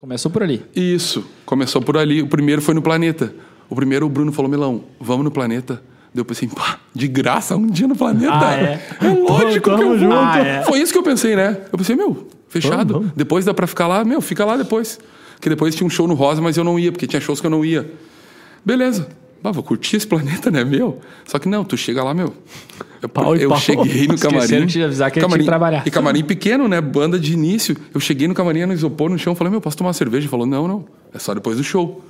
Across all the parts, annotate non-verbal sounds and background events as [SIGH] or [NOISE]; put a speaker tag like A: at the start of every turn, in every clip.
A: Começou por ali.
B: Isso, começou por ali. O primeiro foi no Planeta. O primeiro o Bruno falou, Melão, vamos no Planeta? Daí eu pensei, pá, de graça, um dia no Planeta?
A: Ah,
B: [LAUGHS]
A: é?
B: lógico que
A: Tamo
B: eu
A: junto.
B: vou.
A: Ah, é.
B: Foi isso que eu pensei, né? Eu pensei, meu, fechado.
A: Vamos, vamos.
B: Depois dá pra ficar lá, meu, fica lá depois. Porque depois tinha um show no Rosa, mas eu não ia, porque tinha shows que eu não ia. Beleza. Bah, vou curtir esse planeta, né, meu? Só que não, tu chega lá, meu. Eu,
A: Pau e
B: eu
A: pau.
B: cheguei no
A: Esqueceram
B: camarim.
A: de te avisar que a gente
B: camarim,
A: ia trabalhar.
B: E camarim pequeno, né? Banda de início. Eu cheguei no camarim, no isopor, no chão, falei, meu, posso tomar uma cerveja? Ele falou, não, não. É só depois do show.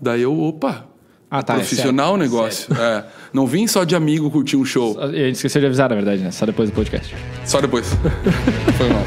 B: Daí eu, opa.
A: Ah, tá, é
B: Profissional o
A: sério, é
B: negócio. É. Não vim só de amigo curtir um show.
A: A gente esqueceu de avisar, na verdade, né? Só depois do podcast. [LAUGHS]
B: Só depois. Foi mal.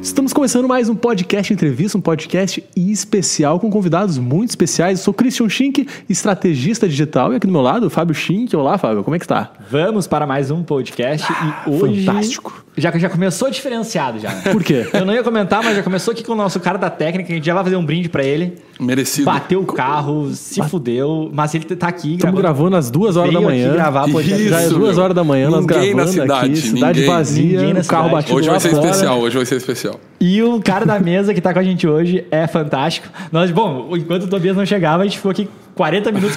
C: Estamos começando mais um podcast entrevista, um podcast especial com convidados muito especiais. Eu sou Christian Schink, estrategista digital, e aqui do meu lado, o Fábio Schink. Olá, Fábio, como é que tá?
D: Vamos para mais um podcast
B: Ah,
D: e hoje.
C: fantástico.
D: Já, já começou diferenciado já. né?
C: Por quê?
D: Eu não ia comentar, mas já começou aqui com o nosso cara da técnica, a gente já vai fazer um brinde pra ele.
B: Merecido.
D: Bateu o carro, se fudeu, mas ele tá aqui
C: Estamos gravando às duas horas da
D: Veio
C: manhã.
D: aqui gravar podcast.
B: Isso,
C: Já é duas
B: meu.
C: horas da manhã, nós
B: Ninguém
C: gravando
B: na cidade,
C: aqui, cidade
B: ninguém.
C: vazia,
D: Ninguém na
C: o carro
D: cidade.
C: batido
B: Hoje
C: lá
B: vai ser
C: fora.
B: especial, hoje vai ser especial.
D: E o cara da mesa que tá com a gente hoje é fantástico. Nós, bom, enquanto o Tobias não chegava, a gente ficou aqui 40 minutos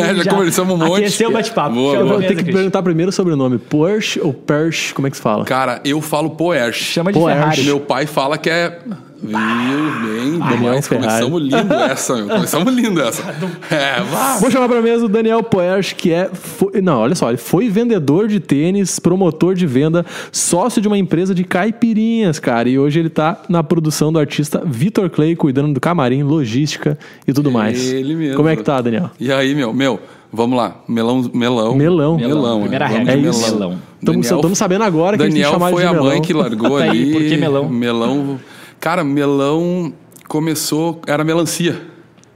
B: [LAUGHS] É,
D: e
B: já conversamos um monte.
D: Aqueceu o bate-papo.
B: Boa, boa.
D: Chama a
C: Eu vou
D: mesa,
C: ter que
D: Christian.
C: perguntar primeiro sobre o nome. Porsche ou Persh, como é que se fala?
B: Cara, eu falo Poerche.
D: Chama de
C: Pô,
D: Ferrari.
B: Meu pai fala que é. Viu, bem, demais.
C: Ferrari.
B: Começamos lindo essa, meu. Começamos lindo
D: [LAUGHS]
B: essa. É, vá.
C: Ah, Vou chamar pra mesa o Daniel Poersch, que é. foi- não, olha só, ele foi vendedor de tênis, promotor de venda, sócio de uma empresa de caipirinhas, cara. E hoje ele tá na produção do artista Vitor Clay, cuidando do camarim, logística e tudo mais.
B: Ele mesmo.
C: Como é que tá, Daniel?
B: E aí, meu? Meu, vamos lá. Melão. Melão.
C: Melão.
B: Melão.
D: Primeira
B: é.
D: regra.
B: Vamos de
C: É isso.
B: Melão.
C: Estamos
B: Daniel-
C: sabendo agora que a gente tem que
B: Daniel
C: chamar ele
B: foi
C: de
B: a
C: melão.
B: mãe que largou
D: Tá aí,
B: ali.
D: por que melão?
B: Melão. Cara, melão começou. Era melancia.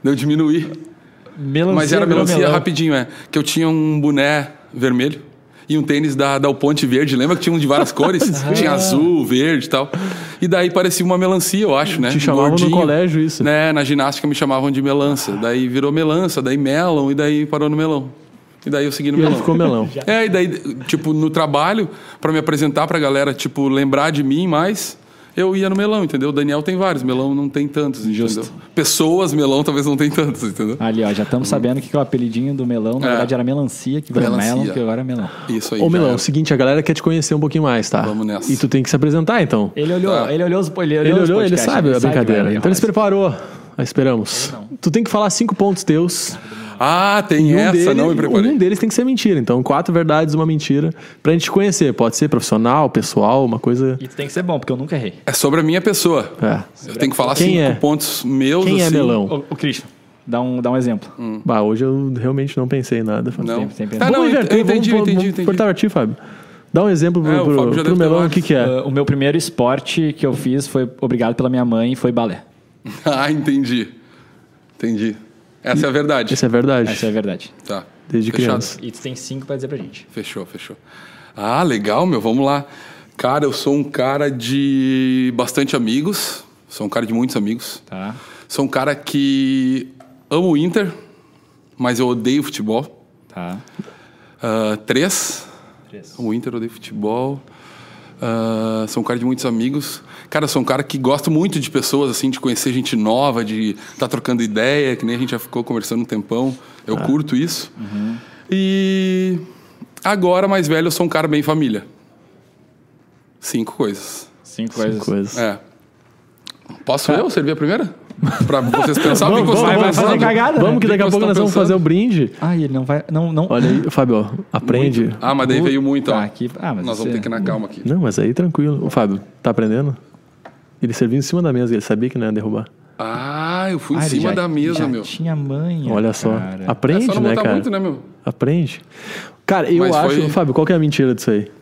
B: Deu diminuir.
D: Melancia,
B: Mas era
D: virou
B: melancia
D: melão.
B: rapidinho, é. Que eu tinha um boné vermelho e um tênis da, da Ponte Verde. Lembra que tinha um de várias
C: [LAUGHS]
B: cores? tinha azul, verde e tal. E daí parecia uma melancia, eu acho, né?
C: Te chamavam no colégio isso.
B: Né? Na ginástica me chamavam de melança. Daí virou melança, daí melon, e daí parou no melão. E daí eu segui no
C: E ele
B: melão.
C: ficou melão.
B: [LAUGHS] É, e daí, tipo, no trabalho, pra me apresentar pra galera, tipo, lembrar de mim mais, eu ia no melão, entendeu? O Daniel tem vários, melão não tem tantos, entendeu? Pessoas, melão talvez não tem tantos, entendeu?
D: Ali, ó, já estamos sabendo que, que é o apelidinho do melão, na
B: Hum. É.
D: verdade, era melancia, que virou
B: Melancia.
D: melon, que agora é melão.
B: Isso aí.
C: Ô,
B: já
C: Melão, é
B: era.
C: o seguinte, a galera quer te conhecer um pouquinho mais, tá?
B: Vamos nessa.
C: E tu tem que se apresentar, então.
D: Ele olhou,
B: Tá.
D: ele olhou os Ele é. olhou,
C: Ele
D: os
C: olhou, ele
D: podcasts,
C: sabe a brincadeira.
D: vai,
C: então ele se
D: vai.
C: preparou. Ah, Esperamos. Tu tem que falar cinco pontos teus
B: Ah, tem
C: E um
B: essa,
C: deles-
B: não me preparei.
C: Um deles tem que ser mentira. Então, quatro verdades, uma mentira. Pra gente te conhecer. Pode ser profissional, pessoal, uma coisa.
D: E tu tem que ser bom, porque eu nunca errei.
B: É sobre a minha pessoa.
C: É.
B: Eu tenho que falar
C: Quem
B: cinco
C: é?
B: pontos meus.
C: Quem é
B: assim.
C: melão?
D: Ô, ô Christian, dá um, dá um exemplo.
C: Bah, hoje eu realmente não pensei em nada.
B: Não.
D: Sempre, sempre.
B: Tá,
C: Vamos
B: não, eu
C: inverter,
B: entendi, eu entendi,
C: vamos,
B: entendi,
C: vamos cortar pra ti, Fábio. Dá um exemplo pro,
B: É, o
C: pro-
B: Fábio já
C: pro
B: deve ter
C: melão o
B: vários.
C: que, que é.
D: Ah, o meu primeiro esporte que eu fiz foi obrigado pela minha mãe, foi balé.
B: Ah, entendi. Entendi. Essa é a verdade.
C: Isso é verdade.
D: Essa é a verdade.
B: Tá.
C: Desde
B: Fechado.
C: criança.
D: E tu tem cinco pra dizer pra gente.
B: Fechou, fechou. Ah, legal, meu. Vamos lá. Cara, eu sou um cara de bastante amigos. Sou um cara de muitos amigos.
D: Tá?
B: Sou um cara que amo o Inter, mas eu odeio futebol.
D: Tá.
B: Ah, três.
D: Três.
B: O Inter, odeio futebol. Ah, sou um cara de muitos amigos. Cara, sou um cara que gosto muito de pessoas, assim, de conhecer gente nova, de estar trocando ideia, que nem a gente já ficou conversando um tempão. Eu
D: Ah.
B: curto isso.
D: Uhum.
B: E agora, mais velho, eu sou um cara bem família. Cinco coisas.
C: Cinco
D: Cinco, coisas.
C: coisas.
B: É. Posso eu servir a primeira? Pra
D: [LAUGHS]
B: vocês pensarem o que
C: vamos,
B: vocês estão
C: vamos,
D: Tá. vai fazer
B: pensando.
D: cagada, né?
C: Vamos que
B: O
C: daqui a
B: vocês
C: pouco
B: estão
C: nós vamos
B: pensando?
C: fazer o brinde.
D: Ai, ele não vai. Não, não.
C: Olha aí, Fábio, ó, aprende.
B: Ah, mas daí veio muito, ó.
D: Tá, aqui- ah, mas
B: Nós vamos
D: você-
B: ter que ir na calma aqui.
C: Não, mas aí tranquilo. Ô, Fábio, tá aprendendo? Ele serviu em cima da mesa, ele sabia que não ia derrubar.
B: Ah, eu fui
D: Ah,
B: em
D: ele
B: cima
D: já-
B: da mesa,
D: já
B: meu.
D: Tinha mãe.
C: Olha só.
B: É
D: cara.
C: Aprende,
B: só não
C: né,
B: botar
C: cara?
B: muito, né, meu?
C: Aprende. Cara, eu
B: Mas
C: acho.
B: foi-
C: Fábio, qual que é a mentira disso aí? [LAUGHS]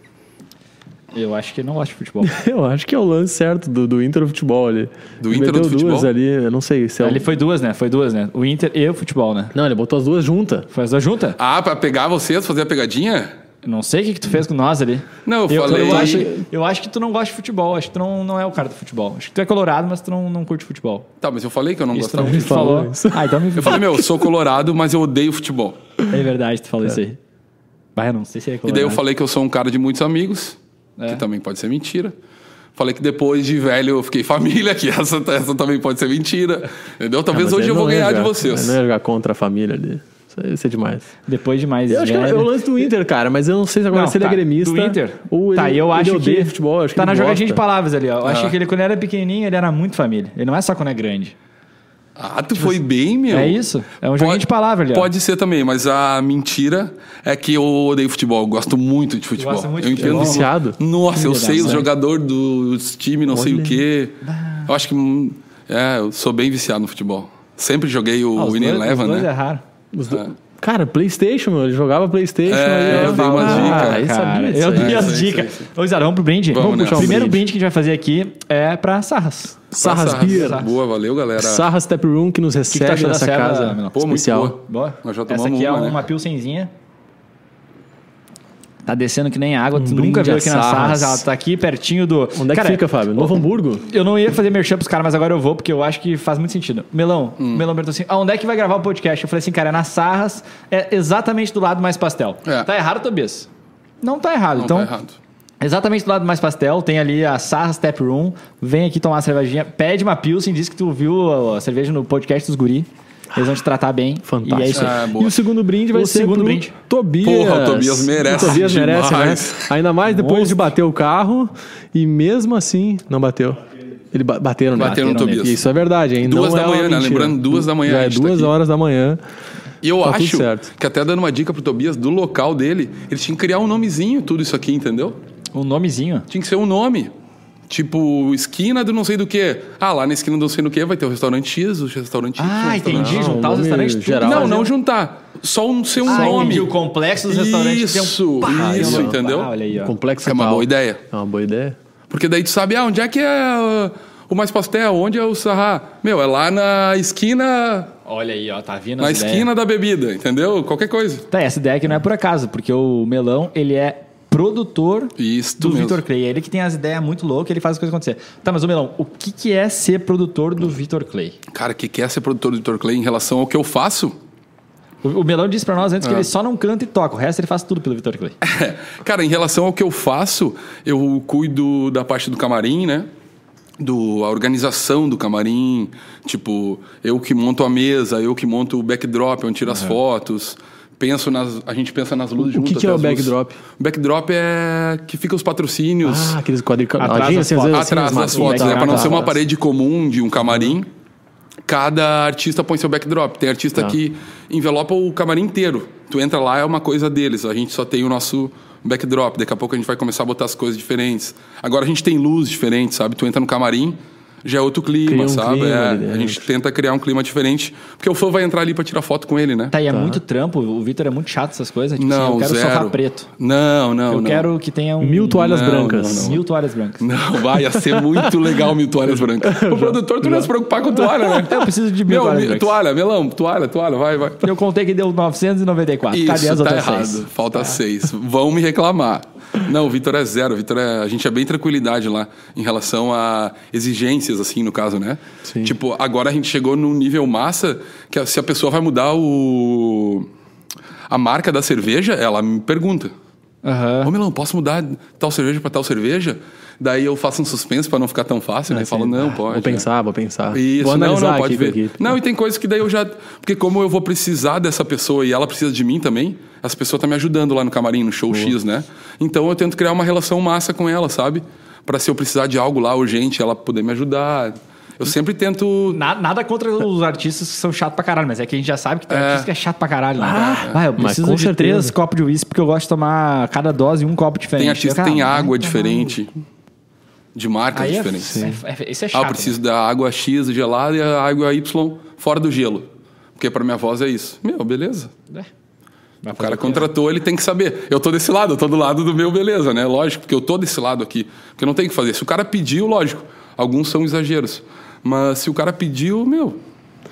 D: Eu acho que ele não gosta de futebol. [LAUGHS]
C: Eu acho que é o lance certo do, do Inter ao futebol ali.
B: Do
C: Ele
B: Inter ao
C: meteu duas
B: futebol?
C: ali, eu não sei se é. o-
D: ele foi duas, né? Foi duas, né? O Inter e o futebol, né?
C: Não, ele botou as duas juntas.
D: Foi as duas juntas?
B: Ah, pra pegar vocês, fazer a pegadinha?
D: Eu Não sei o que, que tu fez com nós ali.
B: Não, eu falei-
D: Eu acho, eu acho que tu não gosta de futebol. Acho que tu não, não é o cara do futebol. Acho que tu é colorado, mas tu não, não curte futebol.
B: Tá, mas eu falei que eu não
D: Isso tu
B: gostava.
D: não tu
C: falou
D: falou.
C: isso.
D: Ah, então me
B: Eu falei, meu, eu sou colorado, mas eu odeio futebol.
D: É verdade, tu falou isso aí. Bah, eu não sei se ele
B: E
D: é
B: daí eu
D: colorado.
B: falei que eu sou um cara de muitos amigos,
A: É.
B: que também pode ser mentira. Falei que depois de velho eu fiquei [LAUGHS] família, que essa, essa também pode ser mentira. Entendeu? Talvez
C: Ah, mas
B: hoje
C: aí
B: eu vou
C: não ia
B: ganhar de
C: jogar-
B: vocês.
C: Não é- ia jogar contra a família ali. Isso aí ia ser demais.
D: Depois de mais
C: Eu acho que
D: velho.
C: é o lance do Inter, cara, mas eu não sei se agora
D: Não,
C: se ele
D: tá.
C: é gremista.
A: Do Inter?
C: Ou ele,
D: tá, e eu
C: ele
D: acho
C: odeia
D: que
C: futebol, acho que
D: tá
C: ele
D: na jogadinha de
C: gosta.
D: palavras ali, ó. Eu acho
B: Ah.
D: que ele quando era pequenininho, ele era muito família. Ele não é só quando é grande.
B: Ah, tu foi bem, meu.
C: Então,
D: é isso. É um
B: Pode-
D: joguinho de palavras ali, ó.
B: Pode ser também, mas a mentira é que eu odeio futebol. Eu gosto muito de futebol.
D: gosta muito
B: eu
D: de futebol? né?
C: Viciado?
B: Nossa, eu sei os
D: Engraçado.
B: jogadores dos times, não sei o quê. Eu acho que. hum, É, eu sou bem viciado no futebol. Sempre joguei o
D: Ah, os
B: Winning
D: dois-
B: Eleven,
D: os dois é.
B: né?
D: erraram.
C: Os do- Cara, Playstation, meu, ele jogava Playstation.
B: É,
C: aí
B: eu dei
C: falava,
B: umas dicas,
C: Ah, eu sabia
D: Cara,
C: disso
D: eu
C: aí.
D: dei
B: É,
D: as
B: isso aí,
D: dicas.
B: isso aí,
D: Ô, Isara, vamos pro brinde?
B: Vamos
D: Vamos puxar
B: nessa.
D: o primeiro
C: brinde.
D: brinde que a gente vai fazer aqui é pra Sarras.
C: Sarras Beer.
B: Boa, valeu, galera.
C: Sarras Tap Room que nos
D: que tá tu
C: recebe
D: achou da
C: nessa
D: serva,
C: casa
D: Melo?
B: Pô, muito
C: especial.
B: boa.
D: Boa.
B: Nós já
D: Essa
B: tomamos
D: aqui
B: uma,
D: é
B: né?
D: uma pilsenzinha. Tá descendo que nem água. tu
C: brinde
D: nunca viu
C: a
D: aqui na
C: Sarras.
D: Sarras. Ela tá aqui pertinho do...
C: Onde é que
D: Cara,
C: fica, Fábio? Novo Hamburgo?
D: Eu não ia fazer merchan pros caras, mas agora eu vou, porque eu acho que faz muito sentido. Melão,
B: Hum.
D: Melão perguntou assim: ah, onde é que vai gravar o podcast? Eu falei assim, cara, é nas sarras, é exatamente do lado mais pastel.
B: É.
D: Tá errado, Tobias? Não tá errado.
B: Não,
D: então,
B: tá errado.
D: exatamente do lado mais pastel, tem ali a Sarras Tap Room. Vem aqui tomar uma cervejinha, pede uma Pilsen, diz que tu viu a cerveja no podcast dos Guri. Eles vão te tratar bem.
C: Fantástico.
D: E é isso aí.
B: Ah,
C: E
B: boa.
C: o segundo brinde vai
D: O
C: ser
D: segundo
C: pro
D: brinde.
C: Tobias.
B: Porra, o Tobias merece
C: O Tobias merece, né?
B: demais.
C: Ainda mais depois de bater o carro e mesmo assim não bateu. Ele ba- bateram, né?
B: Bateram no Tobias.
C: E isso é verdade, hein?
B: Duas
C: Não
B: da
C: é uma
B: manhã, né?
C: mentira.
B: Lembrando, duas da manhã
C: Já
B: a
C: é
B: gente tá
C: duas
B: aqui.
C: horas da manhã.
B: E eu
C: Tá tudo
B: acho
C: certo.
B: que até dando uma dica pro Tobias do local dele, ele tinha que criar um nomezinho, tudo isso aqui, entendeu?
D: Um nomezinho.
B: Tinha que ser um nome. Tipo, esquina do não sei do que. Ah, lá na esquina do não sei do que vai ter o restaurante X, o restaurante Y. o
D: Ah,
B: restaurante-
D: entendi.
C: Não,
D: juntar os
C: nome
D: restaurantes tudo.
C: geral.
B: Não,
D: fazer
B: não
D: um-
B: juntar. Só um seu
D: Ah,
B: nome.
D: entendi, o complexo dos restaurantes tem um-
B: Isso,
D: Pá,
B: isso,
D: olha lá.
B: entendeu?
D: Ah, olha aí, ó.
C: Complexo
B: É uma
C: tal.
B: boa ideia.
C: É uma boa ideia.
B: Porque daí tu sabe, ah, onde é que é ah, o mais pastel? Onde é o sarrá? Meu, é lá na esquina.
D: Olha aí, ó, tá vindo
B: Na
D: as ideias.
B: esquina da bebida, entendeu? Qualquer coisa.
D: Tá, essa ideia aqui não é por acaso, porque o Melão, ele é produtor
B: Isso
D: do
B: mesmo.
D: Vitor Clay. É ele que tem as ideias muito loucas, ele faz as coisas acontecer. Tá, mas o Melão, o que, que é ser produtor do Vitor Clay?
B: Cara, que quer ser produtor do Vitor Clay em relação ao que eu faço?
D: O, o Melão disse pra nós antes que ele só não canta e toca, o resto ele faz tudo pelo Vitor Clay.
B: [LAUGHS] Cara, em relação ao que eu faço, eu cuido da parte do camarim, né? Do, a organização do camarim, tipo, eu que monto a mesa, eu que monto o backdrop, onde tiro as fotos, penso nas, a gente pensa nas luzes
C: O que
B: juntas.
C: que é
B: até
C: o
B: as luzes.
C: backdrop?
B: O backdrop é que fica os patrocínios
C: Ah, aqueles quadriculadinhos.
D: Atrás das
C: assim, às vezes, assim,
B: atrás
C: as
B: das
C: massinhas.
B: fotos, né?
D: background
B: Pra não ser uma
D: atrás.
B: parede comum de um camarim. Cada artista põe seu backdrop. Tem artista
D: Tá.
B: que envelopa o camarim inteiro. Tu entra lá, é uma coisa deles. A gente só tem o nosso backdrop. Daqui a pouco a gente vai começar a botar as coisas diferentes. Agora a gente tem luz diferente, sabe? Tu entra no camarim, já é outro clima,
C: Cria um
B: sabe?
C: clima
B: É,
C: ali dentro.
B: a gente tenta criar um clima diferente. Porque o fã vai entrar ali pra tirar foto com ele, né?
D: Tá, e é muito trampo, o Vitor é muito chato essas coisas. Tipo assim, eu quero
B: zero.
D: sofá preto.
B: Não, não,
D: eu
B: não.
D: quero que tenha um...
C: Mil toalhas
B: Não,
C: brancas.
B: não,
D: Mil toalhas brancas.
B: Não, vai, ia ser muito legal mil toalhas brancas.
D: [LAUGHS]
B: O produtor, tu não ia se preocupar com toalha, né?
D: Eu preciso de mil
B: Meu,
D: toalhas
B: mi-
D: brancas.
B: toalha, melão, toalha, toalha, vai, vai.
D: Eu contei que deu 994. Cadê as
B: Isso, tá
D: outras
B: errado.
D: seis?
B: Falta seis. Vão me reclamar. Não, o Vitor é zero. O Vitor é... A gente é bem tranquilidade lá em relação a exigências, assim, no caso, né?
C: Sim.
B: Tipo, agora a gente chegou num nível massa que se a pessoa vai mudar o... A marca da cerveja, ela me pergunta.
D: Aham.
B: Ô, Milão, posso mudar tal cerveja pra tal cerveja? Daí eu faço um suspense pra não ficar tão fácil, né? Eu falo, não, pode.
C: Ah, Vou pensar, vou pensar.
B: né? Isso,
C: vou
B: não,
C: analisar
B: não, pode
C: aqui,
B: ver.
C: aqui.
B: Não, e tem coisas que daí eu já. Porque como eu vou precisar dessa pessoa e ela precisa de mim também, essa pessoa tá me ajudando lá no camarim, no show X, né? Então eu tento criar uma relação massa com ela, sabe? Pra se eu precisar de algo lá urgente, ela poder me ajudar. Eu sempre tento.
D: Na- nada contra os artistas que são chatos pra caralho, mas é que a gente já sabe que tem
B: É.
D: artista que é chato pra caralho. Né? Ah, eu
C: mas
D: preciso
C: com
D: de
C: certeza.
D: três copos de uísque porque eu gosto de tomar cada dose um copo
C: é
D: diferente.
B: Tem artista que
D: Cara,
C: né?
B: tem
D: vai
B: água
D: tomar-
B: diferente, de marcas
D: Aí é,
B: diferentes.
D: é, é, esse é
B: Ah,
D: chato.
B: eu preciso
C: né?
B: da água X gelada e a água Y fora do gelo. Porque pra minha voz é isso. Meu, beleza.
D: né? Vai
B: O
D: fazer
B: cara
D: quê?
B: contratou, ele tem que saber. Eu tô desse lado, eu tô do lado do meu, beleza, né? Lógico, porque eu tô desse lado aqui. Porque não tem o que fazer. Se o cara pediu, lógico. Alguns são exageros. Mas se o cara pediu, meu,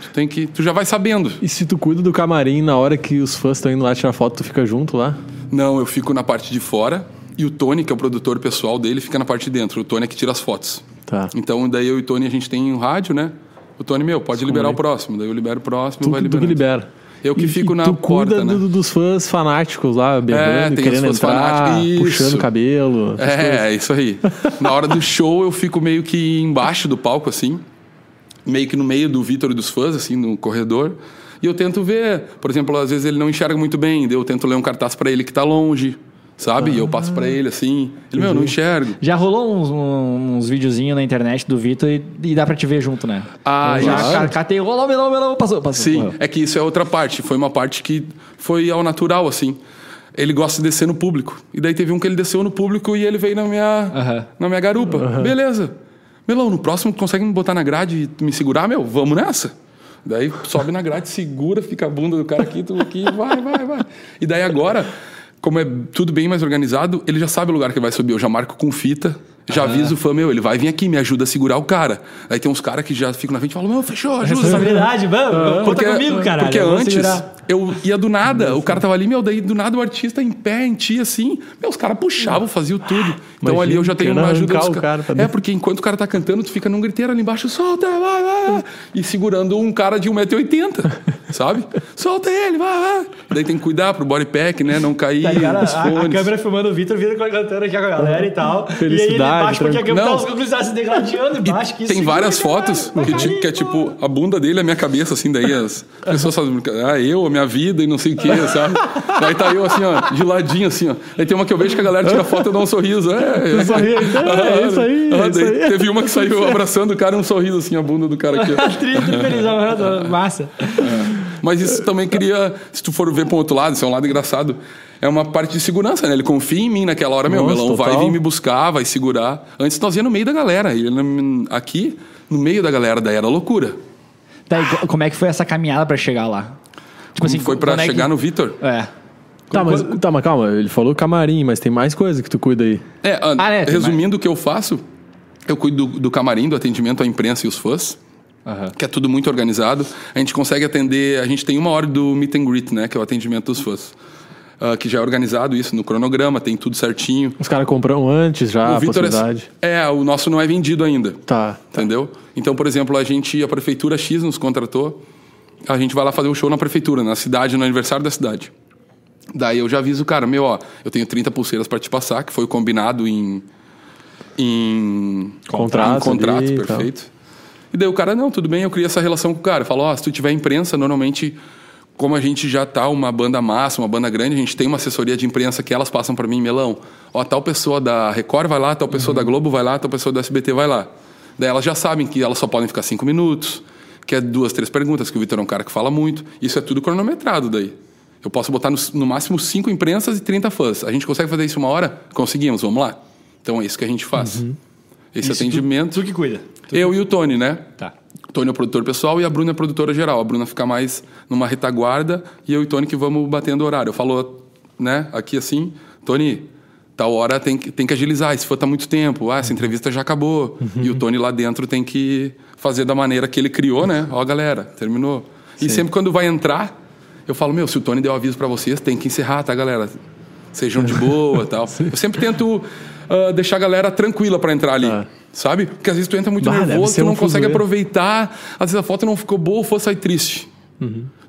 B: tu tem que. Tu já vai sabendo.
C: E se tu cuida do camarim na hora que os fãs estão indo lá tirar foto, tu fica junto lá?
B: Não, eu fico na parte de fora e o Tony, que é o produtor pessoal dele, fica na parte de dentro. O Tony é que tira as fotos.
C: Tá.
B: Então, daí eu e o Tony, a gente tem um rádio, né? O Tony, meu, pode liberar o próximo. Daí eu libero o próximo,
C: Tu,
B: vai
C: tu que
B: liberando.
C: libera.
B: Eu que
C: E-
B: fico
C: e
B: na
C: tu
B: porta,
C: cuida
B: né? É,
C: do- dos fãs fanáticos lá, bebendo,
B: tem os
C: querendo
B: fãs
C: entrar,
B: fanáticos,
C: puxando
B: isso.
C: cabelo.
B: É, isso aí. Na hora do show eu fico meio que embaixo do palco, assim, meio que no meio do Vitor e dos fãs, assim, no corredor. E eu tento ver, por exemplo, às vezes ele não enxerga muito bem, daí eu tento ler um cartaz pra ele que tá longe, sabe? E eu passo pra ele assim, ele, meu, eu não enxergo.
D: Já rolou uns, um, uns videozinhos na internet do Vitor e, e dá pra te ver junto, né?
B: Ah,
D: Eu já
B: isso.
D: ca- catei, rolou, melão, melão, passou, passou.
B: Sim,
D: Morreu.
B: é que isso é outra parte. Foi uma parte que foi ao natural, assim. Ele gosta de descer no público. E daí teve um que ele desceu no público e ele veio na minha,
D: Aham.
B: na minha garupa. Beleza. Melão, no próximo tu consegue me botar na grade e me segurar? Meu, vamos nessa. Daí sobe na grade, segura, fica a bunda do cara aqui, tu aqui, vai, vai, vai. E daí agora, como é tudo bem mais organizado, ele já sabe o lugar que vai subir. Eu já marco com fita, já aviso o fã, meu, ele vai vir aqui, me ajuda a segurar o cara. Aí tem uns caras que já ficam na frente e falam, meu, fechou, ajuda.
E: Responsabilidade, vamos. Conta comigo, caralho.
B: né? Ah, Porque
E: eu vou
B: antes,
E: segurar.
B: eu ia do nada, o cara tava ali, meu, daí do nada o artista em pé, em ti, assim, meu, os caras puxavam, faziam tudo. Então
C: Imagina,
B: ali eu já tenho
C: querendo
B: uma ajuda
C: arrancar
B: dos ca-
C: o cara pra
B: É,
C: dentro.
B: porque enquanto o cara tá cantando, tu fica num griteiro ali embaixo, solta, vai, vai, vai, e segurando um cara de 1,80m,
C: [LAUGHS]
B: sabe? Solta ele, vai, vai. Daí tem que cuidar pro body pack, né, não cair,
E: Tá ligado?
B: os
E: A, a
B: fones.
E: câmera filmando o Vitor, vira cantando aqui com a galera e tal. e aí ele
C: Felicidade,
E: embaixo, porque a câmera tá
B: Não.
E: os grupos tá se degradando embaixo. que isso é
B: Tem
E: segura,
B: várias
E: caralho,
B: fotos
E: vai
B: que,
E: cair,
B: tipo- que é
E: pô. [LAUGHS]
B: tipo a bunda dele, a minha cabeça, assim, daí as pessoas fazem brincadeira. Ah, eu, a minha vida e não sei o que, sabe? Daí tá eu assim, ó, de ladinho, assim, ó. Aí tem uma que eu vejo que a galera tira foto e dá um sorriso. É, é.
C: Sorri, é
B: [LAUGHS]
C: isso aí,
B: Ah,
C: é isso
B: daí
C: aí.
B: Teve uma que saiu abraçando o cara e um sorriso, assim, a bunda do cara aqui, ó.
E: Triste, feliz, amado, massa.
B: Mas isso também cria, se tu for ver para outro lado, isso é um lado engraçado, é uma parte de segurança, né? Ele confia em mim naquela hora, meu,
C: Nossa,
B: Melão vai
C: total.
B: vir me buscar, vai segurar. Antes nós ia no meio da galera, e ele no- aqui, no meio da galera, daí era loucura.
D: Daí, co- como é que foi essa caminhada pra chegar lá? Tipo
B: Assim, foi para
D: quando é que-
B: chegar no Vitor.
D: É.
C: Tá mas, tá, mas calma, ele falou camarim, mas tem mais coisa que tu cuida aí.
B: É, ah,
D: Ah, é, tem
B: resumindo o que eu faço, eu cuido do, do camarim, do atendimento à imprensa e os fãs. Que é tudo muito organizado. A gente consegue atender. A gente tem uma hora do meet and greet, né? Que é o atendimento dos fãs. Ah, que já é organizado isso no cronograma, tem tudo certinho.
C: Os caras compram antes
D: Ah,
C: já a
B: Vitor é-
C: possibilidade.
B: é, o nosso não é vendido ainda.
C: Tá.
B: Entendeu? Então, por exemplo, a gente, a prefeitura X nos contratou, a gente vai lá fazer o show na prefeitura, na cidade, no aniversário da cidade. Daí eu já aviso o cara, meu, ó, eu tenho 30 pulseiras para te passar, que foi combinado em em
C: Contrato
B: em contrato,
C: ali e tal.
B: perfeito. E daí o cara, não, tudo bem, eu criei essa relação com o cara. Falou, ó, se tu tiver imprensa, normalmente, como a gente já tá uma banda massa, uma banda grande, a gente tem uma assessoria de imprensa que elas passam para mim, melão. Ó, tal pessoa da Record vai lá, tal pessoa
E: Uhum.
B: da Globo vai lá, tal pessoa do SBT vai lá. Daí elas já sabem que elas só podem ficar cinco minutos, que é duas, três perguntas, que o Vitor é um cara que fala muito. Isso é tudo cronometrado daí. Eu posso botar no, no máximo cinco imprensas e 30 fãs. A gente consegue fazer isso uma hora? Conseguimos, vamos lá. Então é isso que a gente faz. Esse atendimento.
E: Uhum. Tu que cuida.
B: Eu e o Tony, né?
E: Tá.
B: O Tony é o produtor pessoal e a Bruna é a produtora geral. A Bruna fica mais numa retaguarda e eu e o Tony que vamos batendo horário. Eu falo, né, aqui assim, Tony, tal hora tem que, tem que agilizar, esse fã tá muito tempo, ah, essa entrevista já acabou. E o Tony lá dentro tem que fazer da maneira que ele criou, né? Ó, galera, terminou. E sempre quando vai entrar, eu falo, meu, se o Tony deu aviso pra vocês, tem que encerrar, tá, galera? Sejam de
C: [LAUGHS]
B: boa tal. Eu sempre tento ah, deixar a galera tranquila pra entrar ali. Sabe? Porque às vezes tu entra muito
C: É. Bah, deve
B: nervoso,
C: ser
B: tu não
C: um
B: consegue
C: fuzuê.
B: aproveitar, às vezes a foto não ficou boa, o fã sai triste.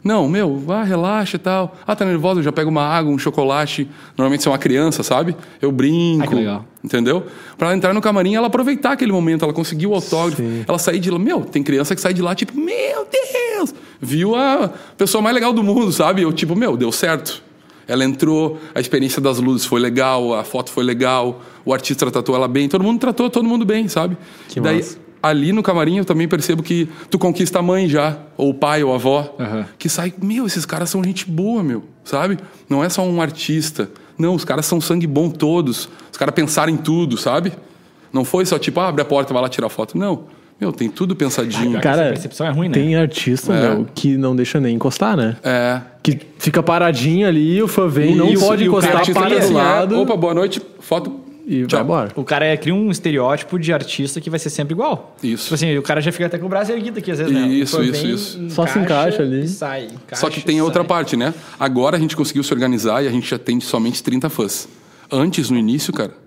B: Não, meu, ah, relaxa e tal. Ah, tá nervosa, eu já pego uma água, um chocolate. Normalmente você é uma criança, sabe? Eu brinco.
D: Ah, que legal.
B: Entendeu? Pra ela entrar no camarim, ela aproveitar aquele momento, ela conseguiu o autógrafo, ela sair de lá. Meu, tem criança que sai de lá, tipo, meu Deus! Viu a pessoa mais legal do mundo, sabe? Eu, tipo, meu, deu certo. Ela entrou, a experiência das luzes foi legal, a foto foi legal, o artista tratou ela bem, todo mundo tratou todo mundo bem, sabe?
C: Que
B: Daí,
C: massa.
B: ali no camarim, eu também percebo que tu conquista a mãe já, ou o pai, ou a avó, que sai, meu, esses caras são gente boa, meu, sabe? Não é só um artista. Não, os caras são sangue bom todos. Os caras pensaram em tudo, sabe? Não foi só tipo, ah, abre a porta, vai lá tirar foto. Não. Meu, tem tudo pensadinho.
D: Essa
C: Cara,
D: percepção é ruim, né?
C: tem artista, meu, que não deixa nem encostar, né?
B: É.
C: Que fica paradinho ali, o fã vem, não
B: Isso,
C: pode
B: e o cara
C: encostar,
B: artista
C: para
B: tem
C: do
B: assim,
C: lado
B: É, opa, boa noite, foto.
C: e vai
B: tchau.
C: embora.
D: O cara é- cria um estereótipo de artista que vai ser sempre igual.
B: Isso.
D: Tipo assim, o cara já fica até com o braço erguido aqui, às vezes, né?
B: Isso,
D: O fã
B: isso,
D: vem,
B: isso.
C: Só se encaixa ali.
D: e Sai, encaixa,
B: Só que tem a outra
D: sai.
B: parte, né? Agora a gente conseguiu se organizar e a gente atende somente 30 fãs. Antes, no início, cara,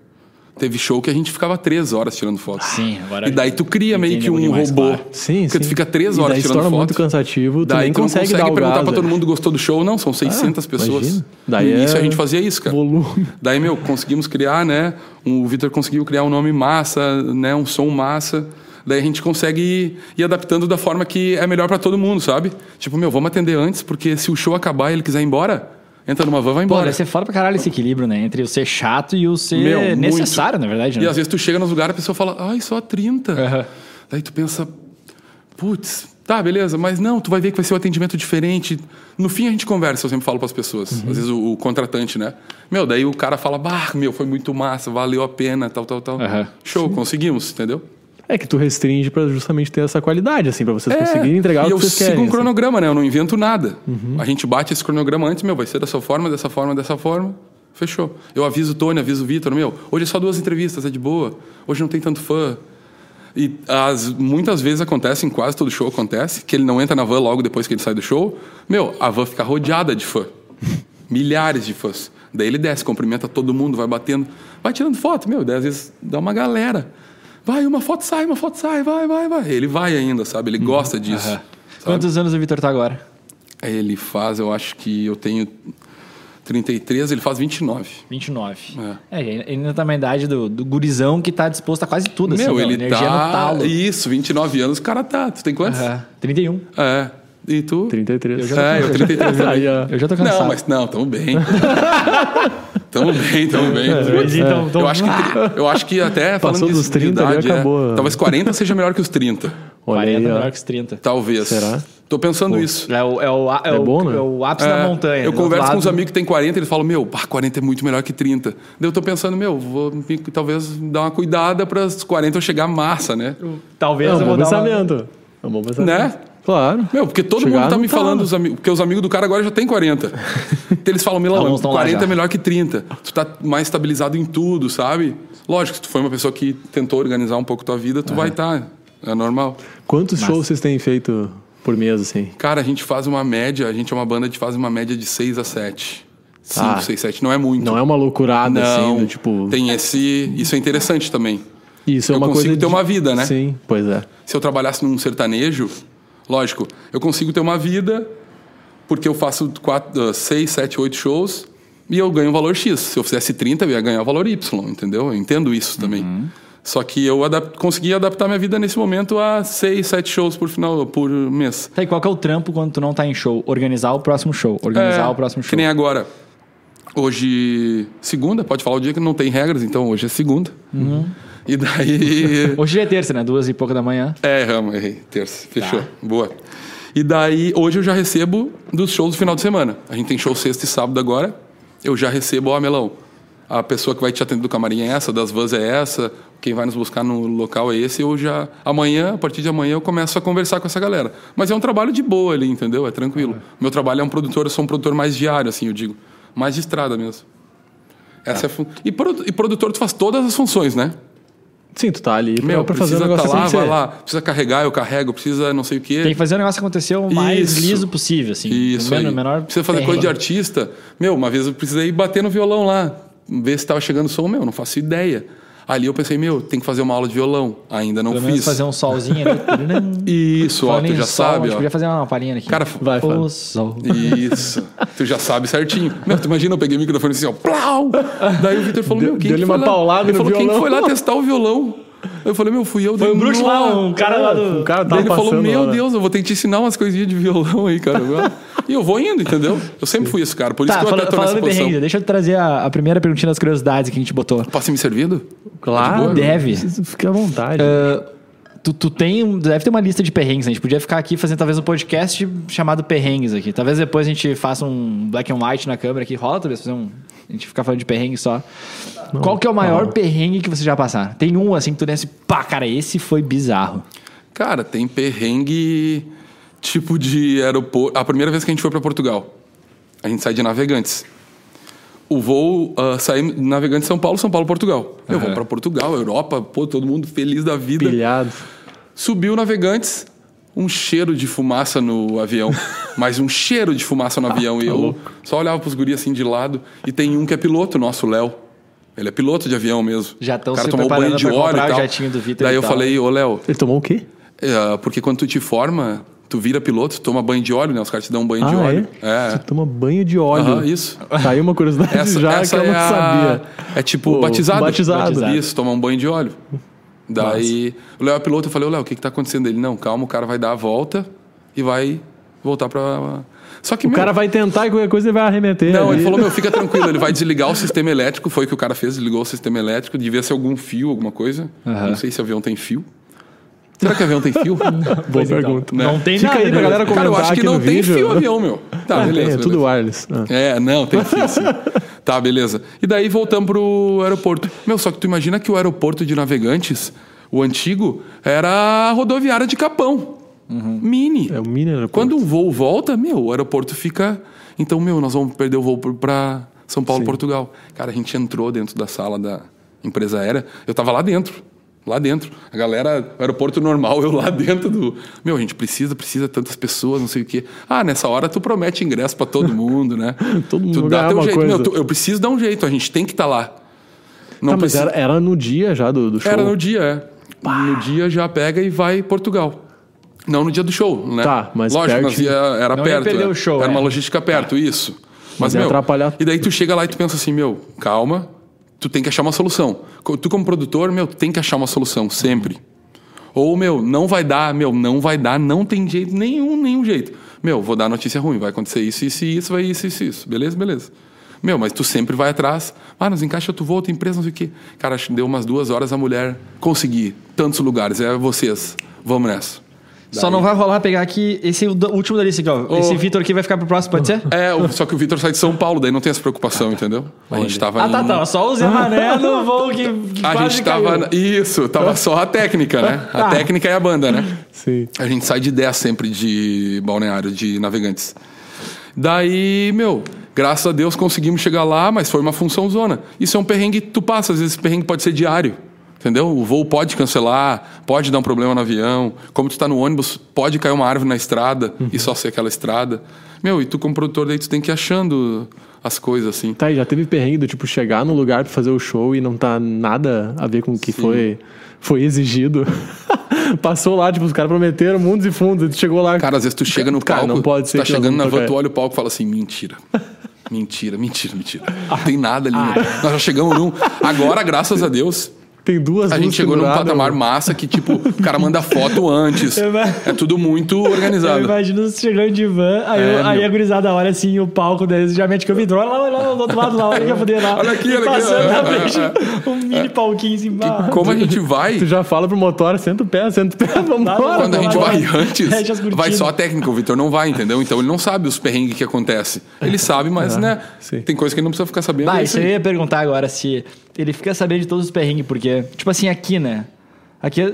B: Teve show que a gente ficava três horas tirando foto.
D: Sim, agora
B: E daí tu cria meio que
D: entendemos
B: um
D: demais,
B: robô.
D: claro.
C: Sim,
B: Porque tu
C: sim.
B: fica três
C: E
B: horas
C: daí se
B: tirando
C: torna
B: foto.
C: muito cansativo, tu
B: daí
C: nem
B: tu não
C: consegue
B: consegue,
C: dar o
B: perguntar
C: gás,
B: pra todo
C: né?
B: mundo gostou do show, não, são 600 pessoas.
C: imagina. Daí
B: Daí no início
C: é
B: a gente fazia isso, cara.
C: volume.
B: Daí, meu, conseguimos criar, né? O Vitor conseguiu criar um nome massa, né? Um som massa. Daí a gente consegue ir, ir adaptando da forma que é melhor pra todo mundo, sabe? Tipo, meu, vamos atender antes, porque se o show acabar e ele quiser ir embora, entra numa van, vai
D: Pô,
B: embora.
D: deve ser foda pra caralho esse equilíbrio, né? Entre o ser chato e o ser
B: Meu, muito.
D: necessário, na verdade.
B: E
D: Né?
B: às vezes tu chega nos lugares e a pessoa fala, ai, só 30. Daí tu pensa, putz, tá, beleza, mas não, tu vai ver que vai ser um atendimento diferente. No fim a gente conversa, eu sempre falo pras pessoas,
C: Uhum.
B: às vezes o, o contratante, né? Meu, daí o cara fala, bah, meu, foi muito massa, valeu a pena, tal, tal, tal.
A: Aham.
B: Show, conseguimos, entendeu?
C: É que tu restringe pra justamente ter essa qualidade, assim, pra vocês conseguirem
B: É,
C: entregar
B: e
C: o
B: eu
C: que vocês
B: sigo
C: querem.
B: um
C: assim.
B: cronograma, né? Eu não invento nada. A gente bate esse cronograma antes, meu, vai ser dessa forma, dessa forma, dessa forma. Fechou. Eu aviso o Tony, aviso o Vitor, meu, hoje é só duas entrevistas, é de boa. Hoje não tem tanto fã. E as, muitas vezes acontece, em quase todo show acontece, que ele não entra na van logo depois que ele sai do show. Meu, a van fica rodeada de fã. Milhares de fãs. Daí ele desce, cumprimenta todo mundo, vai batendo, vai tirando foto, meu, daí às vezes dá uma galera. Vai, uma foto sai, uma foto sai, vai, vai, vai. Ele vai ainda, sabe? Ele gosta disso. sabe?
D: Quantos anos o Vitor tá agora?
B: É, Ele faz, eu acho que eu tenho 33, ele faz 29.
D: 29. É, ele ainda tá na idade do, do gurizão que tá disposto a quase tudo. assim,
B: Meu,
D: não,
B: ele
D: energia no
B: tá.
D: talo.
B: Isso, 29 anos o cara tá. Tu tem quantos?
D: Aham. 31.
B: É. E tu?
C: 33.
B: É, eu 33 também.
C: Aí, ó.
D: Eu já tô cansado.
B: Não, mas não, tamo bem. [LAUGHS] tamo bem, tamo bem.
E: Mas
C: É,
E: então, então-
B: Eu acho que, tri- eu acho que até falando
C: Passou
B: de-
C: dos
B: de
C: 30 ali,
B: idade, é.
C: acabou.
B: talvez 40 seja melhor que os 30.
D: 40
C: Olha
D: melhor
C: aí,
D: que os 30.
B: Talvez.
C: Será?
B: Tô pensando isso.
D: É o, é o, é
C: É
D: o,
C: bom, né?
D: é o ápice
B: É,
D: da montanha.
A: né?
D: né?
B: Eu
D: do
B: converso
D: outro
B: com uns
D: lado.
B: amigos que têm 40, eles falam, meu, pá, 40 é muito melhor que 30. Daí eu tô pensando, meu, vou me- talvez dar uma cuidada para os 40 eu chegar massa, né?
C: ó.
E: Talvez
C: É um
E: eu
C: bom
E: vou dar uma...
C: pensamento. É um bom pensamento.
B: Né?
C: Claro.
B: Meu, porque todo
C: Chegar
B: mundo tá
C: não
B: me
C: tá,
B: falando,
C: né?
B: os amigos, porque os amigos do cara agora já tem 40. Então eles falam, Milão,
D: Alguns tão lá
B: 40
D: já.
B: é melhor que 30. Tu tá mais estabilizado em tudo, sabe? Lógico, se tu foi uma pessoa que tentou organizar um pouco tua vida, tu vai estar. é normal.
C: Quantos shows vocês têm feito por mês, assim?
B: Cara, a gente faz uma média, a gente é uma banda que faz uma média de 6 a 7. 5,
C: Ah.
B: 6, 7. Não é muito.
C: Não é uma loucurada,
B: Não,
C: assim, do tipo...
B: tem esse. Isso é interessante também.
C: Isso é
B: eu
C: uma
B: consigo
C: coisa
B: ter uma vida, né?
C: Sim, pois é.
B: Se eu trabalhasse num sertanejo, lógico, eu consigo ter uma vida porque eu faço quatro, ah, seis, sete, oito shows e eu ganho um valor X. Se eu fizesse 30, eu ia ganhar o valor Y, entendeu? Eu entendo isso também.
D: Uhum.
B: Só que eu adap consegui adaptar minha vida nesse momento a seis, sete shows por final por mês.
D: Tá, e qual que é o trampo quando tu não tá em show? Organizar o próximo show. Organizar
B: É,
D: o próximo
B: Que
D: show.
B: nem agora. Hoje, segunda, pode falar o dia que não tem regras, então hoje é segunda.
D: Uhum.
B: E daí.
D: Hoje já é terça, né? Duas e pouca da manhã.
B: É, erramos, errei. Terça. Fechou. Boa. E daí, hoje eu já recebo dos shows do final de semana. A gente tem show sexta e sábado agora. Eu já recebo, ó, Melão, a pessoa que vai te atender do camarim é essa, das vans é essa, quem vai nos buscar no local é esse. Eu já, amanhã, a partir de amanhã, eu começo a conversar com essa galera. Mas é um trabalho de boa ali, entendeu? É tranquilo. Meu trabalho é um produtor, eu sou um produtor mais diário, assim, eu digo. Mais de estrada mesmo. Essa é a fun- e, produ- e produtor, tu faz todas as funções, né?
C: Sim, tu tá ali pra-
B: Meu,
C: pra fazer um
B: precisa
C: negócio
B: tá lá,
C: acontecer.
B: vai lá. Precisa carregar, eu carrego. Precisa não sei o quê.
D: Tem que fazer o negócio acontecer o mais
B: Isso.
D: liso possível, assim.
B: Isso
D: Menor-
B: aí.
D: menor é,
B: Precisa fazer coisa de artista. Meu, uma vez eu precisei bater no violão lá. Ver se tava chegando som. Meu, não faço ideia. Ali eu pensei, meu, tem que fazer uma aula de violão. Ainda não
D: Pelo menos
B: fiz.
D: fazer um solzinho
B: [LAUGHS]
A: um
D: ali.
B: Isso, ó,
D: Falando
B: tu
D: em
B: já
D: sol, A
B: sabe,
D: gente
B: ó.
D: podia fazer uma palhinha aqui.
B: [LAUGHS] Cara,
C: Vai, Fábio.
D: o sol.
B: Isso. tu já sabe certinho. Meu, tu imagina, eu peguei o microfone assim, ó, plau! Daí o Vitor falou, meu, quem
C: deu-lhe
B: que foi
C: uma
B: lá?
C: paulada
B: Ele
C: no
B: falou, quem
C: violão.
B: foi lá testar o violão? Eu falei, meu, fui eu.
E: Foi um bruxo lá, um cara lá do...
C: O é, cara
B: Daí
D: Tá
C: tava
B: ele falou,
C: passando
B: meu
C: lá, né?
B: Deus, eu vou ter que te ensinar umas coisinhas de violão aí, cara. e eu vou indo, entendeu? Eu sempre fui esse cara, por isso
D: Tá,
B: que eu
D: fala-
B: até tô
D: falando
B: nessa
D: em
B: posição.
D: perrengue, deixa eu trazer a, a primeira perguntinha das curiosidades que a gente botou.
B: Posso ir me servindo? Ah,
C: Claro. É,
D: Deve.
C: Fica à vontade.
D: Tu, tu tem, um- deve ter uma lista de perrengues, né? a gente podia ficar aqui fazendo talvez um podcast chamado Perrengues aqui. Talvez depois a gente faça um black and white na câmera aqui. Rola talvez fazer um... A gente ficar falando de perrengue só. Qual que é o maior perrengue que você já passaram? Tem um assim que tu desce, pá, cara, esse foi bizarro.
B: Cara, tem perrengue tipo de aeroporto. A primeira vez que a gente foi pra Portugal, a gente sai de Navegantes. O voo ah, saímos de Navegantes São Paulo, São Paulo Portugal. Eu vou pra Portugal, Europa, pô, todo mundo feliz da vida.
C: Pilhado.
B: Subiu Navegantes, um cheiro de fumaça no
D: [LAUGHS]
B: avião. Mas um cheiro
D: Ah, tá
B: de fumaça no avião. e eu só olhava pros guris assim de lado. E tem um que é piloto nosso, o Léo. Ele é piloto de avião mesmo.
D: Já estão
B: O cara
D: se
B: tomou banho
D: preparando
B: de
D: pra
B: óleo
D: comprar
B: e
D: o
B: tal.
D: jatinho do Vitor
B: Daí
D: e
B: eu
D: tal. né?
B: falei, ô Léo,
C: Ele tomou o quê?
B: é, porque quando tu te forma, tu vira piloto, tu toma banho de óleo, né? Os caras te dão um banho de
C: ah,
B: óleo.
C: é? Você
B: É.
D: [LAUGHS]
C: toma banho de óleo.
B: Aham, isso.
C: Tá aí uma curiosidade já que eu não
B: é a-
C: sabia.
B: É tipo
C: Pô,
B: batizado.
C: batizado. Batizado.
B: Isso, tomar um banho de óleo. Daí o Léo é piloto, eu falei, ô Léo, o que, que tá acontecendo? Ele, não, calma, o cara vai dar a volta e vai voltar pra. Só que
C: O
B: meu,
C: cara vai tentar e qualquer coisa ele vai arremeter. né?
B: Não,
C: ali.
B: ele falou, meu, fica tranquilo, ele vai desligar o sistema elétrico, foi o que o cara fez, desligou o sistema elétrico, devia ser algum fio, alguma coisa. Não sei se avião tem fio. Será que avião tem
C: [LAUGHS]
B: fio?
C: Boa pergunta.
B: Né?
D: Não tem
C: Fica
D: nada.
C: aí pra
D: né?
C: galera comentar
B: Cara, eu acho que
C: aqui
B: não
C: no
B: tem
C: vídeo.
B: fio avião, meu. Tá,
C: Ah, tem,
B: beleza.
C: é tudo
B: beleza.
C: wireless. Ah.
B: É, não, tem fio sim. [LAUGHS] Tá, beleza. E daí voltamos pro aeroporto. Meu, só que tu imagina que o aeroporto de Navegantes, o antigo, era a rodoviária de Capão. Mini.
C: É o mini aeroporto.
B: Quando o voo volta, meu, o aeroporto fica. Então, meu, nós vamos perder o voo pro- pra São Paulo, Portugal. Cara, a gente entrou dentro da sala da empresa aérea. Eu tava lá dentro. Lá dentro. A galera, aeroporto normal, [LAUGHS] eu lá dentro do. Meu, a gente precisa, precisa tantas pessoas, não sei o quê. Ah, nessa hora tu promete ingresso pra todo mundo, né?
C: [LAUGHS] Todo mundo
B: tu dá
C: ganha
B: teu
C: uma
B: jeito.
C: coisa.
B: Meu, tu- eu preciso dar um jeito, a gente tem que estar lá. Não
C: Tá, mas
B: precisa-
C: era, era no dia já do, do show.
B: era no dia, é. No dia já pega e vai Portugal. Não no dia do show, né?
C: Tá, mas
B: Lógico,
C: perto-
B: nós ia, era
D: Não ia
B: perto.
D: perder
B: é.
D: o show,
B: era
D: é.
B: uma logística perto, isso. Mas,
C: Mas ia
B: meu,
C: atrapalhar
B: e daí tu chega lá e tu pensa assim, meu, calma, tu tem que achar uma solução. Co- Tu como produtor, meu, tem que achar uma solução, sempre. Ou, meu, não vai dar, meu, não vai dar, não tem jeito nenhum, nenhum jeito. Meu, vou dar notícia ruim, vai acontecer isso, isso, e isso, vai isso, isso, e isso. Beleza, beleza. Meu, mas tu sempre vai atrás. Ah, nos encaixa, tu volta, empresa, não sei o quê. Cara, acho que deu umas duas horas a mulher consegui tantos lugares. É vocês. Vamos nessa.
D: Só não vai rolar pegar aqui esse do- último da lista aqui, ó. Esse Vitor aqui vai ficar pro próximo, pode ser?
B: É, o- só que o Vitor sai de São Paulo, daí não tem essa preocupação, entendeu? A gente tava
D: Ah, tá,
B: em-
D: tá. Só o Zé Mané no voo que,
B: [LAUGHS]
D: que
B: A
D: quase
B: gente tava.
D: caiu. Tá.
B: Isso, tava só a técnica, né? A técnica e a banda, né?
C: Sim.
B: A gente sai de 10 sempre de balneário, de navegantes. Daí, meu, graças a Deus conseguimos chegar lá, mas foi uma função zona. Isso é um perrengue que tu passa, às vezes esse perrengue pode ser diário. Entendeu? O voo pode cancelar, pode dar um problema no avião. Como tu tá no ônibus, pode cair uma árvore na estrada e só ser aquela estrada. Meu, e tu como produtor daí tu tem que ir achando as coisas assim.
C: Tá, e já teve perrengue do tipo chegar no lugar pra fazer o show e não tá nada a ver com o que foi, foi exigido. [LAUGHS] Passou lá, tipo, os caras prometeram mundos e fundos, e tu chegou lá.
B: Cara, às vezes tu chega no
C: Cara,
B: palco,
C: não pode ser
B: tá
C: que nós
B: chegando na
C: vamos
B: van,
C: tocar.
B: tu olha o palco e fala assim, mentira. Mentira, mentira,
C: [LAUGHS]
B: mentira. Não tem nada ali.
C: Ah,
B: né?
C: é.
B: Nós já chegamos num. Agora, graças a Deus,
C: tem duas
B: a
C: luzes
B: gente chegou num
C: penduradas,
B: patamar
C: mano.
B: massa que, tipo, o cara manda foto antes. É tudo muito
E: Eu
B: organizado.
E: imagino você chegando de van, aí, eu-
B: É,
E: aí
B: meu.
E: a gurizada olha assim o palco deles, já mete que eu me drone, lá, lá, lá, do outro lado lá, olha que eu poder lá.
B: Olha aqui,
E: E
B: olha aqui, É,
E: Passando
B: ó,
E: na
B: ó,
E: frente, um mini palquinho assim, bah.
B: Como a gente vai.
C: Tu já fala pro motor, senta o pé, senta o pé, vambora.
B: Quando a gente
E: Vai,
C: né?
B: vai
E: vai.
B: antes,
E: Fecha as cortinas.
B: vai só a técnica. O Vitor não vai, entendeu? Então ele não sabe os perrengues que acontece. Ele sabe, mas, né?
C: Ah, sim.
B: Tem coisa que ele não precisa ficar sabendo.
D: Bah,
B: é
D: isso
B: aí.
D: eu ia perguntar agora se ele fica sabendo de todos os perrengues, porque, tipo assim, aqui, né? Aqui.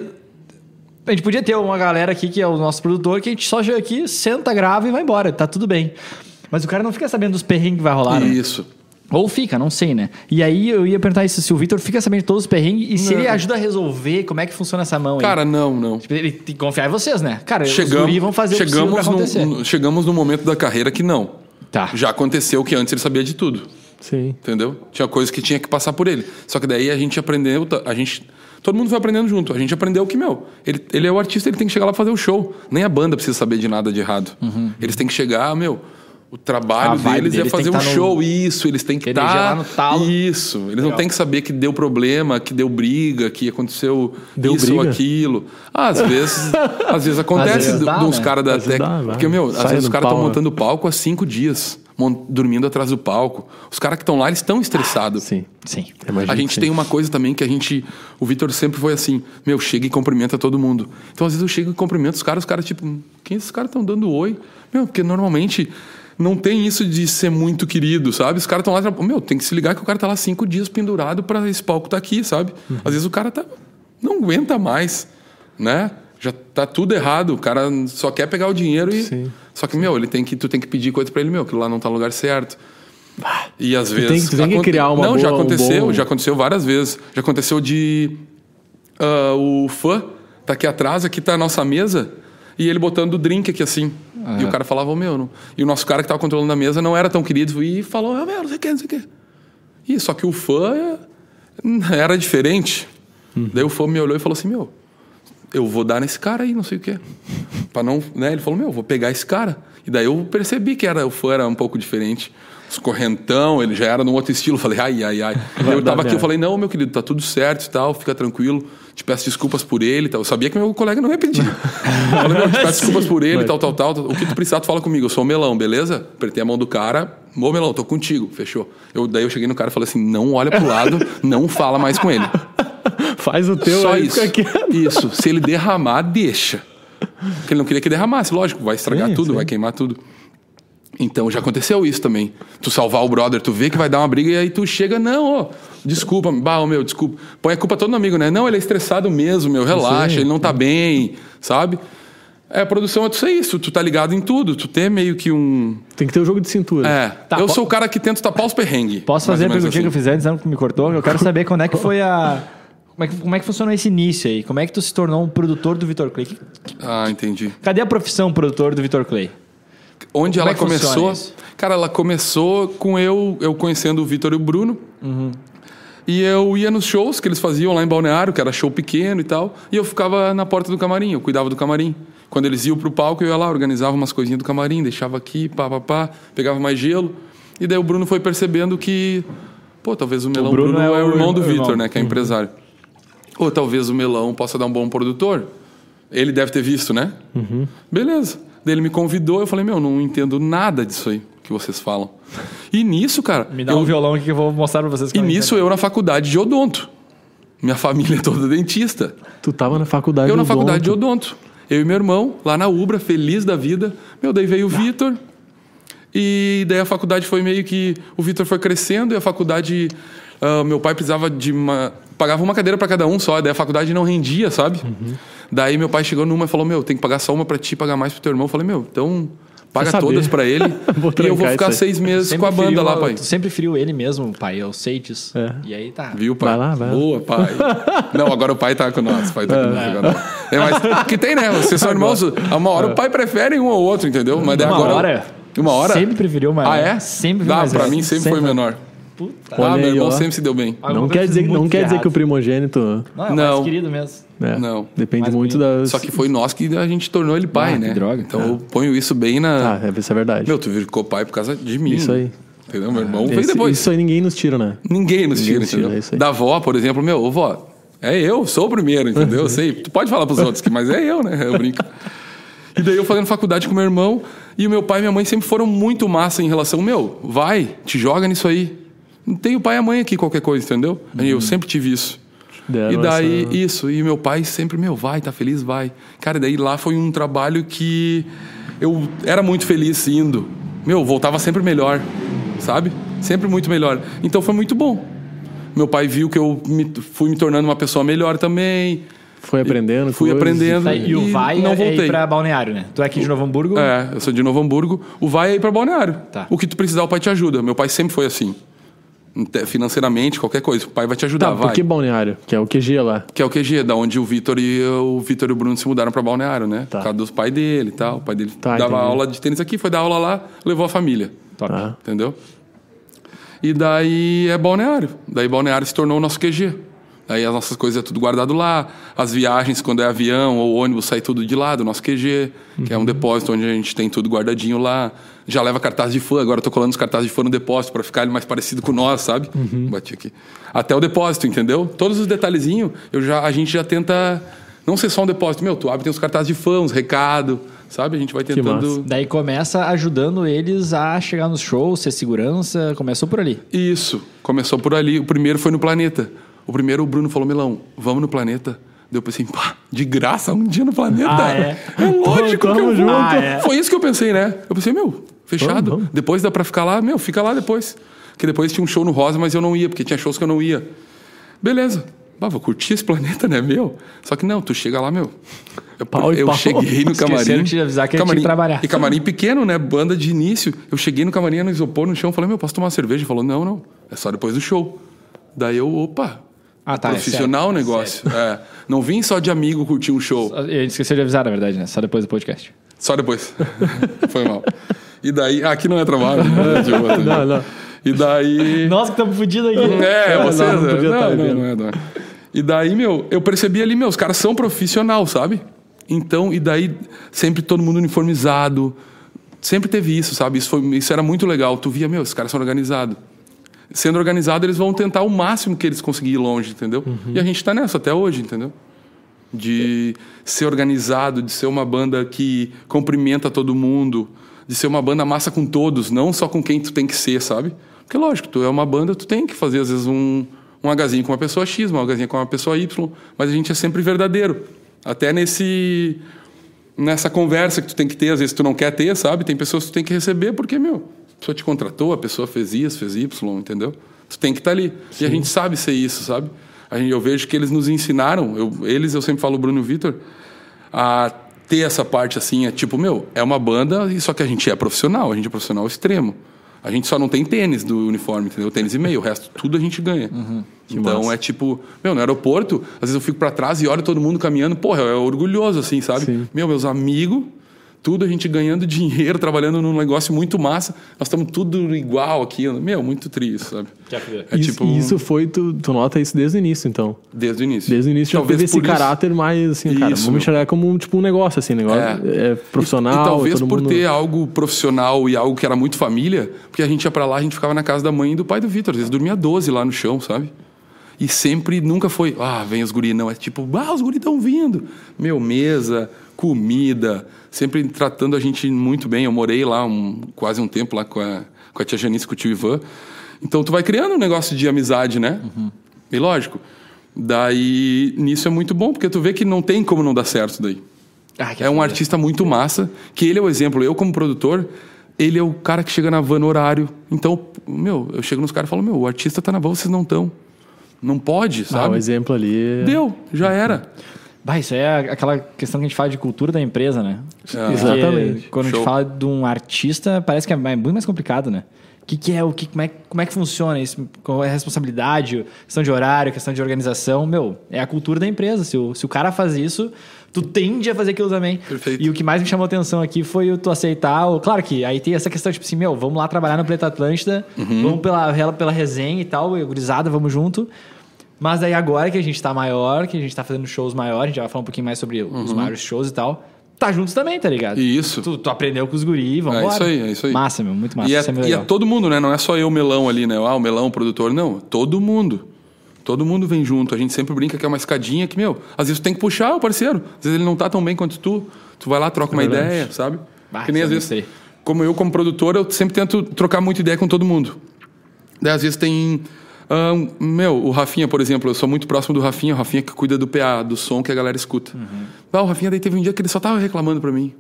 D: A gente podia ter uma galera aqui que é o nosso produtor, que a gente só chega aqui, senta, grava e vai embora, tá tudo bem. Mas o cara não fica sabendo dos perrengues que vai rolar, né?
B: Isso.
D: Ou fica, não sei, né? E aí eu ia perguntar isso, se o Vitor fica sabendo de todos os perrengues e se ele ajuda a resolver como é que funciona essa mão aí.
B: Cara, não, não.
D: Tipo, ele tem que confiar em vocês, né? Cara, os
B: chegamos,
D: guri vão fazer o possível pra
B: chegamos
D: acontecer.
B: no, no- chegamos no momento da carreira que não.
D: Tá.
B: Já aconteceu que antes ele sabia de tudo,
C: Sim.
B: entendeu? Tinha coisa que tinha que passar por ele. Só que daí a gente aprendeu, ta- a gente todo mundo foi aprendendo junto. A gente aprendeu que meu, ele, ele é o artista, ele tem que chegar lá pra fazer o show. Nem a banda precisa saber de nada de errado. Eles têm que chegar, meu, o
D: Uhum. A
B: trabalho
D: vibe
B: deles,
D: deles
B: é
D: tem
B: fazer
D: que
B: um
D: tá no-
B: show, isso, eles têm que
D: Energia
B: estar
D: lá no talo.
B: isso. Eles não têm que saber que deu problema, que deu briga, que aconteceu
C: Deu
B: isso ou
C: briga?
B: aquilo. Ah, às
D: [LAUGHS]
B: vezes, às vezes acontece
D: vezes
B: de,
D: dá,
B: de uns
D: né?
B: caras da
C: Às vezes
B: técnica.
C: dá, vai.
B: é Porque, meu,
C: Sai
B: às vezes os
C: do
B: caras estão
C: pau, né?
B: montando o palco há cinco dias, mon- dormindo atrás do palco. Os caras que estão lá, eles estão estressados.
C: Ah, Sim.
D: Sim.
C: Imagino
B: A gente
C: que sim.
B: tem uma coisa também que a gente. O Vitor sempre foi assim: meu, chega e cumprimenta todo mundo. Então, às vezes, eu chego e cumprimento os caras, os caras, tipo, "Hum, quem esses caras estão dando oi? Meu, porque normalmente não tem isso de ser muito querido, sabe? Os caras estão lá, tra- meu, tem que se ligar que o cara tá lá cinco dias pendurado pra esse palco tá aqui, sabe? Às vezes o cara tá. não aguenta mais, né? Já tá tudo errado, o cara só quer pegar o dinheiro e.
C: Sim.
B: Só que, meu, ele tem que, tu tem que pedir coisa pra ele, meu, que lá não tá no lugar certo. E às vezes.
C: tem que- tu tem que
B: aconte-
C: criar uma
B: Não, já
C: boa, um
B: aconteceu,
C: bom-
B: já aconteceu várias vezes. Já aconteceu de. ah, o fã tá aqui atrás, aqui tá a nossa mesa, e ele botando o drink aqui assim. E o cara falava, "Ô, meu, não. E o nosso cara que tava controlando a mesa não era tão querido e falou, "Ah, meu, não sei o que, não sei o que. E só que o fã é. era diferente.
C: Uhum.
B: Daí o Fome me olhou e falou assim: Meu, eu vou dar nesse cara aí, não sei o quê. Pra não, né? Ele falou: Meu, eu vou pegar esse cara. E daí eu percebi que era, o fã era um pouco diferente. Os correntão, ele já era num outro estilo. Eu falei: Ai, ai, ai. eu tava aqui, eu falei: Não, meu querido, tá tudo certo e tal, fica tranquilo. Te peço desculpas por ele e tal. Eu sabia que meu colega não ia pedir. Eu falei: Meu, te peço desculpas por ele e tal, tal, tal. O que tu precisar, tu fala comigo. Eu sou o melão, beleza? Apertei a mão do cara. Ô, melão, tô contigo. Fechou. Eu, daí eu cheguei no cara e falei assim: Não olha pro lado, não fala mais com ele.
C: Faz o teu
B: Só
C: aí,
B: isso.
C: fica quieto.
B: Isso. Se ele derramar, deixa. Porque ele não queria que derramasse, lógico, vai estragar tudo, vai queimar tudo. Então já aconteceu isso também. Tu salvar o brother, tu vê que vai dar uma briga e aí tu chega, não, ó, desculpa, bah, ô, meu, desculpa. Põe a culpa todo no amigo, né? Não, ele é estressado mesmo, meu, relaxa, ele não tá bem, sabe? É, a produção é tu ser isso, tu tá ligado em tudo, tu tem meio que um.
C: Tem que ter o jogo de cintura.
B: É.
D: Tá,
B: eu
D: po-
B: sou o cara que tento tapar os perrengues.
D: Posso
B: mais
D: fazer
B: ou
D: a
B: menos
D: perguntinha que eu
B: assim.
D: fiz antes, não que me cortou? Eu quero saber quando é que foi a. Como é que, como é que funcionou esse início aí? Como é que tu se tornou um produtor do Vitor Clay?
B: Ah, entendi.
D: Cadê a profissão produtor do Vitor Clay?
B: Onde
D: Como
B: ela
D: é que funciona
B: começou.
D: isso?
B: Cara, ela começou com eu, eu conhecendo o Vitor e o Bruno.
D: Uhum.
B: E eu ia nos shows que eles faziam lá em Balneário, que era show pequeno e tal. E eu ficava na porta do camarim, eu cuidava do camarim. Quando eles iam pro palco, eu ia lá, organizava umas coisinhas do camarim, deixava aqui, pá, pá, pá, pegava mais gelo. E daí o Bruno foi percebendo que, pô, talvez o melão
D: Bruno
B: Bruno,
D: é
B: é
D: o
B: o irmão do
D: irmão.
B: Vitor, né, que é empresário. Ou talvez o melão possa dar um bom produtor. Ele deve ter visto, né?
D: Uhum.
B: Beleza. Daí ele me convidou, eu falei, meu, não entendo nada disso aí que vocês falam. E nisso, cara.
D: Me dá
B: eu-
D: um violão aqui que eu vou mostrar pra vocês.
B: E
D: como é que
B: nisso eu na faculdade de odonto. Minha família é toda dentista.
C: Tu tava na faculdade
B: Eu na
C: do
B: faculdade de
C: Odonto.
B: odonto. Eu e meu irmão, lá na Ubra, feliz da vida. Meu, daí veio o
C: Tá.
B: Vitor. E daí a faculdade foi meio que. O Vitor foi crescendo e a faculdade. ah, meu pai precisava de uma. Pagava uma cadeira para cada um só, daí a faculdade não rendia, sabe?
C: Uhum.
B: Daí meu pai chegou numa e falou: Meu, tem que pagar só uma para ti, pagar mais pro teu irmão. Eu falei: Meu, então paga
C: saber.
B: todas para ele.
C: [LAUGHS] Vou
B: e eu vou
C: trancar
B: ficar
C: isso aí.
B: seis meses
D: Sempre
B: com a banda
D: feriu
B: lá,
D: a-
B: pai.
D: Tu sempre feriu ele mesmo, pai. Eu sei disso.
C: É.
D: E aí tá.
B: Viu, pai?
C: Vai lá, vai lá.
B: Boa, pai. Não, agora o pai tá com nós. o Pai tá com nós agora. É, mas que tem, né? Vocês são irmãos. A uma hora o pai prefere um ou outro, entendeu? Mas daí
D: Uma
B: agora.
D: hora?
B: Uma hora?
D: Sempre preferiu maior.
B: Ah, é?
D: Sempre preferiu
B: Dá,
D: mais
B: pra
D: velho.
B: mim sempre, foi menor.
D: Puta.
B: ah,
C: Olha
B: meu
C: aí,
B: irmão
C: ó.
B: sempre se deu bem.
C: Não quer dizer, não quer dizer que o primogênito.
D: Não, é o mais
B: Não.
D: querido mesmo.
C: né,
B: Não.
C: Depende
D: Mais
C: muito
D: bonito.
C: da.
B: Só que foi nós que a gente tornou ele
A: Ah,
B: pai,
A: que
B: né?
A: droga.
B: Então eu ponho isso bem
C: Ah,
B: na.
C: é, isso é verdade.
B: Meu, tu ficou pai por causa de mim.
C: Isso aí. É.
B: Entendeu? Meu irmão
C: Esse-
B: veio depois.
C: Isso aí ninguém nos tira, né?
B: Ninguém nos tira,
C: nos tira,
B: entendeu?
C: é isso aí.
B: da avó, por exemplo, meu, ô, vó, é eu, sou o primeiro, entendeu?
C: [LAUGHS]
B: Eu sei. Tu pode falar pros outros, que, mas é eu, né? Eu brinco. E daí eu fazendo faculdade com meu irmão, e o meu pai e minha mãe sempre foram muito massa em relação, meu, vai, te joga nisso aí. Não tem o pai e a mãe aqui, qualquer coisa, entendeu? E
C: Uhum.
B: eu sempre tive isso.
C: Deram
B: E daí,
C: essa- é.
B: isso. E meu pai sempre, meu, vai, tá feliz, vai. Cara, daí lá foi um trabalho que eu era muito feliz indo. Meu, voltava sempre melhor, sabe? Sempre muito melhor. Então foi muito bom. Meu pai viu que eu me- fui me tornando uma pessoa melhor também.
C: Foi aprendendo.
B: Fui
C: coisas,
B: aprendendo.
D: Tá, e, o
B: E
D: vai
B: não
D: é ir
B: voltei.
D: pra Balneário, né? Tu é aqui de Novo Hamburgo.
B: É, eu sou de Novo Hamburgo. O vai aí pra Balneário.
D: Tá.
B: O que tu precisar, o pai te ajuda. Meu pai sempre foi assim. Inte- Financeiramente, qualquer coisa. O pai vai te ajudar,
C: Tá,
B: vai.
C: por que balneário? Que é o QG lá.
B: Que é o QG, da onde o Vitor e o Vitor e o Bruno se mudaram pra Balneário, né? Por causa dos pais dele e tal. O pai dele
C: Tá,
B: dava
C: entendi.
B: aula de tênis aqui, foi dar aula lá, levou a família.
D: Top.
C: Tá.
B: Entendeu? E daí é Balneário. Daí Balneário se tornou o nosso QG. Daí as nossas coisas é tudo guardado lá. As viagens, quando é avião ou ônibus, sai tudo de lá, do nosso QG, que é um depósito onde a gente tem tudo guardadinho lá. Já leva cartaz de fã, agora eu tô colando os cartazes de fã no depósito para ficar ele mais parecido com nós, sabe? Bati aqui. Até o depósito, entendeu? Todos os detalhezinhos, eu já, a gente já tenta não ser só um depósito. Meu, tu abre, tem os cartazes de fã, uns recados, sabe? A gente vai
C: massa.
B: tentando.
D: Daí começa ajudando eles a chegar nos shows, ser segurança. Começou por ali.
B: Isso. Começou por ali. O primeiro foi no Planeta. O primeiro o Bruno falou, Melão, vamos no Planeta. Daí eu pensei, pá, de graça, um dia no Planeta?
D: Ah, é?
B: [LAUGHS] lógico que
C: Então, Tamo
B: eu vou.
C: junto.
D: Ah, é.
B: Foi isso que eu pensei, né? Eu pensei, meu, fechado.
C: Vamos, vamos.
B: Depois dá pra ficar lá, meu, fica lá depois. Porque depois tinha um show no Rosa, mas eu não ia, porque tinha shows que eu não ia. Beleza. Bah, vou curtir esse planeta, né, meu? Só que não, tu chega lá, meu. Eu,
C: Pau e
B: eu
C: pau.
B: cheguei no
D: Esqueceram
B: camarim.
D: de te avisar que ele tinha que
B: camarim
D: trabalhar.
B: E camarim pequeno, né? Banda de início. Eu cheguei no camarim, no isopor, no chão, falei, meu, posso tomar uma cerveja? Ele falou, não, não. É só depois do show. Daí eu, opa.
D: Ah, tá, é
B: profissional o negócio. É. Não vim só de amigo curtir um show.
A: Eu esqueci de avisar, na verdade, né? Só depois do podcast.
B: [LAUGHS] Só depois. Foi mal. E daí. ah, Aqui não é trabalho. né? De boa, tá de boa.
C: não.
B: E daí.
E: Nós que estamos fodidos aqui.
B: É,
C: não,
B: vocês.
C: não
B: né?
C: podia tá estar
B: não, não,
C: vendo.
B: não é, não é. E daí, meu, eu percebi ali, meu, os caras são profissional, sabe? Então, e daí, sempre todo mundo uniformizado. Sempre teve isso, sabe? Isso, foi, isso era muito legal. Tu via, meu, esses caras são organizados. Sendo organizado, eles vão tentar o máximo que eles conseguirem ir longe, entendeu?
C: Uhum.
B: E a gente tá nessa até hoje, entendeu? de ser organizado, de ser uma banda que cumprimenta todo mundo, de ser uma banda massa com todos, não só com quem tu tem que ser, sabe? Porque lógico, tu é uma banda, tu tem que fazer às vezes um um agazinho com uma pessoa X, uma agazinho com uma pessoa Y, mas a gente é sempre verdadeiro. Até nesse nessa conversa que tu tem que ter, às vezes tu não quer ter, sabe? Tem pessoas que tu tem que receber porque, meu, a pessoa te contratou, a pessoa fez isso, fez Y, entendeu? Tu tem que estar ali. E a gente sabe ser isso, sabe? A gente, eu vejo que eles nos ensinaram, eu, eles, eu sempre falo, o Bruno e o Vitor, a ter essa parte assim, é tipo, meu, é uma banda, e só que a gente é profissional, a gente é profissional extremo. A gente só não tem tênis do uniforme, entendeu? Tênis e meio, o resto tudo a gente ganha.
C: Uhum.
B: Então é tipo, meu, no aeroporto, às vezes eu fico pra trás e olho todo mundo caminhando, porra, é orgulhoso assim, sabe? Meu, meus amigos, tudo a gente ganhando [LAUGHS] dinheiro, trabalhando num negócio muito massa, nós estamos tudo igual aqui, meu, muito triste, sabe? É
C: isso,
B: tipo,
C: isso foi, tu, tu nota isso desde o início, então.
B: desde o início.
C: Desde o início
B: Talvez
C: já teve esse
B: por isso-
C: caráter mais assim, cara,
B: Isso,
C: vamos
B: meu.
C: enxergar como um, tipo um negócio, assim, negócio é, profissional.
B: E, e talvez
C: todo
B: por
C: mundo...
B: ter algo profissional e algo que era muito família, porque a gente ia pra lá, a gente ficava na casa da mãe e do pai do Vitor. Às vezes dormia 12 lá no chão, sabe? E sempre, nunca foi, ah, vem os guri, não. É tipo, ah, os guri estão vindo. Meu, mesa, comida, sempre tratando a gente muito bem. Eu morei lá um- quase um tempo lá com a, com a tia Janice, com o tio Ivan. Então tu vai criando um negócio de amizade, né?
C: Uhum.
B: E lógico. Daí, nisso é muito bom, porque tu vê que não tem como não dar certo daí. É um artista muito massa, que ele é o exemplo. Eu, como produtor, ele é o cara que chega na van no horário. Então, meu, eu chego nos caras e falo, meu, o artista tá na van, vocês não estão. Não pode,
C: Ah, o
B: sabe?
C: exemplo ali.
B: Deu, já era.
D: Bah, isso aí é aquela questão que a gente fala de cultura da empresa, né? Porque
C: Exatamente.
D: Quando a
B: Show.
D: gente fala de um artista, parece que é mais- muito mais complicado, né? O que, que é, o que, como, é, como é que funciona isso? Qual é a responsabilidade? Questão de horário, questão de organização. Meu, é a cultura da empresa. Se o, se o cara faz isso, tu tende a fazer aquilo também.
B: Perfeito.
D: E o que mais me chamou atenção aqui foi o tu aceitar. O, claro que aí tem essa questão, tipo assim, meu, vamos lá trabalhar no Planeta Atlântida,
B: Uhum.
D: vamos pela, pela- pela resenha e tal, e gurizada, vamos junto. Mas daí agora que a gente tá maior, que a gente tá fazendo shows maiores, a gente já vai falar um pouquinho mais sobre os
B: Uhum.
D: maiores shows e tal, tá juntos também, tá ligado?
B: E É, isso.
D: Tu, tu aprendeu com os guri, vamos
B: É isso aí, é isso aí.
D: Massa, meu, muito massa.
B: E é,
D: isso é muito
B: e é
D: legal.
B: todo mundo, né? Não é só eu, melão ali, né? Ah, o melão, o produtor. Não, todo mundo. Todo mundo vem junto. A gente sempre brinca que é uma escadinha que, meu, às vezes tu tem que puxar o parceiro. Às vezes ele não tá tão bem quanto tu. Tu vai lá, troca
D: É
B: uma ideia, sabe?
D: Bah,
B: que nem
D: isso
B: às
D: eu
B: vezes.
D: gostei.
B: Como eu, como produtor, eu sempre tento trocar muita ideia com todo mundo. Daí, às vezes tem. ahn, meu, o Rafinha, por exemplo, eu sou muito próximo do Rafinha, o Rafinha que cuida do PA, do som que a galera escuta. Bah, o Rafinha daí teve um dia que ele só tava reclamando pra mim.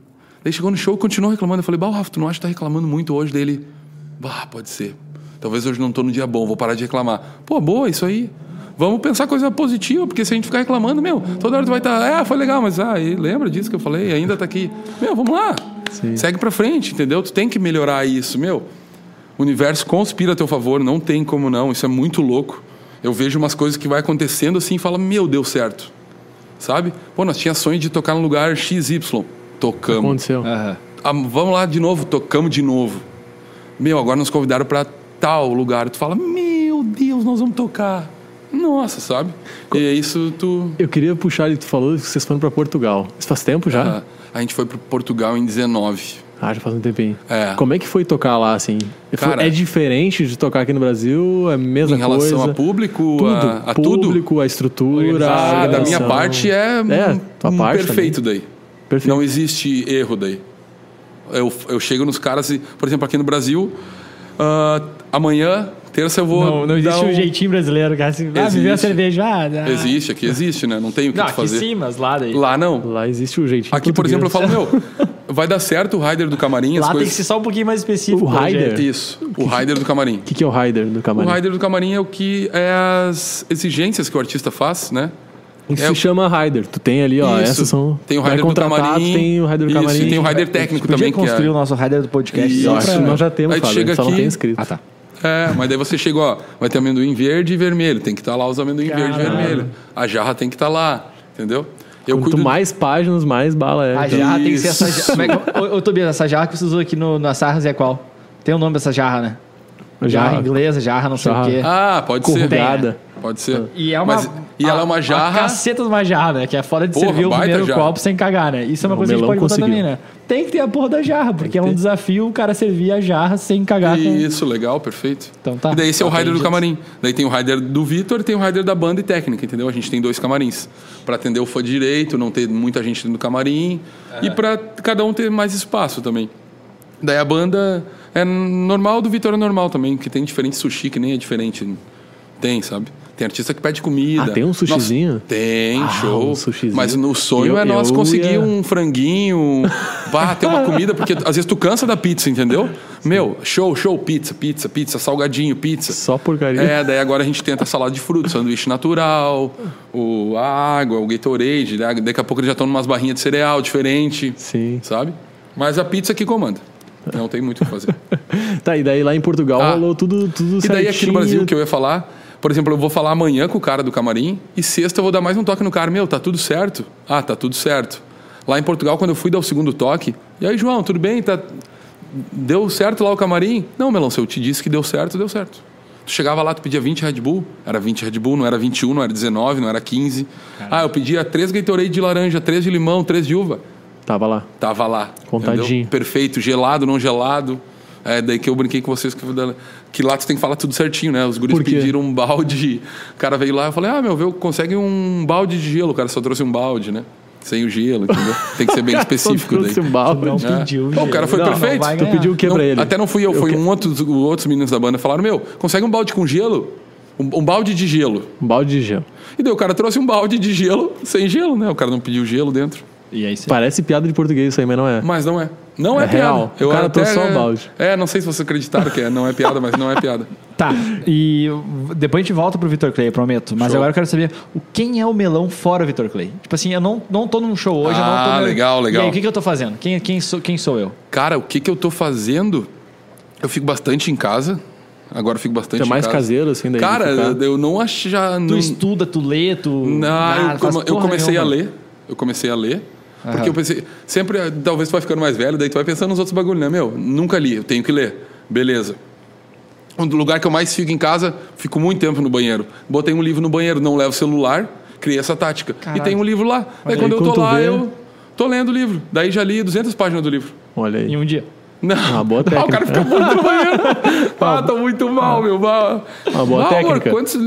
B: Daí chegou no show, continuou reclamando. Eu falei, bah, o Rafa, tu não acha que tá reclamando muito hoje dele? Bah, pode ser. Talvez hoje não tô no dia bom, vou parar de reclamar. Pô, boa, isso aí. Vamos pensar coisa positiva, porque se a gente ficar reclamando, meu, toda hora tu vai estar, tá, é, foi legal, mas ah, e lembra disso que eu falei, ainda tá aqui. Meu, vamos lá. Segue pra frente, entendeu? Tu tem que melhorar isso, meu. O universo conspira a teu favor, não tem como não, isso é muito louco. Eu vejo umas coisas que vai acontecendo assim e falo, meu, deu certo. Sabe? Pô, nós tinha sonho de tocar no lugar XY. Tocamos.
C: Aconteceu.
D: Aham.
B: Ah, vamos lá de novo, tocamos de novo. Meu, agora nos convidaram pra tal lugar. Tu fala, meu Deus, nós vamos tocar. Nossa, sabe? E é isso tu.
C: Eu queria puxar ali, tu falou que vocês foram pra Portugal. Isso faz tempo já?
B: Ah, a gente foi pro Portugal em 19.
C: Ah, já faz um tempinho.
B: É.
C: Como é que foi tocar lá, assim? Foi-
B: Cara-
C: é diferente de tocar aqui no Brasil? É a mesma
B: Em relação
C: coisa?
B: a público,
C: Tudo.
B: a, a tudo.
C: Público, a estrutura.
B: Ah,
C: a
B: da minha
C: organização.
B: parte é,
C: É, tua
B: um
C: parte
B: perfeito daí.
C: Perfeito.
B: Não existe erro daí. Eu, eu chego nos caras e, por exemplo, aqui no Brasil, ah, amanhã, terça eu vou.
E: Não, não existe
B: dar
E: um jeitinho brasileiro, cara. Assim, ah,
B: Existe.
E: viveu a cervejada.
B: Existe, aqui existe, né? Não tem o que
D: Não,
B: tu
D: aqui
B: fazer.
D: sim, mas lá daí.
B: Lá não.
C: Lá existe o jeitinho
B: Aqui, por
C: português.
B: exemplo, eu falo, meu, vai dar certo o Raider do Camarim, as
E: Lá tem que
B: coisas.
E: ser só um pouquinho mais específico.
C: O
E: né,
C: rider?
E: gente?
B: Isso, o Raider do Camarim.
C: O que, que é o rider do
B: O
C: camarim?
B: Raider do Camarim é o que é as exigências que o artista faz, né?
C: Isso
B: é
C: Um se
B: o-
C: chama rider. Tu tem ali, ó,
B: Isso.
C: Ah, essas são...
B: Tem o
C: vai
B: Raider do
C: contratar,
B: Camarim.
C: tu Tem o rider do
B: Isso,
C: camarim.
B: e tem o Raider técnico
D: Podia
B: também, que
D: construir
B: é.
D: o nosso rider do podcast.
B: Isso.
D: só
C: Eu acho
D: pra-
C: que nós já temos,
B: Aí tu
C: Fábio.
B: chega
C: só não
B: aqui-
C: tem inscrito.
D: Ah, tá.
B: É, mas daí você chega, ó, vai ter amendoim verde e vermelho. Tem que estar lá os amendoim verde e vermelho. A jarra tem que estar lá, entendeu? Eu
C: Quanto mais páginas, mais bala é.
D: A
C: Então,
D: jarra tem que ser
B: Isso.
D: é um essa jarra. Como é que- Ô, ô, Tobias, essa jarra que você usou aqui no, na Sarras é qual? Tem o nome dessa jarra, né? Jarra
C: Jarra.
D: inglesa, jarra não sei
C: Jarra.
D: o quê.
B: Ah, pode ser.
C: Corrugada.
B: Pode ser.
D: E é uma.
B: Mas- e ela é uma
D: A
B: jarra.
D: caceta de uma jarra, né? Que é foda de
B: Porra,
D: servir o
B: baita
D: primeiro
B: jarra.
D: copo sem cagar, né? Isso é uma
C: O
D: coisa que a gente pode
C: melão
D: botar também,
C: conseguiu.
D: né? Tem que ter a porra da jarra, porque é um desafio o cara servir a jarra sem cagar. com-
B: Isso, legal, perfeito.
D: Então tá.
B: E daí esse é o raider do
D: Entendi.
B: camarim. Daí tem o raider do Vitor e tem o raider da banda e técnica, entendeu? A gente tem dois camarins. Pra atender o fã direito, não ter muita gente dentro do camarim. E pra cada um ter mais espaço também. Daí a banda é normal, do Vitor é normal também, que tem diferente sushi, que nem é diferente. Tem, sabe? Tem artista que pede comida.
C: Ah, tem um
B: Nossa,
C: sushizinho?
B: tem, show.
C: um sushizinho.
B: Mas no sonho
C: Eu-
B: é nós
C: eu
B: conseguir
C: ia-
B: um um franguinho, um- pá, ter uma comida, porque às vezes tu cansa da pizza, entendeu? Meu, show, show, pizza, pizza, pizza, salgadinho, pizza.
C: Só porcaria.
B: É, daí agora a gente tenta salada de frutos, sanduíche natural, o, a água, o Gatorade, né? daqui a pouco eles já estão numas barrinhas de cereal diferente,
C: Sim.
B: sabe? Mas a pizza que comanda. Não tem muito o que fazer.
C: [LAUGHS] Tá, e daí lá em Portugal
B: Ah.
C: rolou tudo, tudo
B: E
C: certinho.
B: daí aqui no Brasil que eu ia falar, por exemplo, eu vou falar amanhã com o cara do camarim e sexta eu vou dar mais um toque no cara. Meu, tá tudo certo? Ah, tá tudo certo. Lá em Portugal, quando eu fui dar o segundo toque, e aí, João, tudo bem? Tá... Deu certo lá o camarim? Não, Melão, se eu te disse que deu certo, deu certo. Tu chegava lá, tu pedia 20 Red Bull, era 20 Red Bull, não era 21, não era 19, não era 15. Ah, eu pedia três Gatorade de laranja, três de limão, três de uva.
C: Tava lá.
B: Tava lá.
C: Contadinho.
B: entendeu? Perfeito, gelado, não gelado. É, daí que eu brinquei com vocês que, eu vou dar- que lá tu tem que falar tudo certinho, né? Os guris
C: Por quê?
B: pediram um balde. O cara veio lá e falei, ah, meu, vê, consegue um balde de gelo. O cara só trouxe um balde, né? Sem o gelo,
C: [LAUGHS]
B: entendeu? Tem que ser bem específico daí.
C: Trouxe um balde.
D: Não
B: É.
D: pediu.
B: Pô, o cara foi
D: Não, não
B: perfeito.
D: vai
C: Tu
D: ganhar.
C: pediu o que
B: Não,
C: pra ele?
B: Até não fui eu, foi um outro, os outros meninos da banda falaram, meu, consegue um balde com gelo? Um, um balde de gelo.
C: Um balde de gelo.
B: E daí o cara trouxe um balde de gelo sem gelo, né? O cara não pediu gelo dentro.
D: E aí você.
C: Parece piada de português isso aí, mas não é.
B: Mas não é. Não é,
C: É
B: piada.
C: real. O cara trouxe só o balde.
B: É, não sei se vocês acreditaram que é, não é piada, mas não é piada.
D: Tá. E depois a gente volta pro Vitor Clay, eu prometo. Mas
B: Show.
D: agora eu quero saber o- quem é o melão fora o Vitor Clay. Tipo assim, eu não, não tô num show hoje. eu não tô
B: Ah,
D: no-
B: legal, legal.
D: E aí, o que, que eu tô fazendo? Quem, quem, sou, quem sou eu?
B: Cara, o que que eu tô fazendo? Eu fico bastante em casa. Agora eu fico bastante
C: É
B: em
C: mais
B: casa.
C: caseiro, assim, daí.
B: Cara,
C: de ficar.
B: eu não acho já...
D: Tu
B: Não,
D: estuda, tu lê, tu.
B: não,
D: nada,
B: eu,
D: Ah, faz
B: come- eu
D: porra
B: comecei
D: nenhuma.
B: a ler. Eu comecei a ler. Porque eu pensei... Sempre, eh, talvez tu vai ficando mais velho, daí tu vai pensando nos outros bagulhos, né? Meu, nunca li, eu tenho que ler. Beleza. Um do lugar que eu mais fico em casa, fico muito tempo no banheiro. Botei um livro no banheiro, não levo celular, criei essa tática. E tem um livro lá. Daí quando eu
C: aí,
B: tô
C: quando tu
B: lá,
C: vê-
B: eu tô lendo o livro. Daí já li 200 páginas do livro.
C: Olha aí.
D: Em um dia.
B: Não.
C: Uma boa
B: Ah, o
C: técnica.
B: cara fica
C: [LAUGHS]
B: muito no banheiro. Ah, tô muito mal, meu. Ah.
C: Uma boa
B: ah,
C: técnica.
B: quantos...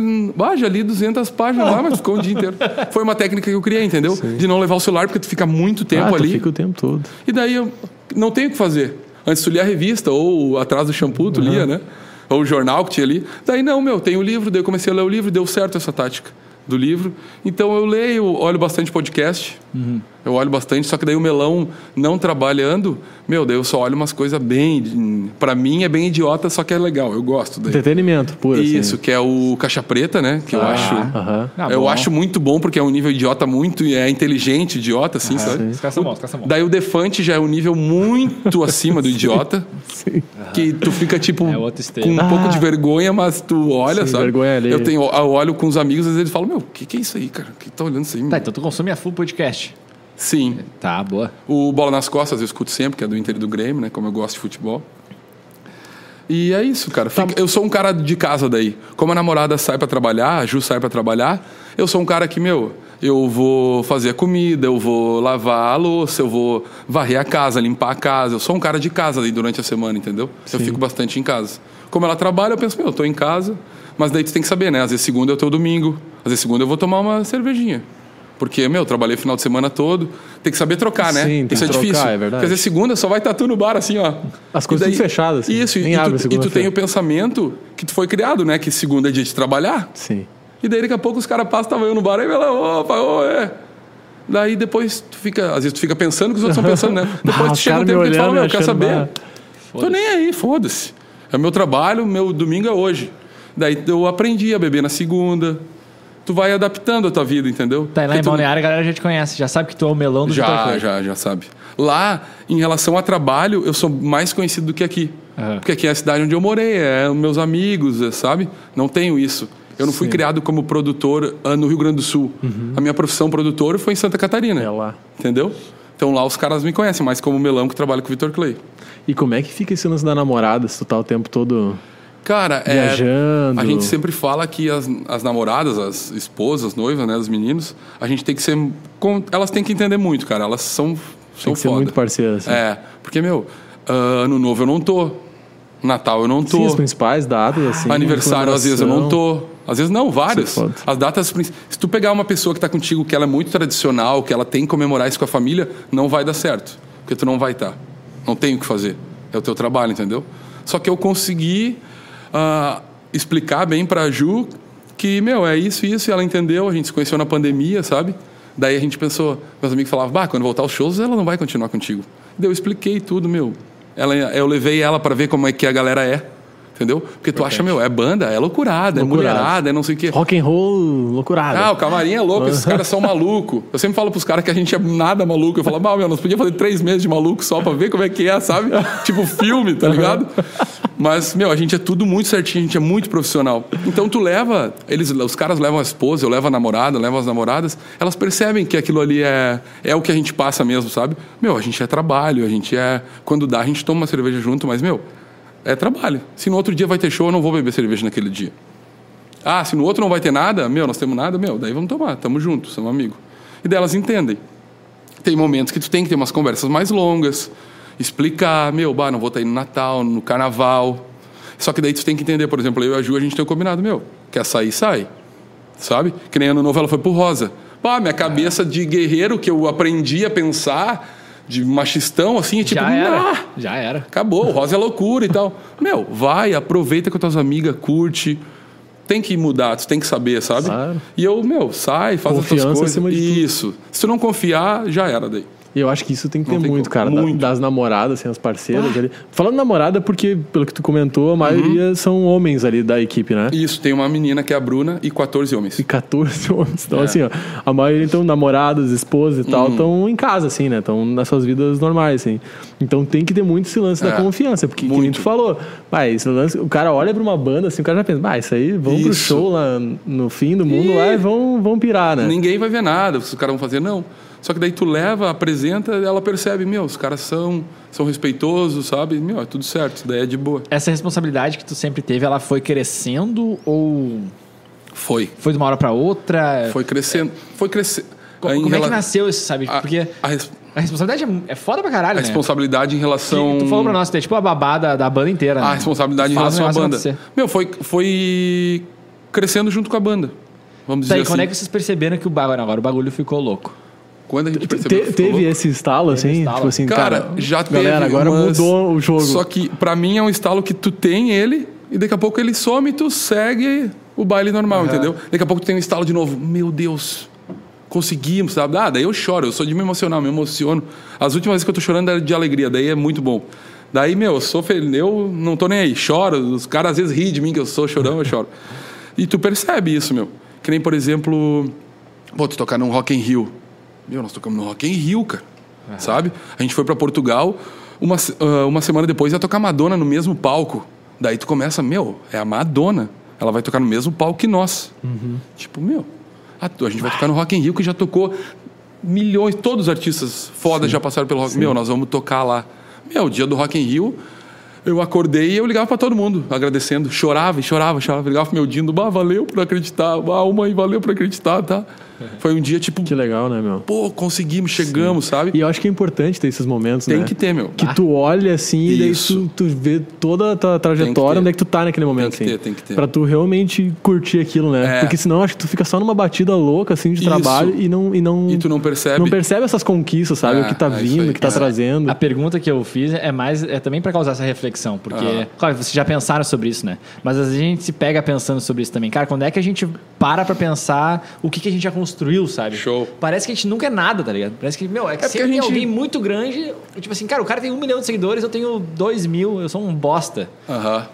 B: Ah, já li 200 páginas lá, mas ficou um dia inteiro. Foi uma técnica que eu criei, entendeu? De não levar o celular, porque tu fica muito
C: Ah,
B: tempo
C: tu
B: ali.
C: fica o tempo todo.
B: E daí eu não tenho o que fazer. Antes tu lia a revista, ou atrás do shampoo tu lia, né? Ou o jornal que tinha ali. Daí não, meu, tem o livro, daí eu comecei a ler o livro, deu certo essa tática do livro. Então eu leio, olho bastante podcast, eu olho bastante, só que daí o melão não trabalhando, meu, daí eu só olho umas coisas bem. Pra mim é bem idiota, só que é legal, eu gosto daí.
C: Entretenimento puro, assim.
B: Isso, que é o Caixa Preta, né? Que eu acho.
C: Aham.
D: Ah,
B: eu
D: bom.
B: acho muito bom, porque é um nível idiota muito, e é inteligente, idiota, assim, sabe?
D: Os caras são bons, os caras são bons.
B: Daí o Defante já é um nível
C: [LAUGHS]
B: muito acima do idiota.
C: Sim.
B: Que tu fica, tipo,
D: É outro stage.
B: com um
C: Ah.
B: pouco de vergonha, mas tu olha,
C: Sim,
B: sabe?
C: vergonha alheia.
B: eu tenho, eu olho com os amigos, às vezes eles falam, meu, o que, que é isso aí, cara? Que tá olhando isso aí? meu?"
D: Tá, então tu consome a full podcast.
B: Sim.
D: Tá, boa.
B: O Bola nas Costas eu escuto sempre, que é do Inter e do Grêmio, né? Como eu gosto de futebol. E é isso, cara. Fica-
C: Tá.
B: Eu sou um cara de casa daí. Como a namorada sai pra trabalhar, a Ju sai pra trabalhar, eu sou um cara que, meu, eu vou fazer a comida, eu vou lavar a louça, eu vou varrer a casa, limpar a casa. Eu sou um cara de casa daí durante a semana, entendeu? Eu fico bastante em casa. Como ela trabalha, eu penso, meu, eu tô em casa. Mas daí tu tem que saber, né? Às vezes segunda é o teu domingo, às vezes segunda eu vou tomar uma cervejinha. Porque, meu, eu trabalhei o final de semana todo. Tem que saber trocar, né?
C: Sim, tem que
B: Isso é
C: trocar,
B: difícil.
C: é verdade.
B: Porque às vezes segunda só vai estar tu no bar, assim, ó.
C: As coisas
B: E
C: tudo fechadas, assim.
B: Isso,
C: Nem
B: e,
C: abre
B: tu, e tu
C: segunda-feira.
B: tem o pensamento que tu foi criado, né? Que segunda é dia de trabalhar.
C: Sim.
B: E daí daqui a pouco os caras passam, tava eu no bar, aí vai lá, opa, ô, é. Daí depois tu fica, às vezes tu fica pensando que os outros estão pensando, né?
C: [LAUGHS]
B: Depois
C: Ah,
B: tu
C: os
B: chega
C: caras
B: um
C: me
B: tempo que tu
C: olhando,
B: fala, meu,
C: me
B: quer
C: achando
B: saber?
C: mal.
B: Tô nem aí, foda-se. É meu trabalho, meu domingo é hoje. Daí eu aprendi a beber na segunda. Tu vai adaptando a tua vida, entendeu?
D: Tá, e lá
C: é
B: Porque
D: em
B: tu-
C: né?
D: Balneário a galera já te conhece, já sabe que tu é o melão do Vitor
C: então
B: já,
D: Clay.
B: já, já sabe. Lá, em relação a trabalho, eu sou mais conhecido do que aqui. Porque aqui é a cidade onde eu morei, é os meus amigos, é, sabe? Não tenho isso. Eu não fui criado como produtor ah, no Rio Grande do Sul. A minha profissão produtora foi em Santa Catarina.
C: Uhum. É lá.
B: Entendeu? Então lá os caras me conhecem mais como melão que trabalha com o Vitor Clay.
C: E como é que fica esse lance da namorada se tu tá o tempo todo.
B: Cara, é,
C: Viajando.
B: a gente sempre fala que as, as namoradas, as esposas, noivas, né, os meninos, a gente tem que ser. com- elas têm que entender muito, cara. Elas são,
C: Tem
B: são
C: que ser
B: foda.
C: muito parceiro, assim.
B: É, porque, meu, ah, ano novo eu não tô. Natal eu não tô.
C: Sim, as principais datas, assim.
B: Aniversário, às vezes eu não tô. Às vezes não, várias.
C: Isso é foda.
B: As datas princi- Se tu pegar uma pessoa que tá contigo, que ela é muito tradicional, que ela tem que comemorar isso com a família, não vai dar certo. Porque tu não vai estar. Não tem o que fazer. É o teu trabalho, entendeu? Só que eu consegui ah, explicar bem pra Ju que, meu, é isso e isso. E ela entendeu, a gente se conheceu na pandemia, sabe? Daí a gente pensou, meus amigos falavam, bah, quando voltar aos shows, ela não vai continuar contigo. Daí eu expliquei tudo, meu. Ela, eu levei ela pra ver como é que a galera é. Entendeu? Porque tu acha, meu, é banda, é loucurada, é
C: Loucurada.
B: mulherada, é não sei o quê.
C: Rock and roll, loucurada.
B: Ah, o camarim é louco, [LAUGHS] esses caras são malucos. Eu sempre falo pros caras que a gente é nada maluco. Eu falo, mal, meu, nós podíamos fazer três meses de maluco só pra ver como é que é, [LAUGHS] sabe? tipo filme, tá ligado? Mas, meu, a gente é tudo muito certinho, a gente é muito profissional. Então tu leva, eles, os caras levam a esposa, eu levo a namorada, eu levo as namoradas, elas percebem que aquilo ali é, é o que a gente passa mesmo, sabe? Meu, a gente é trabalho, a gente é. Quando dá, a gente toma uma cerveja junto, mas, meu, é trabalho. Se no outro dia vai ter show, eu não vou beber cerveja naquele dia. Ah, se no outro não vai ter nada, meu, nós temos nada, meu, daí vamos tomar, tamo junto, somos amigos. E daí elas entendem. Tem momentos que tu tem que ter umas conversas mais longas, explicar, meu, bah, não vou estar aí no Natal, no Carnaval. Só que daí tu tem que entender, por exemplo, eu e a Ju, a gente tem um combinado, meu, quer sair, sai. Sabe? Que nem ano novo ela foi pro Rosa. Pá, minha cabeça de guerreiro que eu aprendi a pensar, de machistão, assim, é tipo,
D: Já
B: "Nah,
D: era. Já era.
B: Acabou, o rosa é loucura e tal. Meu, vai, aproveita com tuas amigas, curte. Tem que mudar, tu tem que saber, sabe?
C: Claro.
B: E eu, meu, sai, faz as
C: Confiança
B: tuas coisas.
C: acima de tudo.
B: Isso. Se tu não confiar, já era daí.
C: E eu acho que isso tem que ter
B: Não tem
C: muito,
B: como.
C: cara. da-
B: Muito. Ah.
C: das namoradas, assim, as parceiras ali. Falando namorada, porque, pelo que tu comentou, a maioria são homens ali da equipe, né?
B: Uhum. Isso, tem uma menina que é a Bruna e 14 homens.
C: E 14 [LAUGHS] homens.
B: É.
C: Então, assim, ó, a maioria, então, namoradas, esposas e
B: Uhum.
C: tal, estão em casa, assim, né? Estão nas suas vidas normais, assim. Então tem que ter muito esse lance da
B: É.
C: confiança, porque que nem tu
B: Muito.
C: falou. Pai, esse lance, o cara olha pra uma banda, assim, o cara já pensa, ah, isso aí, vamos pro
B: Isso.
C: show lá no fim do mundo lá e vão, vão pirar, né?
B: Ninguém vai ver nada, os caras vão fazer, não. Só que daí tu leva, apresenta, ela percebe, meu, os caras são, são respeitosos, sabe? Meu, é tudo certo, isso daí é de boa.
D: Essa responsabilidade que tu sempre teve, ela foi crescendo ou
B: Foi.
D: foi de uma hora pra outra?
B: Foi crescendo. Foi crescendo.
D: Co- Como, é que nasceu isso, sabe? Porque
B: a, res-
D: a responsabilidade é, é foda pra
B: a
D: caralho, né?
B: responsabilidade em relação.
D: Que Tu falou pra nós, tu é tipo a babá da, da banda inteira.
B: a
D: né?
B: responsabilidade em
D: Faz o
B: relação à banda.
D: negócio acontecer.
B: Meu, foi, foi crescendo junto com a banda. Vamos
D: Tá,
B: dizer
D: e
B: assim.
D: quando é que vocês perceberam que o bagulho agora o bagulho ficou louco?
B: Quando a gente
C: Te-
B: percebeu. que ficou
C: teve
B: louco?
C: esse estalo, assim?
D: estalo.
C: Tipo assim, cara,
B: Cara, já teve.
C: Galera, agora
B: mas-
C: mudou o jogo.
B: Só que pra mim é um estalo que tu tem ele e daqui a pouco ele some e tu segue o baile normal, entendeu? Daqui a pouco tu tem um estalo de novo. Meu Deus. Conseguimos, sabe? Ah, daí eu choro, eu sou de me emocionar, me emociono. As últimas vezes que eu tô chorando era de alegria, daí é muito bom. Daí, meu, eu sou feliz, eu não tô nem aí, choro. Os caras às vezes riem de mim que eu sou chorão, eu choro. E tu percebe isso, meu. Que nem, por exemplo, pô, tu tocar num Rock in Rio. Meu, nós tocamos no Rock in Rio, cara. Sabe? A gente foi pra Portugal, uma, se- ah, uma semana depois ia tocar Madonna no mesmo palco. Daí tu começa, meu, é a Madonna. Ela vai tocar no mesmo palco que nós. Tipo, meu, a, a gente vai tocar no Rock in Rio que já tocou milhões, todos os artistas fodas já passaram pelo Rock. Meu, nós vamos tocar lá. Meu, o dia do Rock in Rio, eu acordei e eu ligava pra todo mundo, agradecendo. Chorava, e chorava, chorava. Ligava pro meu Dindo, bah, valeu por acreditar. Ah, uma aí, valeu por acreditar, tá? Foi um dia tipo,
C: Que legal, né, meu?
B: pô, conseguimos, chegamos, sabe?
C: E eu acho que é importante ter esses momentos,
B: Tem
C: né?
B: que ter, meu.
C: Que tu olha assim e daí tu,
B: Isso.
C: tu vê toda a tua
B: Tem que
C: trajetória,
B: ter.
C: onde é que tu tá naquele momento,
B: que
C: assim.
B: ter, tem que ter.
C: Pra tu realmente curtir aquilo, né?
B: É.
C: Porque senão acho que tu fica só numa batida louca, assim, de
B: Isso.
C: trabalho e não. E, não,
B: E tu não percebe.
C: Não percebe essas conquistas, sabe?
B: É,
C: o que tá
B: é isso
C: vindo,
B: aí.
C: o que tá
B: É.
C: trazendo.
D: A pergunta que eu fiz é mais é também pra causar essa reflexão, porque claro, vocês já pensaram sobre isso, né? Mas às vezes a gente se pega pensando sobre isso também. Cara, quando é que a gente para pra pensar o que, que a gente já construiu, sabe?
B: Show.
D: Parece que a gente nunca é nada, tá ligado? Parece que, meu, é que
B: É
D: se
B: porque
D: eu
B: a
D: tem
B: gente-
D: alguém muito grande, tipo assim, cara, o cara tem um milhão de seguidores, eu tenho dois mil, eu sou um bosta.
B: Aham.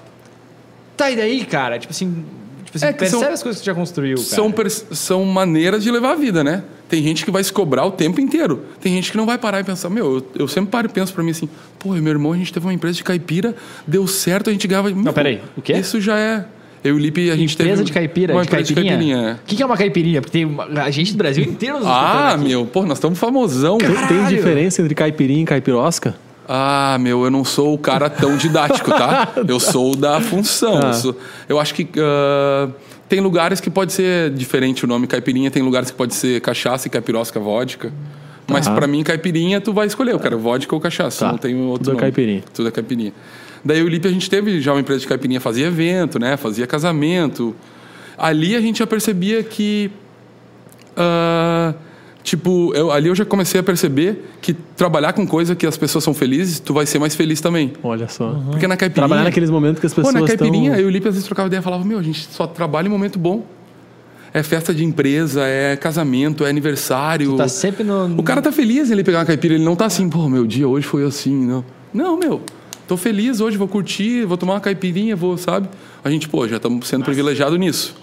D: Tá, e daí, cara? Tipo assim, tipo assim
B: É que
D: percebe
B: são-
D: as coisas que tu já construiu, cara.
B: São, pers- são maneiras de levar a vida, né? Tem gente que vai se cobrar o tempo inteiro. Tem gente que não vai parar e pensar. Meu, eu, eu sempre paro e penso pra mim assim: pô, eu e meu irmão, a gente teve uma empresa de caipira, deu certo, a gente ganhava. Não,
D: peraí, o quê?
B: Isso já é. Eu e o Lipe, a gente teve.
D: Empresa de caipira,
B: uma
D: de
B: empresa
D: caipirinha.
B: de caipirinha.
D: O que, que é uma caipirinha? Porque tem uma- a gente do Brasil inteiro nos
B: Ah,
D: escutando aqui.
B: meu, pô, nós estamos famosão.
C: Tem diferença entre caipirinha e caipirosca?
B: Ah, meu, eu não sou o cara tão didático,
C: [LAUGHS]
B: tá? Eu sou da função.
C: Ah.
B: Eu, sou- eu acho que ah, tem lugares que pode ser diferente o nome caipirinha, tem lugares que pode ser cachaça e caipirosca vodka. Mas pra mim, caipirinha, tu vai escolher. Eu quero vodka ou cachaça.
C: Tá.
B: Não tem outro
C: Tudo é
B: nome.
C: caipirinha.
B: Tudo é caipirinha. Daí o Lipe, a gente teve já uma empresa de caipirinha, fazia evento, né? Fazia casamento. Ali a gente já percebia que ah, tipo, eu- ali eu já comecei a perceber que trabalhar com coisa que as pessoas são felizes, tu vai ser mais feliz também.
C: Olha só.
B: Porque na Uhum. caipirinha.
C: Trabalhar naqueles momentos que as
B: Pô,
C: pessoas.
B: na caipirinha,
C: tão-
B: eu e o Lipe às vezes trocava ideia e falava: Meu, a gente só trabalha em momento bom. É festa de empresa, é casamento, é aniversário.
C: assim.
D: Tá sempre no.
B: O cara tá feliz ele pegar uma caipira, ele não tá assim, pô, meu dia hoje foi assim, não. Não, meu, tô feliz hoje, vou curtir, vou tomar uma caipirinha, vou, sabe? A gente, pô, já estamos sendo privilegiado nisso.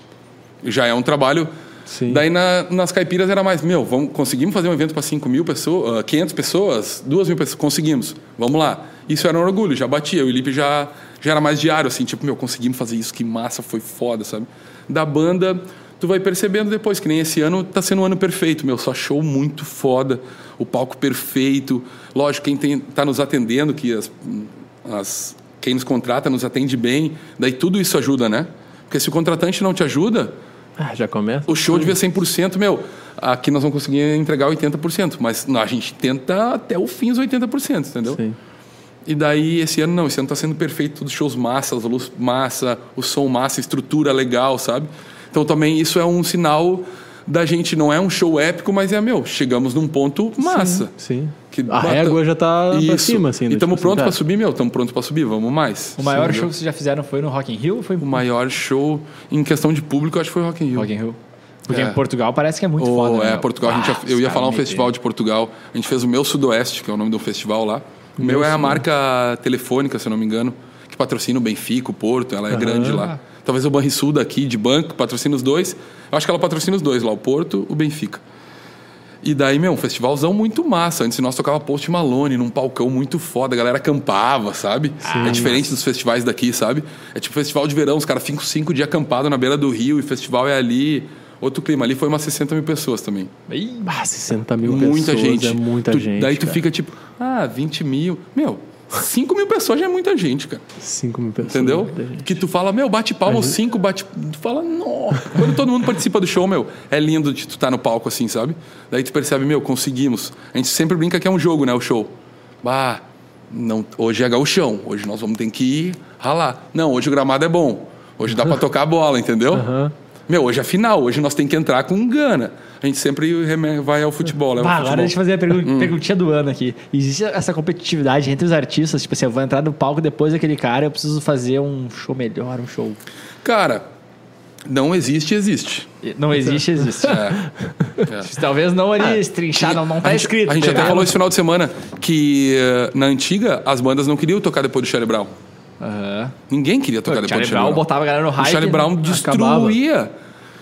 B: Já é um trabalho.
C: Sim.
B: Daí na- nas caipiras era mais, meu, vamos, conseguimos fazer um evento para 5 mil pessoas, ah, 500 pessoas, 2 mil pessoas, conseguimos, vamos lá. Isso era um orgulho, já batia, o Lipe já, já era mais diário, assim, tipo, meu, conseguimos fazer isso, que massa, foi foda, sabe? Da banda, tu vai percebendo depois, que nem esse ano tá sendo um ano perfeito, meu, só show muito foda, o palco perfeito, lógico, quem tem, tá nos atendendo, que as, as- quem nos contrata nos atende bem, daí tudo isso ajuda, né? Porque se o contratante não te ajuda,
C: Ah, já começa?
B: o show devia ser 100%, meu. Aqui nós vamos conseguir entregar 80%, mas não, a gente tenta até o fim os 80%, entendeu?
C: Sim.
B: E daí esse ano não, esse ano tá sendo perfeito, todos os shows massa, as luz massa, o som massa, estrutura legal, sabe? Então também isso é um sinal da gente, não é um show épico, mas é meu, chegamos num ponto massa.
C: Sim.
B: Que
C: a
B: bata-
C: régua já tá pra
B: Isso.
C: cima, assim.
B: E
C: né?
B: estamos
C: Tipo assim,
B: prontos
C: tá.
B: pra subir, meu, estamos prontos pra subir, vamos mais.
D: O maior
B: Sim,
D: show que vocês já fizeram foi no Rock in Rio ou foi
B: O maior show em questão de público, eu acho que foi Rock in Rio.
D: Rock in Rio? Porque
B: É.
D: em Portugal parece que é muito
B: Ou,
D: foda.
B: é,
D: né?
B: Portugal, a gente
D: Ah,
B: já- eu ia
D: os caras
B: falar um
D: meteram.
B: festival de Portugal. A gente fez o Meu Sudoeste, que é o nome de um festival lá. O meu, é a marca telefônica, se eu não me engano, que patrocina o Benfica, o Porto, ela é grande lá. Talvez o Banrisul daqui, de banco, patrocina os dois. Eu acho que ela patrocina os dois lá, o Porto, o Benfica. E daí, meu, um festivalzão muito massa. Antes nós tocava Post Malone num palcão muito foda, a galera acampava, sabe? É diferente dos festivais daqui, sabe? É tipo festival de verão, os caras ficam cinco dias acampado na beira do rio e festival é ali. Outro clima ali foi umas 60 mil pessoas também.
D: Ih,
C: Ah, 60 mil
B: muita
C: pessoas,
B: gente.
C: É muita
B: Tu-
C: gente.
B: Daí tu
C: cara.
B: fica tipo, ah, 20 mil. Meu, 5 mil pessoas já é muita gente, cara.
C: 5 mil pessoas.
B: Entendeu?
C: muita gente.
B: Que tu fala, meu, bate palma, os cinco bate. Tu fala, nossa. Quando todo mundo participa do show, meu, é lindo de tu estar no palco assim, sabe? Daí tu percebe, meu, conseguimos. A gente sempre brinca que é um jogo, né? O show. Bah, não, hoje é gauchão. Hoje nós vamos ter que ir ralar. Não, hoje o gramado é bom. Hoje
C: [LAUGHS]
B: dá pra tocar a bola, entendeu? Meu, hoje é final. Hoje nós tem que entrar com gana. A gente sempre reme- vai ao futebol. leva
E: Bah,
B: ao Então, futebol. Hum.
E: agora deixa eu fazer a pergun- perguntinha do ano aqui.
D: Existe essa competitividade entre os artistas, tipo assim, eu vou entrar no palco depois daquele cara, eu preciso fazer um show melhor, um show.
B: Cara, não existe, existe.
D: Não existe, existe. [LAUGHS] Talvez não ali estrinchar, não, não
B: é. Ah,
D: tá
B: a gente,
D: escrito.
B: A gente até
D: entendeu?
B: falou esse final de semana que eh, na antiga as bandas não queriam tocar depois do Charlie Brown.
D: Aham.
B: Ninguém queria tocar
D: O
B: depois
D: Charlie
B: do Charlie
D: Brown
B: Brown.
D: Ah, botava a galera no
B: né? o
D: hype. né?
B: Charlie Brown destruía.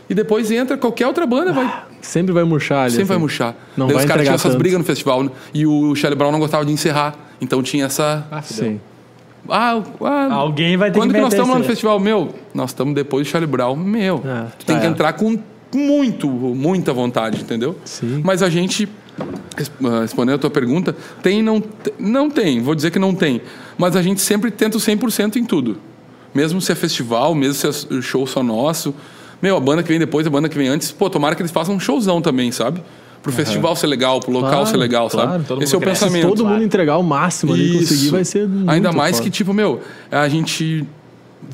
B: E depois entra qualquer outra banda, vai,
C: Sempre vai murchar ali.
B: sempre vai
C: assim.
B: murchar.
C: Não
B: Daí
C: vai
B: os caras tinham
C: entregar
B: essas
C: tanto.
B: brigas no festival. né? E o Charlie Brown não gostava de encerrar. Então tinha essa. Ah,
C: Sim.
B: ah,
E: Alguém vai ter
B: Quando
E: que
B: que nós
E: meter
B: estamos lá no
E: isso aí.
B: festival? Meu, nós estamos depois do Charlie Brown. Meu,
C: É.
B: tu tem
C: Ah,
B: que
C: é.
B: entrar com muito, muita vontade, entendeu?
C: Sim.
B: Mas a gente, res- ah, respondendo a tua pergunta, tem não te- não tem, vou dizer que não tem. Mas a gente sempre tenta o 100% em tudo. Mesmo se é festival, mesmo se é s- o show só nosso. Meu, a banda que vem depois, a banda que vem antes, pô, tomara que eles façam um showzão também, sabe? Pro festival ser legal, pro local
C: Claro,
B: ser legal,
C: claro.
B: sabe?
C: Todo
B: Esse é o
D: mundo cresce.
B: pensamento.
C: Todo mundo entregar o máximo ali,
B: Isso.
C: conseguir, vai ser.
B: Ainda
C: muito
B: mais
C: foda.
B: que, tipo, meu, a gente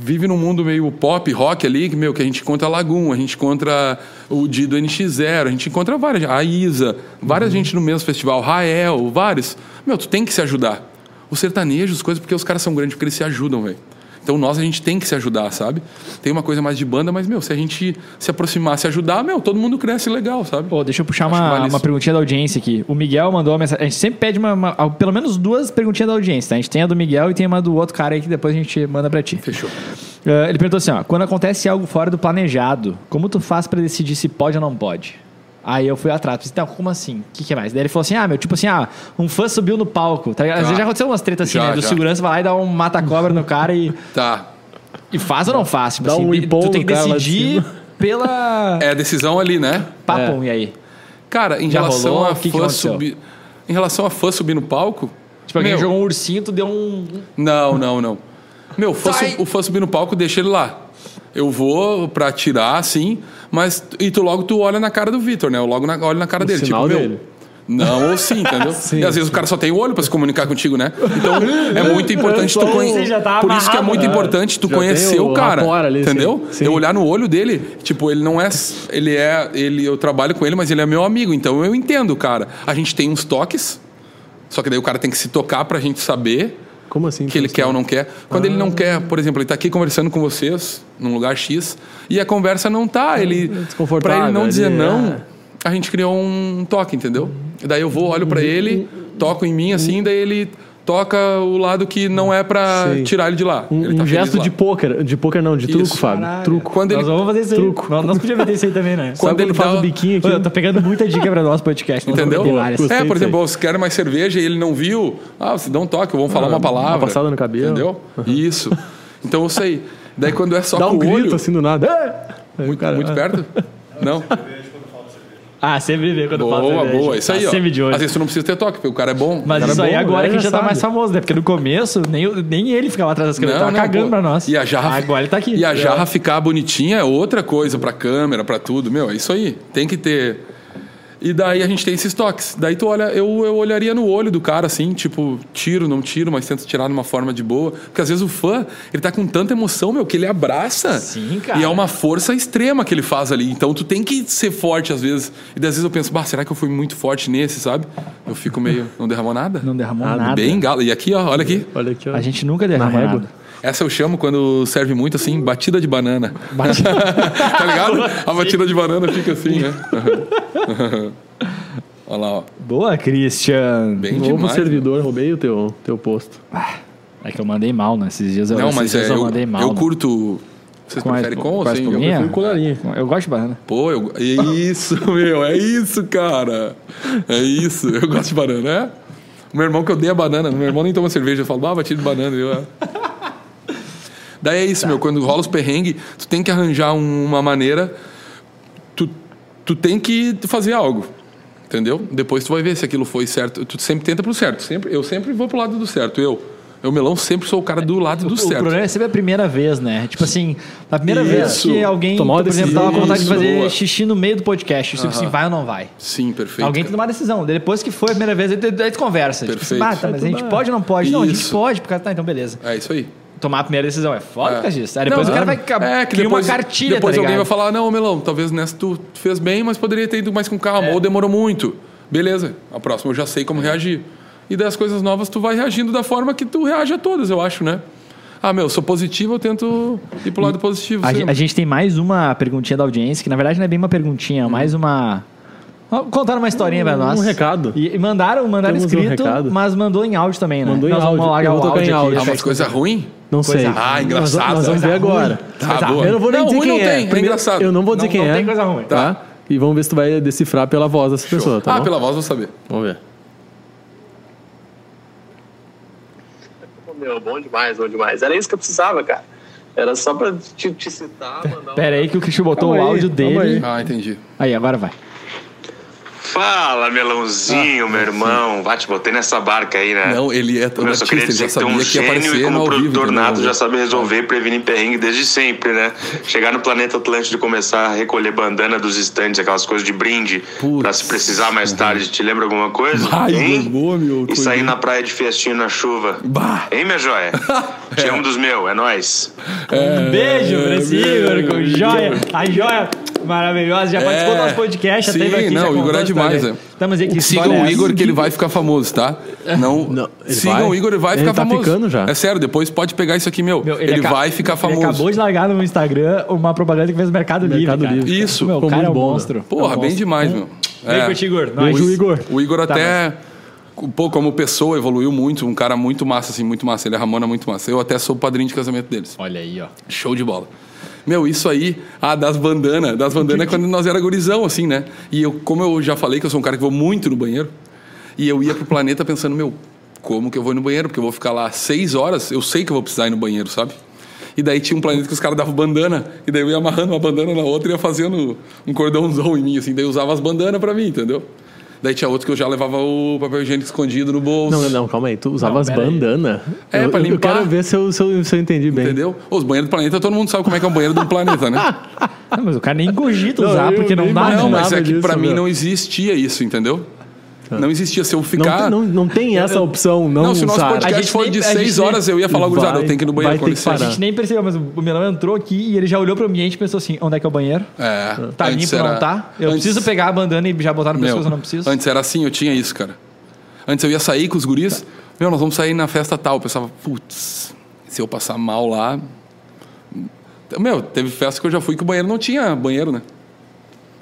B: vive num mundo meio pop, rock ali, que, meu, que a gente encontra a Lagoon, a gente encontra o Dido NX0, a gente encontra várias, a Isa, várias
C: Uhum.
B: gente no mesmo festival, Rael, vários. Meu, tu tem que se ajudar. Os sertanejos, coisas, porque os caras são grandes, porque eles se ajudam, velho. Então nós a gente tem que se ajudar, sabe? Tem uma coisa mais de banda, mas, meu, se a gente se aproximar, se ajudar, meu, todo mundo cresce legal, sabe?
D: Pô, deixa eu puxar
B: Acho que
D: uma,
B: vale
D: uma
B: isso.
D: perguntinha da audiência aqui. O Miguel mandou uma mensagem. A gente sempre pede uma, uma- pelo menos duas perguntinhas da audiência, tá? A gente tem a do Miguel e tem uma do outro cara aí que depois a gente manda pra ti.
B: Fechou.
D: Ah, ele perguntou assim: ó, quando acontece algo fora do planejado, como tu faz pra decidir se pode ou não pode? Aí eu fui atrás, falei, então, como assim? O que, que é mais? Daí ele falou assim: ah, meu, tipo assim, ah, um fã subiu no palco. Tá? ligado? Às
B: Tá.
D: vezes já aconteceu umas tretas assim,
B: Já,
D: né? Do
B: já.
D: segurança vai lá e dá um mata-cobra no cara e,
B: Tá.
D: e faz ou não faz? Tipo
C: Dá
D: assim,
C: um
D: e-
C: ipom
D: tu tem
C: no
D: que
C: cara lá de
D: decidir
C: cima.
B: [LAUGHS]
D: pela.
B: É a decisão ali, né?
D: Papum, e aí?
B: Cara, em
D: Já
B: relação
D: rolou?
B: a
D: O que que
B: fã
D: aconteceu?
B: subir. Em relação a fã subir no palco,
D: Tipo, alguém
B: Meu.
D: jogou um ursinho, tu deu um.
B: Não, não, não. Meu, fã
D: Sai!
B: su- o fã subir no palco, deixa ele lá. Eu vou pra tirar, assim, mas. E tu logo tu olha na cara do Vitor, né? Eu logo na, olho na cara dele.
C: sinal
B: tipo, meu.
C: dele.
B: Não, ou sim, entendeu?
C: [LAUGHS] Sim,
B: e às vezes o cara só tem o olho pra se comunicar contigo, né?
C: [LAUGHS]
B: Então é muito importante
C: um,
B: tu
E: Você
B: conhecer.
E: já tá
B: Por isso que é
E: amarrado,
B: muito
E: né?
B: importante tu
C: Já
B: conhecer
C: tem
B: o,
C: o
B: cara.
C: rapport ali, sim.
B: entendeu?
C: Sim.
B: Eu olhar no olho dele, tipo, ele não é. Ele é. Ele, eu trabalho com ele, mas ele é meu amigo, então eu entendo, cara. A gente tem uns toques, só que daí o cara tem que se tocar pra gente saber
C: Como assim?
B: que ele quer ou não quer. Quando ele não quer, por exemplo, ele tá aqui conversando com vocês num lugar X e a conversa não tá, ele
C: desconfortável,
B: para ele não
C: ele
B: dizer
C: é-
B: não, a gente criou um toque, entendeu? E daí eu vou, olho pra ele, toco em mim assim, daí ele toca o lado que não é pra
C: Sei.
B: tirar ele de lá.
C: Um,
B: Ele
C: um
B: tá feliz
C: gesto
B: lá.
C: de pôquer. De pôquer não, de
B: Isso.
C: truco, Fábio. Truco.
B: Quando ele
E: Nós vamos fazer isso aí.
C: Truco.
E: Nós, nós podíamos fazer isso aí também,
B: [LAUGHS]
E: né?
B: quando
C: Quando
B: ele
C: ele faz
B: dá-
C: o biquinho aqui.
E: Olha, eu tô pegando muita dica pra nosso podcast. nós
C: um
B: Entendeu?
E: vamos ter várias.
C: Gostei
B: É, por
C: disso
B: exemplo, se quer mais cerveja e ele não viu, ah, você dá um toque, vamos falar uma palavra.
C: uma passada no cabelo.
B: Entendeu? Isso. Então eu sei. Daí quando é só
C: Dá
B: com
C: um
B: o
C: grito
B: olho,
C: assim do nada. Muito,
B: muito perto? Não.
E: Ah, sempre vê quando fala
B: Boa,
E: cerveja.
B: boa. Isso aí,
E: Tá
B: ó.
E: Sempre de olho.
B: Às vezes tu não precisa ter toque, porque o cara é bom.
E: Mas
B: o cara
E: isso
B: é
E: aí
B: bom.
E: agora
C: né?
E: que a gente
C: Já
E: já tá
C: sabe.
E: mais famoso, né? Porque no começo nem, nem ele ficava atrás das câmeras,
B: Não,
E: tava
B: não,
E: cagando
B: pô.
E: pra nós.
B: E a jarra,
E: Agora ele tá aqui.
B: E a
E: É.
B: jarra ficar bonitinha é outra coisa pra câmera, pra tudo. Meu, é isso aí. Tem que ter. E daí a gente tem esses toques. Daí tu olha, eu, eu olharia no olho do cara assim, tipo, tiro, não tiro, mas tento tirar de uma forma de boa. Porque às vezes o fã, ele tá com tanta emoção, meu, que ele abraça.
D: Sim, cara.
B: E é uma força extrema que ele faz ali. Então tu tem que ser forte às vezes. E das vezes eu penso, bah, será que eu fui muito forte nesse, sabe? Eu fico meio. Não derramou nada?
D: Não derramou
B: Ah,
D: nada.
B: Bem galo. E aqui, ó, olha aqui.
C: Olha aqui, ó.
D: A gente nunca derramou
C: régua.
D: nada.
B: Essa eu chamo quando serve muito assim, batida de banana. [LAUGHS] tá ligado? A batida de banana fica assim,
D: [LAUGHS]
B: né? Olha lá, ó.
D: É. Boa, Christian.
B: Bem
C: Novo
B: demais. né?
C: servidor, roubei o teu, teu posto.
D: É que eu mandei mal, né? Esses dias eu,
B: Não,
D: esses
B: mas
D: dias
B: é,
D: eu,
B: eu,
D: mandei mal.
B: eu
D: né?
B: curto. Vocês
D: Com a-
B: preferem com ou
D: com a
B: sem?
D: espuminha?
B: Eu-
C: Fui com colarinha.
D: Eu gosto de banana.
B: Pô, eu. é Isso, [LAUGHS] meu, é isso, cara. É isso. Eu gosto de banana, né? O meu irmão que eu dei a banana, meu irmão nem toma cerveja, eu falo, ah, batida de banana. Eu, ah. Daí é isso, meu, quando rola os perrengues, tu tem que arranjar um- uma maneira tu, tu tem que fazer algo. Entendeu? Depois tu vai ver se aquilo foi certo. Tu sempre tenta pro certo. Sempre, eu sempre vou pro lado do certo. Eu, eu melão, sempre sou o cara do lado do
D: O
B: certo.
D: problema é sempre a primeira vez, né? Tipo assim, a primeira vez
B: Isso.
D: que alguém,
C: Tomar uma
D: por exemplo, tava com vontade de
B: decisão.
D: fazer
B: Boa.
D: xixi no meio do podcast. Tipo assim, vai ou não vai?
B: Sim, perfeito.
D: Alguém tem que
B: cara.
D: tomar uma decisão. Depois que foi a primeira vez, aí tu, aí tu conversa. Tipo assim,
B: Perfeito.
D: ah, tá, mas a gente pode ou não pode? Não, a gente
B: Isso.
D: pode, porque tá, então beleza.
B: É isso aí.
D: Tomar a primeira decisão é foda
B: É.
D: por causa disso. Aí depois
B: Não,
D: o cara vai ca-
B: é, que
D: cria
B: depois-
D: uma cartilha,
B: Depois
D: tá
B: alguém vai
D: ligado?
B: falar, não, Melão, talvez nessa tu fez bem, mas poderia ter ido mais com
D: É.
B: calma, ou demorou muito. Beleza, a próxima eu já sei como reagir. E das coisas novas tu vai reagindo da forma que tu reage a todas, eu acho, né? Ah, meu, sou positivo, eu tento ir pro lado positivo.
D: A,
B: sempre.
D: gen- a gente tem mais uma perguntinha da audiência, que na verdade não é bem uma perguntinha,
E: Uhum.
D: é mais uma. Ó, Contaram uma historinha pra nós.
C: um recado.
D: E e mandaram, mandaram
C: Temos um
D: escrito,
C: recado.
D: mas mandou em áudio também, né?
C: Mandou em
D: Nós vamos
C: áudio.
D: largar
C: Eu vou
D: o
C: tocar em
D: áudio
B: Ah,
D: aqui.
B: mas coisa ruim?
C: Não sei.
D: Coisa-
B: Ah, engraçado.
C: Nós vamos ver agora. ah,
B: Tá, boa.
C: Eu não vou nem
B: não,
C: dizer
B: ruim
C: quem
B: não
C: é.
B: tem, é
C: Primeiro,
B: engraçado.
C: Eu não vou dizer
E: Não-
C: quem
E: não
C: é.
E: tem coisa ruim.
C: Tá? E vamos ver se tu vai decifrar pela voz dessa pessoa, tá
B: ah,
C: bom?
B: pela voz eu vou saber.
C: Vamos ver.
F: Pô, Meu, bom demais, bom demais. Era isso que eu precisava, cara. Era só pra te, te citar, mandar um-
D: Pera aí que o Cristian botou
C: Calma
D: o
C: aí,
D: áudio
C: calma
G: É.
D: dele.
B: Ah, entendi.
D: Aí. agora vai.
G: Fala, melãozinho, meu irmão. Vai, te botei nessa barca aí, né?
B: Ah, Não, ele é
G: Eu só
B: batista,
G: queria
B: ele já
G: dizer que tu é
B: sabia
G: um
B: que ia
G: gênio e
B: aparecer no
G: como
B: ao vivo. né, Ah.
G: produtor
B: entendeu?
G: nato já sabe resolver e prevenir perrengue desde sempre, né? Chegar no planeta Atlântico e começar a recolher bandana dos estandes, aquelas coisas de brinde, pra se precisar mais tarde. Te lembra alguma coisa?
B: Ai,
G: Hein?
B: boa, meu.
G: E sair na praia de festinho na chuva.
B: Bah.
G: Hein, minha
B: [LAUGHS]
G: joia? Te amo dos meus, é nóis.
E: Um beijo pra esse
B: meu
E: Igor, com
B: Deus.
E: joia. A joia maravilhosa. Já
B: É.
E: participou do nosso podcast,
B: Sim,
E: já teve aqui.
B: não,
E: já
B: o Igor
E: contou
B: é
E: a história
B: demais,
E: dele.
B: é.
E: Tá, mas e que história
B: Sigam
E: é
B: o
E: essa?
B: Igor que ele vai ficar famoso, tá?
E: É.
B: Não,
C: Não, ele
B: sigam
C: vai.
B: o Igor, ele vai
C: Ele
B: ficar
C: tá
B: famoso.
C: ficando já.
B: É sério, depois pode pegar isso aqui, meu.
E: Meu,
B: ele
E: aca-
B: vai ficar famoso.
E: Ele acabou de largar no Instagram uma propaganda que fez o Mercado,
C: Mercado
E: Livre.
C: Livre.
B: Isso.
E: Meu, o
C: Ficou
E: cara
C: muito
E: é um
C: bom, né?
E: monstro.
B: Porra, bem demais, meu.
E: Vem
B: É.
E: com o Igor. Tá
C: Beijo,
E: Nós.
C: Igor.
B: O Igor até. Pô, como pessoa, evoluiu muito. Um cara muito massa, assim, muito massa. Ele é Ramona muito massa. Eu até sou padrinho de casamento deles.
D: Olha aí, ó.
B: Show de bola. Meu, isso aí, ah, das bandanas. Das bandanas é quando nós era gurizão, assim, né? E eu, como eu já falei que eu sou um cara que vou muito no banheiro, e eu ia pro planeta pensando, meu, como que eu vou no banheiro? Porque eu vou ficar lá seis horas, eu sei que eu vou precisar ir no banheiro, sabe? E daí tinha um planeta que os caras davam bandana, e daí eu ia amarrando uma bandana na outra e ia fazendo um cordãozão em mim, assim, daí eu usava as bandanas pra mim, entendeu? Daí tinha outro que eu já levava o papel higiênico escondido no bolso.
C: Não, não, não, calma aí. Tu usava as
D: pera aí.
C: bandana.
B: É,
C: eu,
B: pra
C: eu
B: limpar.
C: quero ver se eu, se eu, se eu entendi bem.
B: Entendeu? Os banheiros do planeta, todo mundo sabe como é que é um banheiro do planeta,
C: [LAUGHS]
B: né?
D: Ah, mas o cara nem cogita
C: Não,
D: usar,
C: eu
D: porque não
C: nem
D: dá,
C: Ah,
B: não,
D: né?
B: mas
C: nada
B: é que
C: disso,
B: pra mim
C: meu.
B: não existia isso, entendeu?
D: Tá.
B: Não existia. Se eu
C: Não,
B: ficar.
C: tem- não, não tem essa opção, não,
B: Não, se o nosso
C: Sara.
D: A
B: podcast
D: gente
B: for
D: nem-
B: de
D: a gente
B: seis
D: nem-
B: horas, eu ia falar, gurizada, eu
C: Vai-
B: tenho que ir no banheiro,
C: vai
B: com
C: ter que
D: A
B: licença.
C: parar.
D: gente nem percebeu, mas o Milão entrou aqui e ele já olhou pro ambiente e pensou assim: onde é que é o banheiro?
B: É,
D: Tá
B: antes
D: limpo,
B: era-
D: não tá? Eu
B: antes-
D: preciso pegar a bandana e já botar no
B: Meu,
D: pescoço, eu não preciso.
B: Antes era assim, eu tinha isso, cara. Antes eu ia sair com os guris,
D: Tá.
B: meu, nós vamos sair na festa tal. Eu pensava, putz, se eu passar mal lá. Meu, teve festa que eu já fui que o banheiro não tinha banheiro, né?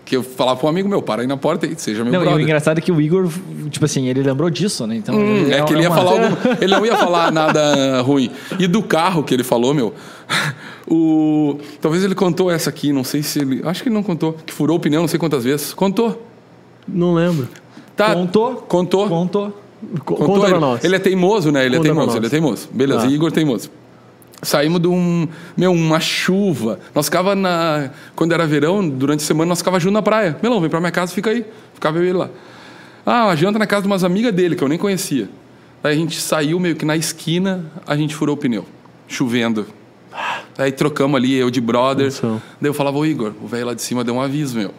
B: Que eu falava pra um amigo meu, para aí na porta e seja meu
D: Não, e o
B: brother.
D: engraçado é que o Igor, tipo assim, ele lembrou disso, né? Então,
B: Hum, é, que ele ia
D: uma-
B: falar algum- ele não ia falar nada uh, ruim. E do carro que ele falou, meu, [LAUGHS] o talvez ele contou essa aqui, não sei se ele, acho que ele não contou, que furou o pneu, não sei quantas vezes. Contou.
C: Não lembro.
B: Tá.
D: Contou.
B: Contou.
D: Contou.
C: Co-
B: Contou
C: Conta
B: ele.
C: pra nós.
B: Ele é teimoso, né? Ele
C: Conta
B: é
C: pra
B: teimoso,
C: nós.
B: ele é teimoso. Beleza,
C: Tá.
B: e Igor teimoso. Saímos de um. Meu, uma chuva. Nós ficava na. Quando era verão, durante a semana, nós ficava junto na praia. Melão, vem pra minha casa, fica aí. Ficava eu e ele lá. Ah, a janta na casa de umas amigas dele, que eu nem conhecia. Daí a gente saiu meio que na esquina, a gente furou o pneu. Chovendo. Aí trocamos ali, eu de brother.
C: Atenção.
B: Daí eu falava, ô Igor, o velho lá de cima deu um aviso, meu.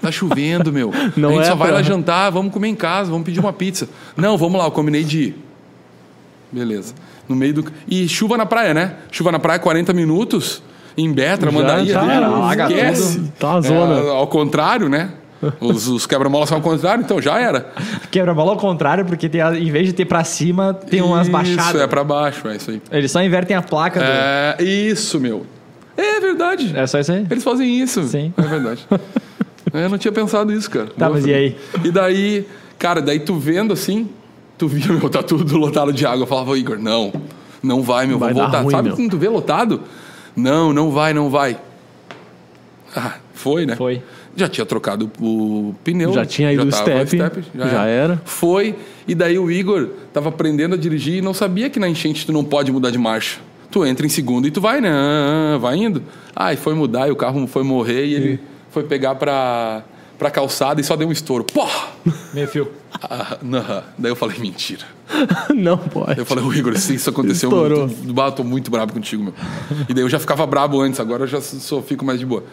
B: Tá chovendo, meu.
C: Não
B: a gente
C: é
B: só vai
C: pra-
B: lá jantar, vamos comer em casa, vamos pedir uma pizza. Não, vamos lá, eu combinei de ir. Beleza. No meio do. E chuva na praia, né? Chuva na praia, 40 minutos. Em Betra, Mandaria.
C: já era,
D: alaga tudo.
B: esquece.
C: Tá uma zona.
B: É, ao contrário, né? Os, os quebra-molas são ao contrário, então já era.
D: Quebra a bola ao contrário, porque tem a- em vez de ter pra cima, tem umas
B: isso,
D: baixadas.
B: é pra baixo, é isso aí.
D: Eles só invertem a placa. É,
B: É, isso, meu. É verdade.
D: do... é só isso aí?
B: Eles fazem isso.
D: Sim.
B: É verdade. É, Eu não tinha pensado isso, cara.
D: Tá, mas e aí?
B: E daí, cara, daí tu vendo assim, tu via, meu, tá tudo lotado de água. Eu falava, Igor, não, não vai, meu,
C: Vai
B: vou
C: dar
B: voltar.
C: ruim,
B: Sabe
C: meu.
B: quando tu vê lotado? Não, não vai, não vai. Ah, foi, né?
D: Foi.
B: Já tinha trocado o pneu.
C: Já tinha ido o
B: tava no
C: step,
B: já,
C: já era.
B: Foi, e daí o Igor tava aprendendo a dirigir e não sabia que na enchente tu não pode mudar de marcha. Tu entra em segundo e tu vai, né? Vai indo. Aí foi mudar e o carro foi morrer e ele foi pegar pra, pra calçada e só deu um estouro. Pô!
D: Meio fio.
B: Ah, não. Daí eu falei, mentira.
C: [LAUGHS] Não pode.
B: É. Eu falei, ô Igor, se isso aconteceu,
C: Estourou.
B: eu tô, bah, eu tô muito brabo contigo, meu. E daí eu já ficava brabo antes, agora eu já só só fico mais de boa.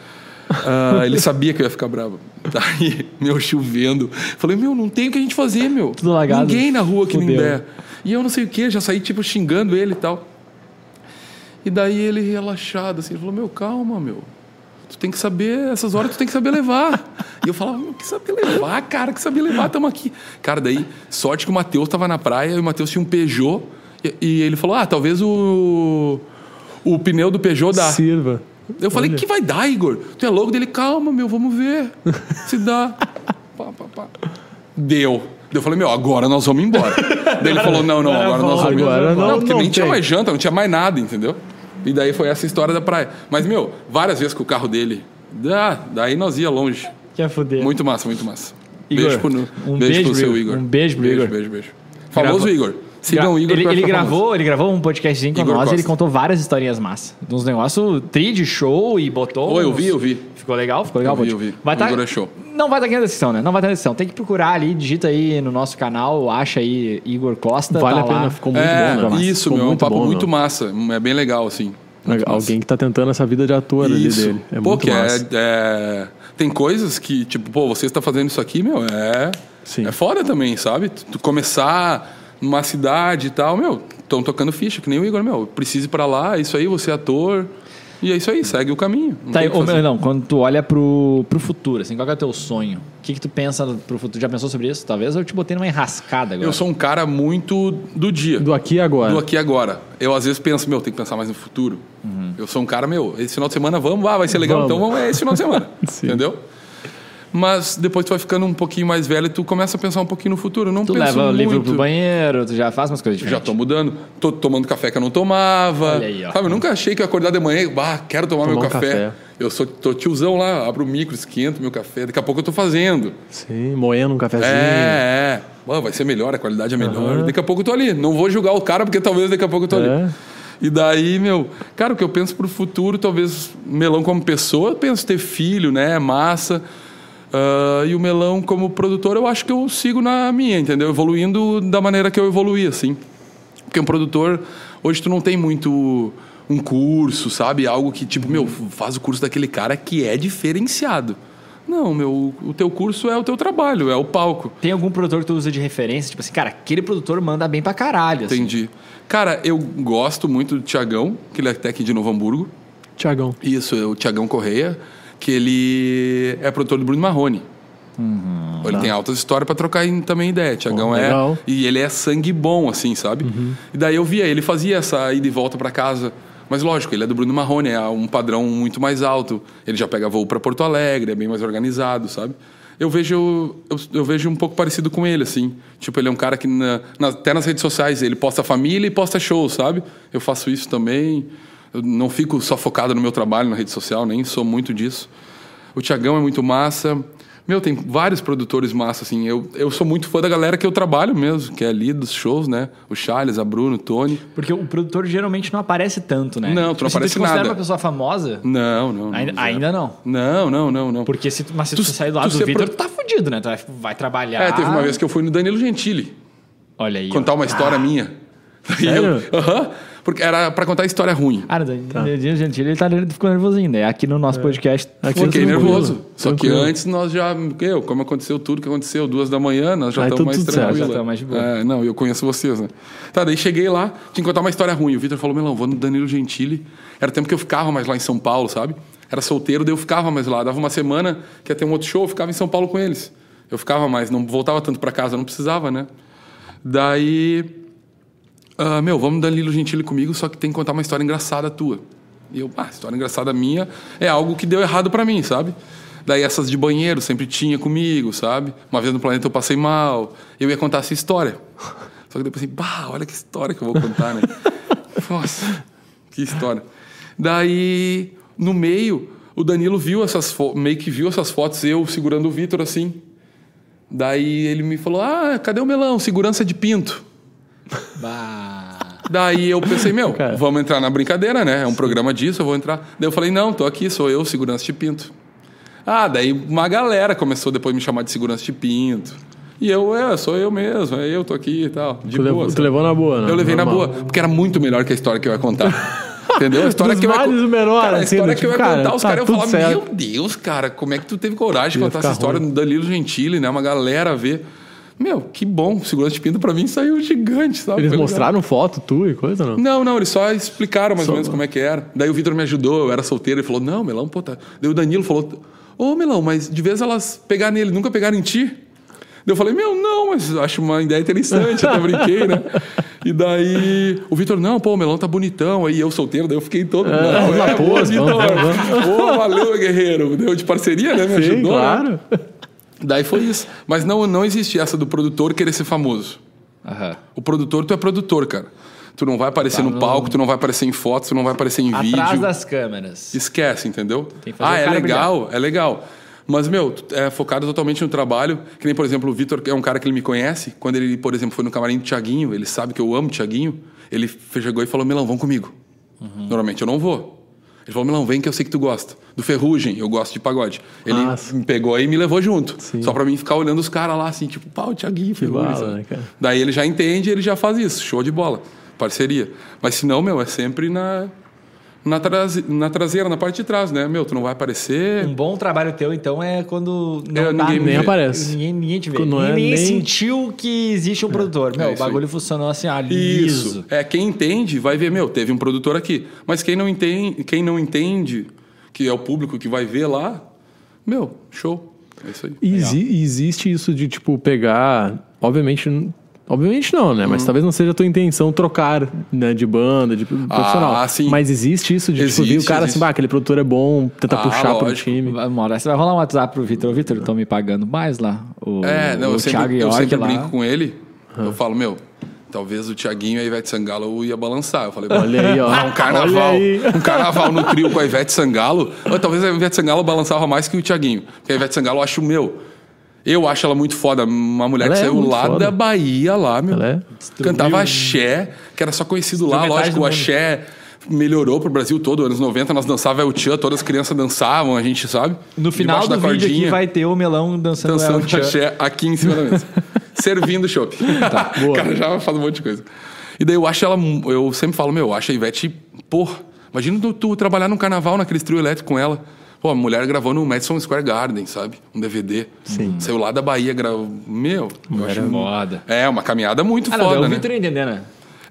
B: Ah, ele sabia que eu ia ficar brabo. Daí, meu, chovendo. Falei, meu, não tem o que a gente fazer, meu.
D: Tudo lagado.
B: Ninguém na rua que nem
D: Fudeu.
B: der. E eu não sei o que, já saí, tipo, xingando ele e tal. E daí ele relaxado, assim, ele falou, meu, calma, meu. Tu tem que saber, essas horas tu tem que saber levar. e eu falava, meu, que saber levar, cara, que saber levar, tamo aqui. Cara, daí, sorte que o Matheus tava na praia e o Matheus tinha um Peugeot. E, e ele falou, ah, talvez o. O pneu do Peugeot dá.
C: Sirva.
B: Eu falei, que vai dar, Igor? Tu é louco dele? Calma, meu, vamos
D: [LAUGHS]
B: ver se dá. pá, pá, pá. Deu. Daí Eu falei, meu, agora nós vamos embora. Daí ele falou, não, não, agora nós vamos
C: Agora
B: embora.
C: não,
B: porque
C: não
B: nem tinha
C: tem.
B: mais janta, não tinha mais nada, entendeu? E daí foi essa história da praia. Mas, meu, várias vezes com o carro dele, dá, daí nós ia longe.
D: Quer é fuder.
B: Muito massa, muito massa.
D: Igor,
B: beijo pro, nu-
D: um
B: beijo pro
D: beijo,
B: seu
D: Igor.
B: Igor.
D: Um beijo pro Igor.
B: Beijo, beijo, Famoso
D: Grava-
B: Igor. Sigam o Igor.
D: ele,
B: pra
D: ele
B: ficar famoso.
D: gravou, ele gravou um podcastzinho com
B: Igor
D: nós e ele
B: Costa.
D: contou várias historinhas massa. De Uns negócios tri de show e botou.
B: Oi, eu
D: uns-
B: vi, eu vi.
D: Ficou legal, ficou legal.
B: Eu vi,
D: pô.
B: eu vi.
D: Vai
B: O
D: tá...
B: Igor é show.
D: Não vai estar aqui na descrição, né? Não vai estar na descrição. Tem que procurar ali, digita aí no nosso canal, acha aí Igor Costa.
C: Vale
D: tá
C: a pena,
D: lá.
C: ficou muito
B: é,
C: bom. né?
B: isso,
C: Ficou
B: meu, é um papo
C: bom,
B: muito
C: meu.
B: massa. É bem legal, assim. Muito massa.
C: Alguém que tá tentando essa vida de ator
B: Isso.
C: ali dele. É
B: pô,
C: muito
B: que é-
C: massa.
B: é- tem coisas que, tipo, pô, você está fazendo isso aqui, meu, é.
C: Sim.
B: É foda também, sabe? Tu tu começar numa cidade e tal, meu, estão tocando ficha, que nem o Igor, meu, precisa ir pra lá, é isso aí, você é ator. E é isso aí, segue o caminho. Não
D: Tá,
B: tem
D: aí,
B: o que
D: ô,
B: fazer.
D: não, quando tu olha pro, pro futuro, assim, qual que é o teu sonho? O que, que tu pensa pro futuro? Já pensou sobre isso? Talvez eu te botei numa enrascada agora.
B: Eu sou um cara muito do dia.
C: Do aqui e agora.
B: do aqui e agora. Eu às vezes penso, meu, tem que pensar mais no futuro.
D: Uhum.
B: Eu sou um cara, meu, esse final de semana vamos, ah, vai ser legal,
C: Vamos.
B: então vamos, é esse final de
D: [LAUGHS]
B: semana.
C: Sim.
B: entendeu? Mas depois tu vai ficando um pouquinho mais velho e tu começa a pensar um pouquinho no futuro. Eu não
D: Tu
B: penso
D: leva o
B: muito.
D: livro pro banheiro, tu já faz umas coisas
B: Já
D: diferentes.
B: tô mudando. Tô tomando café que eu não tomava.
D: Olha aí, ó.
B: Sabe, eu nunca achei que eu ia acordar de manhã e, bah, quero tomar, meu
C: Tomar um
B: café.
C: café.
B: Eu sou tô tiozão lá, abro o micro, esquento meu café. Daqui a pouco eu tô fazendo.
C: Sim, moendo um cafezinho.
B: É, é. Pô, vai ser melhor, a qualidade é melhor. Daqui a pouco eu tô ali. Não vou julgar o cara, porque talvez daqui a pouco eu tô
C: É.
B: ali. E daí, meu, cara, o que eu penso pro futuro, talvez melão como pessoa, eu penso ter filho, né? É massa. Ah, e o Melão, como produtor, eu acho que eu sigo na minha, entendeu? Evoluindo da maneira que eu evoluí, assim. Porque um produtor, hoje tu não tem muito um curso, sabe? Algo que, tipo, meu, faz o curso daquele cara que é diferenciado. Não, meu, o teu curso é o teu trabalho, é o palco.
D: Tem algum produtor que tu usa de referência? Tipo assim, cara, aquele produtor manda bem pra caralho. assim.
B: Entendi. Cara, eu gosto muito do Tiagão, que ele é até aqui de Novo Hamburgo.
C: Tiagão.
B: Isso, é o Tiagão Correia, que ele é produtor do Bruno Marrone. ele tem altas histórias pra trocar em- também ideia. Tiagão é.
C: legal.
B: E ele é sangue bom, assim, sabe? E daí eu via, ele fazia essa ida e volta pra casa. Mas lógico, ele é do Bruno Marrone, é um padrão muito mais alto. Ele já pega voo pra Porto Alegre, é bem mais organizado, sabe? Eu vejo, eu, eu vejo um pouco parecido com ele, assim. Tipo, ele é um cara que na- na- até nas redes sociais ele posta família e posta show, sabe? Eu faço isso também. Eu não fico só focado no meu trabalho na rede social, nem sou muito disso. O Tiagão é muito massa. Meu, tem vários produtores massa, assim. Eu, eu sou muito fã da galera que eu trabalho mesmo, que é ali dos shows, né? O Charles, a Bruno, o Tony.
D: Porque o produtor geralmente não aparece tanto, né?
B: Não, tu não
D: se
B: aparece
D: te considera
B: nada.
D: uma pessoa famosa?
B: Não, não. não
D: ainda,
B: zero.
D: ainda não.
B: Não, não, não, não.
D: Porque se, tu- mas se tu,
B: Tu-
D: sair do lado
B: tu
D: do
B: ser
D: Vitor,
B: pro-
D: tu tá fudido, né? Tu vai, vai trabalhar.
B: É, teve uma vez que eu fui no Danilo Gentili
D: Olha aí. ó.
B: contar um uma história
D: ah.
B: minha. [LAUGHS] Daí
C: Sério?
B: eu- Aham. porque era pra contar história ruim.
D: Ah, no tá. gente, ele, tá, ele ficou nervosinho, né? Aqui no nosso podcast.
C: Aqui-
D: foda-se.
B: Fiquei
C: tranquilo,
B: nervoso. Só que
C: tranquilo.
B: antes nós já. Eu, como aconteceu tudo que aconteceu, duas da manhã, nós já
C: Aí
B: estamos
C: tudo
B: mais
C: tudo certo.
B: tranquilos.
D: Já tá mais de boa.
B: É, não, eu conheço vocês, né? Tá, daí cheguei lá, tinha que contar uma história ruim. O Vitor falou: Melão, vou no Danilo Gentili. Era tempo que eu ficava mais lá em São Paulo, sabe? Era solteiro, daí eu ficava mais lá. Dava uma semana que ia ter um outro show, eu ficava em São Paulo com eles. Eu ficava mais, não voltava tanto pra casa, não precisava, né? Daí ah, meu, vamos Danilo Gentili comigo, só que tem que contar uma história engraçada tua. E eu, ah, história engraçada minha é algo que deu errado pra mim, sabe? Daí essas de banheiro sempre tinha comigo, sabe? Uma vez no planeta eu passei mal, eu ia contar essa história. Só que depois assim, bah, olha que história que eu vou contar, né? [LAUGHS] Nossa, que história. Daí, no meio, o Danilo viu essas fo- meio que viu essas fotos, eu segurando o Vitor assim. Daí ele me falou: Ah, cadê o melão? Segurança de pinto. Daí eu pensei, meu, vamos entrar na brincadeira, né? É um programa disso, eu vou entrar. Daí eu falei, não, tô aqui, sou eu, segurança de pinto. Ah, daí uma galera começou depois me chamar de segurança de pinto. E eu, é, sou eu mesmo, é eu tô aqui e tal. De
C: Tu,
B: boa.
C: levou- tu
B: sabe?
C: levou na boa, né?
B: Eu levei na
C: Normal.
B: boa, porque era muito melhor que a história que eu ia
C: [LAUGHS]
B: contar. Entendeu? A história
C: Dos
B: que eu ia
C: males, o menor,
B: Cara, a
C: assim,
B: história
C: do
B: que eu ia
C: tipo, cara,
B: contar, os
C: tá
B: caras
C: tudo
B: iam falar:
C: certo.
B: Meu Deus, cara, como é que tu teve coragem de
C: Ia
B: contar essa
C: ficar
B: história
C: ruim.
B: do Danilo Gentili, né? Uma galera ver. Meu, que bom. Segurança de pinto pra mim saiu gigante, sabe?
C: Eles
B: Foi legal.
C: mostraram foto tu e coisa, não?
B: Não, não, eles só explicaram mais ou menos como é que era. Daí o Vitor me ajudou, eu era solteiro, ele falou, não, Melão, pô, tá. Daí o Danilo falou, ô Melão, mas de vez elas pegar nele, nunca pegaram em ti? Daí eu falei, meu, não, mas acho uma ideia interessante, até brinquei, né? E daí o Vitor, não, pô, o Melão tá bonitão, aí eu solteiro, daí eu fiquei todo.
C: É.
B: não,
C: na pose,
B: Vitor,
C: vamos, vamos,
B: Ô, valeu, guerreiro. Deu de parceria, né? Me
C: Sim,
B: ajudou. né?
C: claro.
B: Daí foi isso. Mas não, não existe essa do produtor querer ser famoso. O produtor, tu é produtor, cara. Tu não vai aparecer no palco, tu não vai aparecer em fotos, tu não vai aparecer em
D: Tá Atrás
B: vídeo.
D: das câmeras.
B: Esquece, entendeu?
D: Tem que fazer
B: Ah,
D: o
B: é
D: cara
B: legal, é legal. Mas, meu, tu é focado totalmente no trabalho. Que nem, por exemplo, o Vitor é um cara que ele me conhece. Quando ele, por exemplo, foi no camarim do Tiaguinho, ele sabe que eu amo o Tiaguinho. Ele chegou e falou, Melão, vão comigo.
D: Uhum.
B: Normalmente eu não vou. Ele falou, Melão, vem que eu sei que tu gosta. Do Ferrugem, eu gosto de pagode. Ele
D: Ah,
C: Massa.
B: me pegou e me levou junto. Só pra mim ficar olhando os caras lá, assim, tipo, pau, Tiaguinho, Ferrugem.
C: bala,
B: sabe?
C: né, cara?
B: Daí ele já entende, ele já faz isso. Show de bola. Parceria. Mas se não, meu, é sempre na, na, trase- na traseira, na parte de trás, né? Meu, tu não vai aparecer.
D: Um bom trabalho teu, então, é quando não
B: É,
D: tá-
B: ninguém
C: Nem
B: vê.
C: aparece.
D: Ninguém, ninguém te vê.
C: Quando não é
D: ninguém
C: nem-
D: sentiu que existe um produtor. Meu,
B: é
D: o
B: isso aí.
D: bagulho funcionou assim, ah, liso.
B: Isso. É, quem entende vai ver, meu, teve um produtor aqui. Mas quem não entende, quem não entende que é o público que vai ver lá, meu, show. É isso aí.
C: Exi- existe isso de, tipo, pegar. Obviamente. n- Obviamente não, né?
B: Hum.
C: Mas talvez não seja a tua intenção trocar né, de banda, de profissional.
B: Ah, sim.
C: Mas existe isso de tipo, ver o
B: Existe,
C: cara
B: existe.
C: assim, bah, aquele produtor é bom, tentar
B: Ah,
C: puxar pro
B: lógico.
C: time.
D: Vai- Uma hora você vai rolar um WhatsApp pro Vitor. Ô, Vitor, estão me pagando mais lá. O,
B: É, não,
D: o
B: eu
D: Thiago
B: sempre, eu
D: York
B: sempre
D: lá.
B: brinco com ele. Eu falo, meu, talvez o Thiaguinho e a Ivete Sangalo ia balançar. Eu falei,
C: Olha aí, ó.
B: Ah, um carnaval.
C: Olha aí.
B: Um carnaval no trio com a Ivete Sangalo. Ou talvez a Ivete Sangalo balançava mais que o Thiaguinho. Porque a Ivete Sangalo eu acho o meu. Eu acho ela muito foda. Uma mulher
C: Ela
B: que
C: é
B: saiu
C: muito
B: lá
C: foda.
B: da Bahia, lá, meu.
C: Ela é.
B: Cantava axé, que era só conhecido lá,
D: Destruiu
B: lógico,
D: metade do
B: o
D: mundo.
B: axé. melhorou pro Brasil todo. Anos 90 nós dançava El Tchan, todas as crianças dançavam, a gente sabe.
D: No final
B: Debaixo
D: do vídeo aqui vai ter o melão dançando,
B: dançando
D: El Chan.
B: axé aqui em cima da [LAUGHS] mesa. Servindo chopp. O cara já fala um monte de coisa. E daí eu acho ela. mu- Eu sempre falo, meu, eu acho a Ivete. Pô, imagina tu, tu trabalhar num carnaval naquele trio elétrico com ela. Pô, a mulher gravou no Madison Square Garden, sabe? Um DVD. Sim. Saiu lá da Bahia, gravou. Meu. eu acho-
D: Moda.
B: É, uma caminhada muito
D: Ah, não,
B: foda,
D: daí o
B: né?
D: Vitor ia entender, né?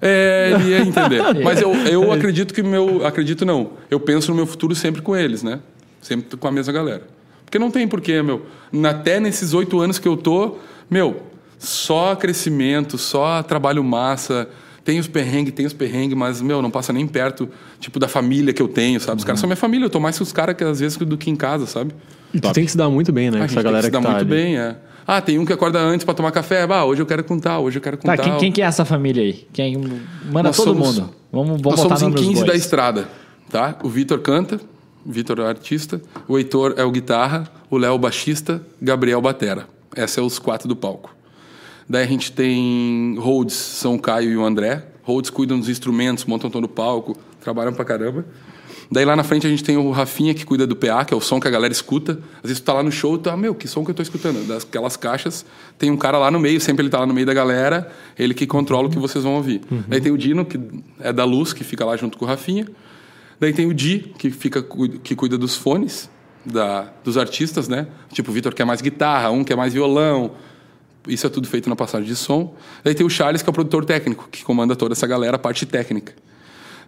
B: É, ele ia
C: [LAUGHS]
B: entender. Mas eu,
C: É.
B: eu acredito que meu. Acredito não. Eu penso no meu futuro sempre com eles, né? Sempre com a mesma galera. Porque não tem porquê, meu. Na- Até nesses oito anos que eu tô, meu, só crescimento, só trabalho massa. Tem os perrengues, tem os perrengues, mas, meu, não passa nem perto, tipo, da família que eu tenho, sabe? Os caras são minha família, eu tô mais com os caras que às vezes do que em casa, sabe?
C: E tu Uhum. tem que se dar muito bem, né?
B: A
C: com
B: gente
C: essa galera
B: tem que se dá
C: tá
B: muito
C: ali.
B: bem, é. Ah, tem um que acorda antes pra tomar café. Ah, hoje eu quero com tal, hoje eu quero com
D: Tá,
B: tal.
D: quem, quem que é essa família aí? Quem manda
B: Então, Nós
D: todo
B: somos-
D: mundo? Vamos,
B: Nós
D: vamos botar
B: somos em
D: nome nos
B: 15 da
D: bois.
B: estrada, tá? O Vitor canta, o Vitor é o artista, o Heitor é o guitarra, o Léo é o baixista, Gabriel batera. Essa é os quatro do palco. Daí a gente tem Rhodes, São Caio e o André. Rhodes cuidam dos instrumentos, montam todo o palco, trabalham pra caramba. Daí lá na frente a gente tem o Rafinha que cuida do PA, que é o som que a galera escuta. Às vezes tu tá lá no show e tá, meu, que som que eu tô escutando? Daquelas caixas, tem um cara lá no meio, sempre ele tá lá no meio da galera, ele que controla o que vocês vão ouvir. Daí tem o Dino, que é da luz, que fica lá junto com o Rafinha. Daí tem o Di, que, fica, cu- que cuida dos fones da, dos artistas, né? Tipo, o Vitor quer mais guitarra, um quer mais violão, isso é tudo feito na passagem de som. Daí tem o Charles, que é o produtor técnico, que comanda toda essa galera, a parte técnica.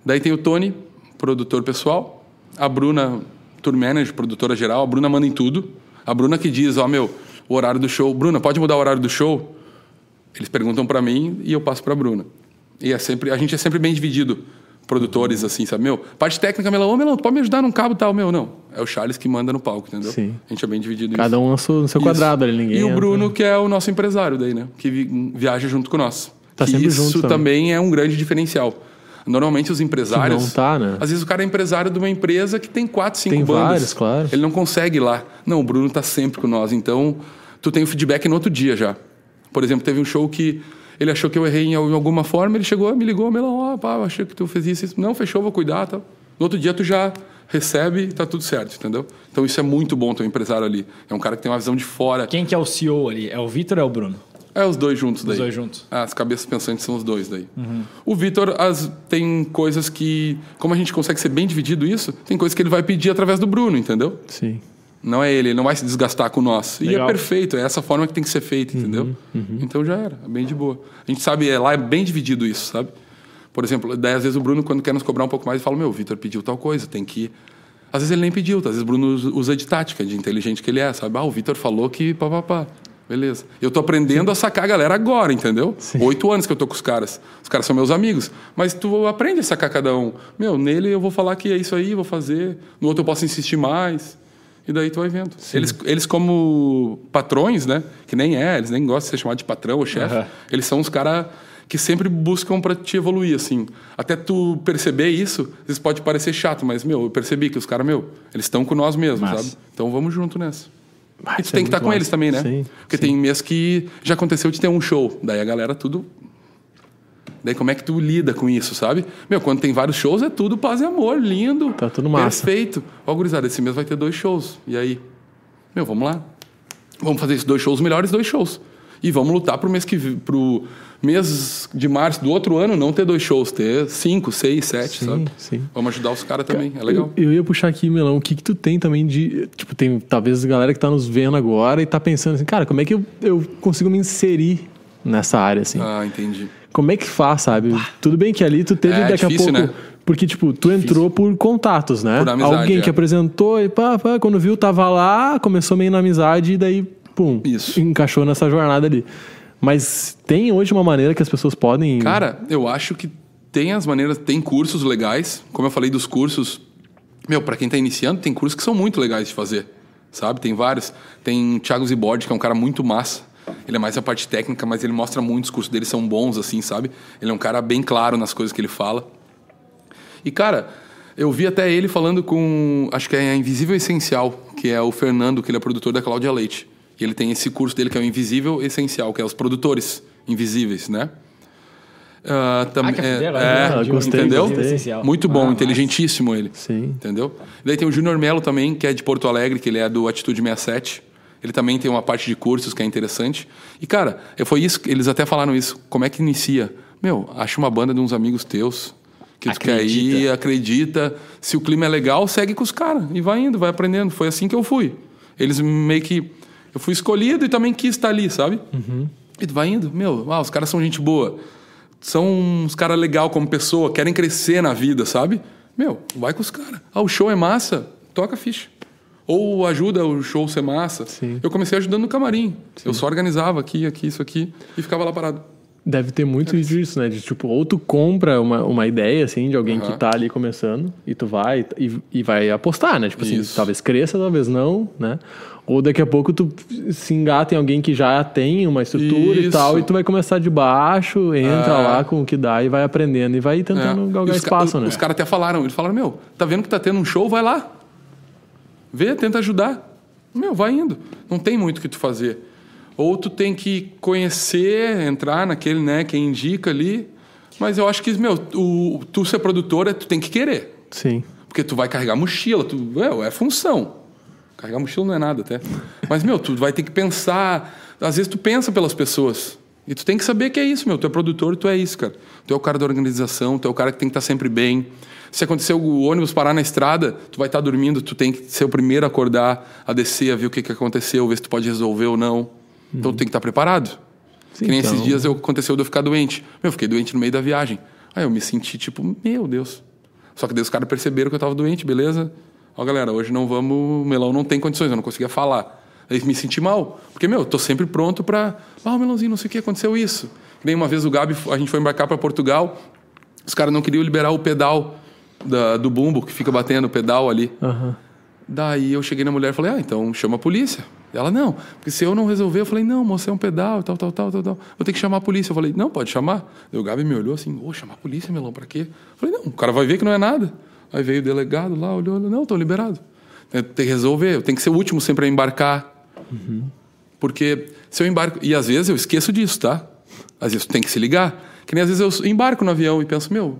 B: Daí tem o Tony, produtor pessoal. A Bruna, tour manager, produtora geral. A Bruna manda em tudo. A Bruna que diz, ó, meu, o horário do show. Bruna, pode mudar o horário do show? Eles perguntam pra mim e eu passo pra Bruna. E é sempre, a gente é sempre bem dividido. Produtores, assim, sabe? Meu, parte técnica, Melão, ô, Melão, tu pode me ajudar num cabo e tal? Meu, não. É o Charles que manda no palco, entendeu?
C: Sim.
B: A gente é bem dividido nisso.
C: Cada um no seu, no seu quadrado ali, ninguém.
B: E o
C: entra.
B: Bruno, que é o nosso empresário daí, né? Que vi- viaja junto com nós.
C: Tá
B: que
C: sempre
B: isso
C: junto também.
B: também é um grande diferencial. Normalmente os empresários.
C: Que não tá, né?
B: Às vezes o cara é empresário de uma empresa que tem quatro, cinco
C: Tem
B: bandas.
C: vários, claro.
B: Ele não consegue ir lá. Não, o Bruno tá sempre com nós. Então, tu tem o feedback no outro dia já. Por exemplo, teve um show que ele achou que eu errei em al- em alguma forma, ele chegou, me ligou, me falou, ó, pá, eu achei que tu fez isso, isso. Não, fechou, vou cuidar, tal. No outro dia tu já recebe, tá tudo certo, entendeu? Então isso é muito bom ter um empresário ali. É um cara que tem uma visão de fora.
D: Quem que é o CEO ali? É o Vitor ou é o Bruno?
B: É os dois juntos daí.
D: dois juntos.
B: Ah, As cabeças pensantes são os dois daí. O Vitor as- tem coisas que, como a gente consegue ser bem dividido isso, tem coisas que ele vai pedir através do Bruno, entendeu?
C: Sim.
B: Não é ele, ele não vai se desgastar com nós. E é
D: Legal.
B: perfeito, é essa forma que tem que ser feita, entendeu? Então já era, é bem de boa. A gente sabe, é, lá é bem dividido isso, sabe? Por exemplo, daí às vezes o Bruno, quando quer nos cobrar um pouco mais, ele fala: Meu, o Vitor pediu tal coisa, tem que. ir." Às vezes ele nem pediu, tá? às vezes o Bruno usa- usa de tática, de inteligente que ele é, sabe? Ah, o Vitor falou que pá, pá, pá. Beleza. Eu tô aprendendo a sacar a galera agora, entendeu? Oito anos que eu tô com os caras. Os caras são meus amigos. Mas tu aprende a sacar cada um. Meu, nele eu vou falar que é isso aí, vou fazer. No outro eu posso insistir mais. E daí tu vai vendo. Eles, eles, como patrões, né? Que nem é, eles nem gostam de ser chamados de patrão ou chefe. Eles são os caras que sempre buscam pra te evoluir, assim. Até tu perceber isso, isso pode parecer chato, mas, meu, eu percebi que os caras, meu, eles estão com nós mesmos, sabe? Então vamos junto nessa. e tu
C: isso é
B: tem que
C: muito
B: estar com
C: massa.
B: eles também, né?
C: Sim,
B: Porque tem mês que já aconteceu de ter um show. Daí a galera tudo. Daí como é que tu lida com isso, sabe? Meu, quando tem vários shows é tudo paz e amor, lindo.
C: Tá tudo massa.
B: Perfeito. Ó, gurizada, esse mês vai ter dois shows. E aí? Meu, vamos lá. Vamos fazer esses dois shows, os melhores dois shows. E vamos lutar pro mês que vi- pro mês de março do outro ano não ter dois shows, ter cinco, seis, sete,
C: Sim,
B: sabe?
C: sim.
B: Vamos ajudar os caras também, é legal.
C: Eu, eu ia puxar aqui, Melão, o que que tu tem também de... Tipo, tem talvez a galera que tá nos vendo agora e tá pensando assim, cara, como é que eu, eu consigo me inserir nessa área, assim?
B: Ah, entendi.
C: Como é que faz, sabe? Tudo bem que ali tu teve
B: É,
C: daqui
B: difícil,
C: a
B: né?
C: pouco... Porque, tipo, tu entrou por contatos, né?
B: Por amizade,
C: Alguém
B: é.
C: que apresentou e pá, pá, quando viu, tava lá, começou meio na amizade e daí, pum,
B: Isso.
C: encaixou nessa jornada ali. Mas tem hoje uma maneira que as pessoas podem...
B: Cara, eu acho que tem as maneiras, tem cursos legais. Como eu falei dos cursos, meu, para quem tá iniciando, tem cursos que são muito legais de fazer, sabe? Tem vários. Tem o Thiago Zibord, que é um cara muito massa. Ele é mais a parte técnica, mas ele mostra muito, os cursos dele são bons, assim, sabe? Ele é um cara bem claro nas coisas que ele fala. E, cara, eu vi até ele falando com. Acho que é a Invisível Essencial, que é o Fernando, que ele é produtor da Cláudia Leite. E ele tem esse curso dele que é o Invisível Essencial, que é os produtores invisíveis, né? Ah, tam-
D: Ah, quer
B: é,
D: fuder agora?
B: é,
C: Ah, gostei,
B: entendeu?
C: gostei.
D: Essencial.
B: Muito bom,
D: Ah,
B: inteligentíssimo ele.
C: Sim.
B: Entendeu? Daí tem o Júnior Melo também, que é de Porto Alegre, que ele é do Atitude 67. Ele também tem uma parte de cursos que é interessante. E, cara, é- foi isso, que- eles até falaram isso. Como é que inicia? Meu, acha uma banda de uns amigos teus, que tu quer ir, acredita. Se o clima é legal, segue com os caras. E vai indo, vai aprendendo. Foi assim que eu fui. Eles meio que. Eu fui escolhido e também quis estar ali, sabe? E tu vai indo, meu, ah, os caras são gente boa. São uns caras legal como pessoa, querem crescer na vida, sabe? Meu, vai com os caras. Ah, o show é massa, toca a ficha. Ou ajuda o show ser massa. Eu comecei ajudando no camarim. Eu só organizava aqui, aqui, isso aqui, e ficava lá parado.
C: Deve ter muito disso, né? De, tipo, ou tu compra uma, uma ideia, assim, de alguém que
B: Aham.
C: tá ali começando e tu vai e, e vai apostar, né? Tipo assim,
B: Isso.
C: talvez cresça, talvez não, né? Ou daqui a pouco tu se engata em alguém que já tem uma estrutura e
B: Isso.
C: tal e tu vai começar de baixo, entra
B: É.
C: lá com o que dá e vai aprendendo e vai tentando
B: É.
C: galgar
B: E os ca-
C: espaço, né?
B: Os caras até falaram, eles falaram, meu, tá vendo que tá tendo um show, vai lá. Vê, tenta ajudar. Meu, vai indo. Não tem muito o que tu fazer. Ou tu tem que conhecer, entrar naquele, né, quem indica ali. Mas eu acho que, meu, o, tu ser produtora, tu tem que querer.
C: Sim.
B: Porque tu vai carregar mochila, tu, meu, é função. Carregar mochila não é nada até. Mas, meu, tu vai ter que pensar. Às vezes tu pensa pelas pessoas. E tu tem que saber que é isso, meu. Tu é produtor, tu é isso, cara. Tu é o cara da organização, tu é o cara que tem que estar sempre bem. Se acontecer o ônibus parar na estrada, tu vai estar dormindo, tu tem que ser o primeiro a acordar, a descer, a ver o que, que aconteceu, ver se tu pode resolver ou não. Então tu tem que estar preparado.
C: Sim,
B: que nem
C: então.
B: esses dias eu, aconteceu de eu ficar doente. Meu, eu fiquei doente no meio da viagem. Aí eu me senti tipo, meu Deus. Só que daí os caras perceberam que eu tava doente, beleza? Ó, galera, hoje não vamos. o Melão não tem condições, eu não conseguia falar. Aí me senti mal. Porque, meu, eu tô sempre pronto pra. Ah, o Melãozinho, não sei o que, aconteceu isso. Que nem uma vez o Gabi, a gente foi embarcar pra Portugal, os caras não queriam liberar o pedal da- do bumbo, que fica batendo o pedal ali.
C: Aham.
B: Daí eu cheguei na mulher e falei, ah, então chama a polícia. Ela, não, porque se eu não resolver, eu falei, não, moça, é um pedal, tal, tal, tal, tal, tal. Vou ter que chamar a polícia. Eu falei, não, pode chamar. Daí o Gabi me olhou assim, ô, chamar a polícia, Melão, pra quê? Eu falei, não, o cara vai ver que não é nada. Aí veio o delegado lá, olhou, olhou não, tô liberado. Tem que resolver, eu tenho que ser o último sempre a embarcar. Porque se eu embarco. E às vezes eu esqueço disso, tá? Às vezes tu tem que se ligar. Que nem às vezes eu embarco no avião e penso, meu,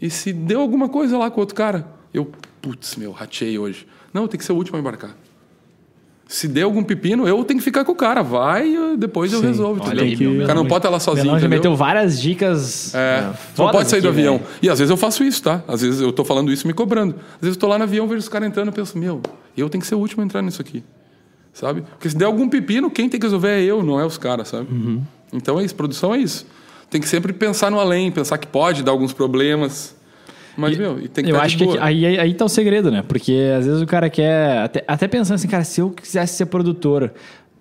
B: e se deu alguma coisa lá com outro cara? Eu, putz, meu, ratei hoje. Não, eu tenho que ser o último a embarcar. Se deu algum pepino, eu tenho que ficar com o cara. Vai, eu- depois eu resolvo.
D: Olha
B: entendeu?
D: aí, meu,
B: o cara não
D: Melão
B: pode estar lá sozinho.
D: Melão já
B: entendeu?
D: meteu várias dicas.
B: É,
D: né,
B: não
D: fodas
B: pode sair do
D: aqui,
B: avião.
D: velho.
B: E às vezes eu faço isso, tá? Às vezes eu tô falando isso e me cobrando. Às vezes eu tô lá no avião, vejo os caras entrando e penso, meu, eu tenho que ser o último a entrar nisso aqui. Sabe? Porque se der algum pepino, quem tem que resolver é eu, não é os caras, sabe?
D: Uhum.
B: Então é isso, produção é isso. Tem que sempre pensar no além, pensar que pode dar alguns problemas. Mas, meu, e tem que
D: Eu
B: estar
D: acho
B: de
D: que
B: boa.
D: aí, aí, aí tá o segredo, né? Porque às vezes o cara quer. Até, até pensando assim, cara, se eu quisesse ser produtor.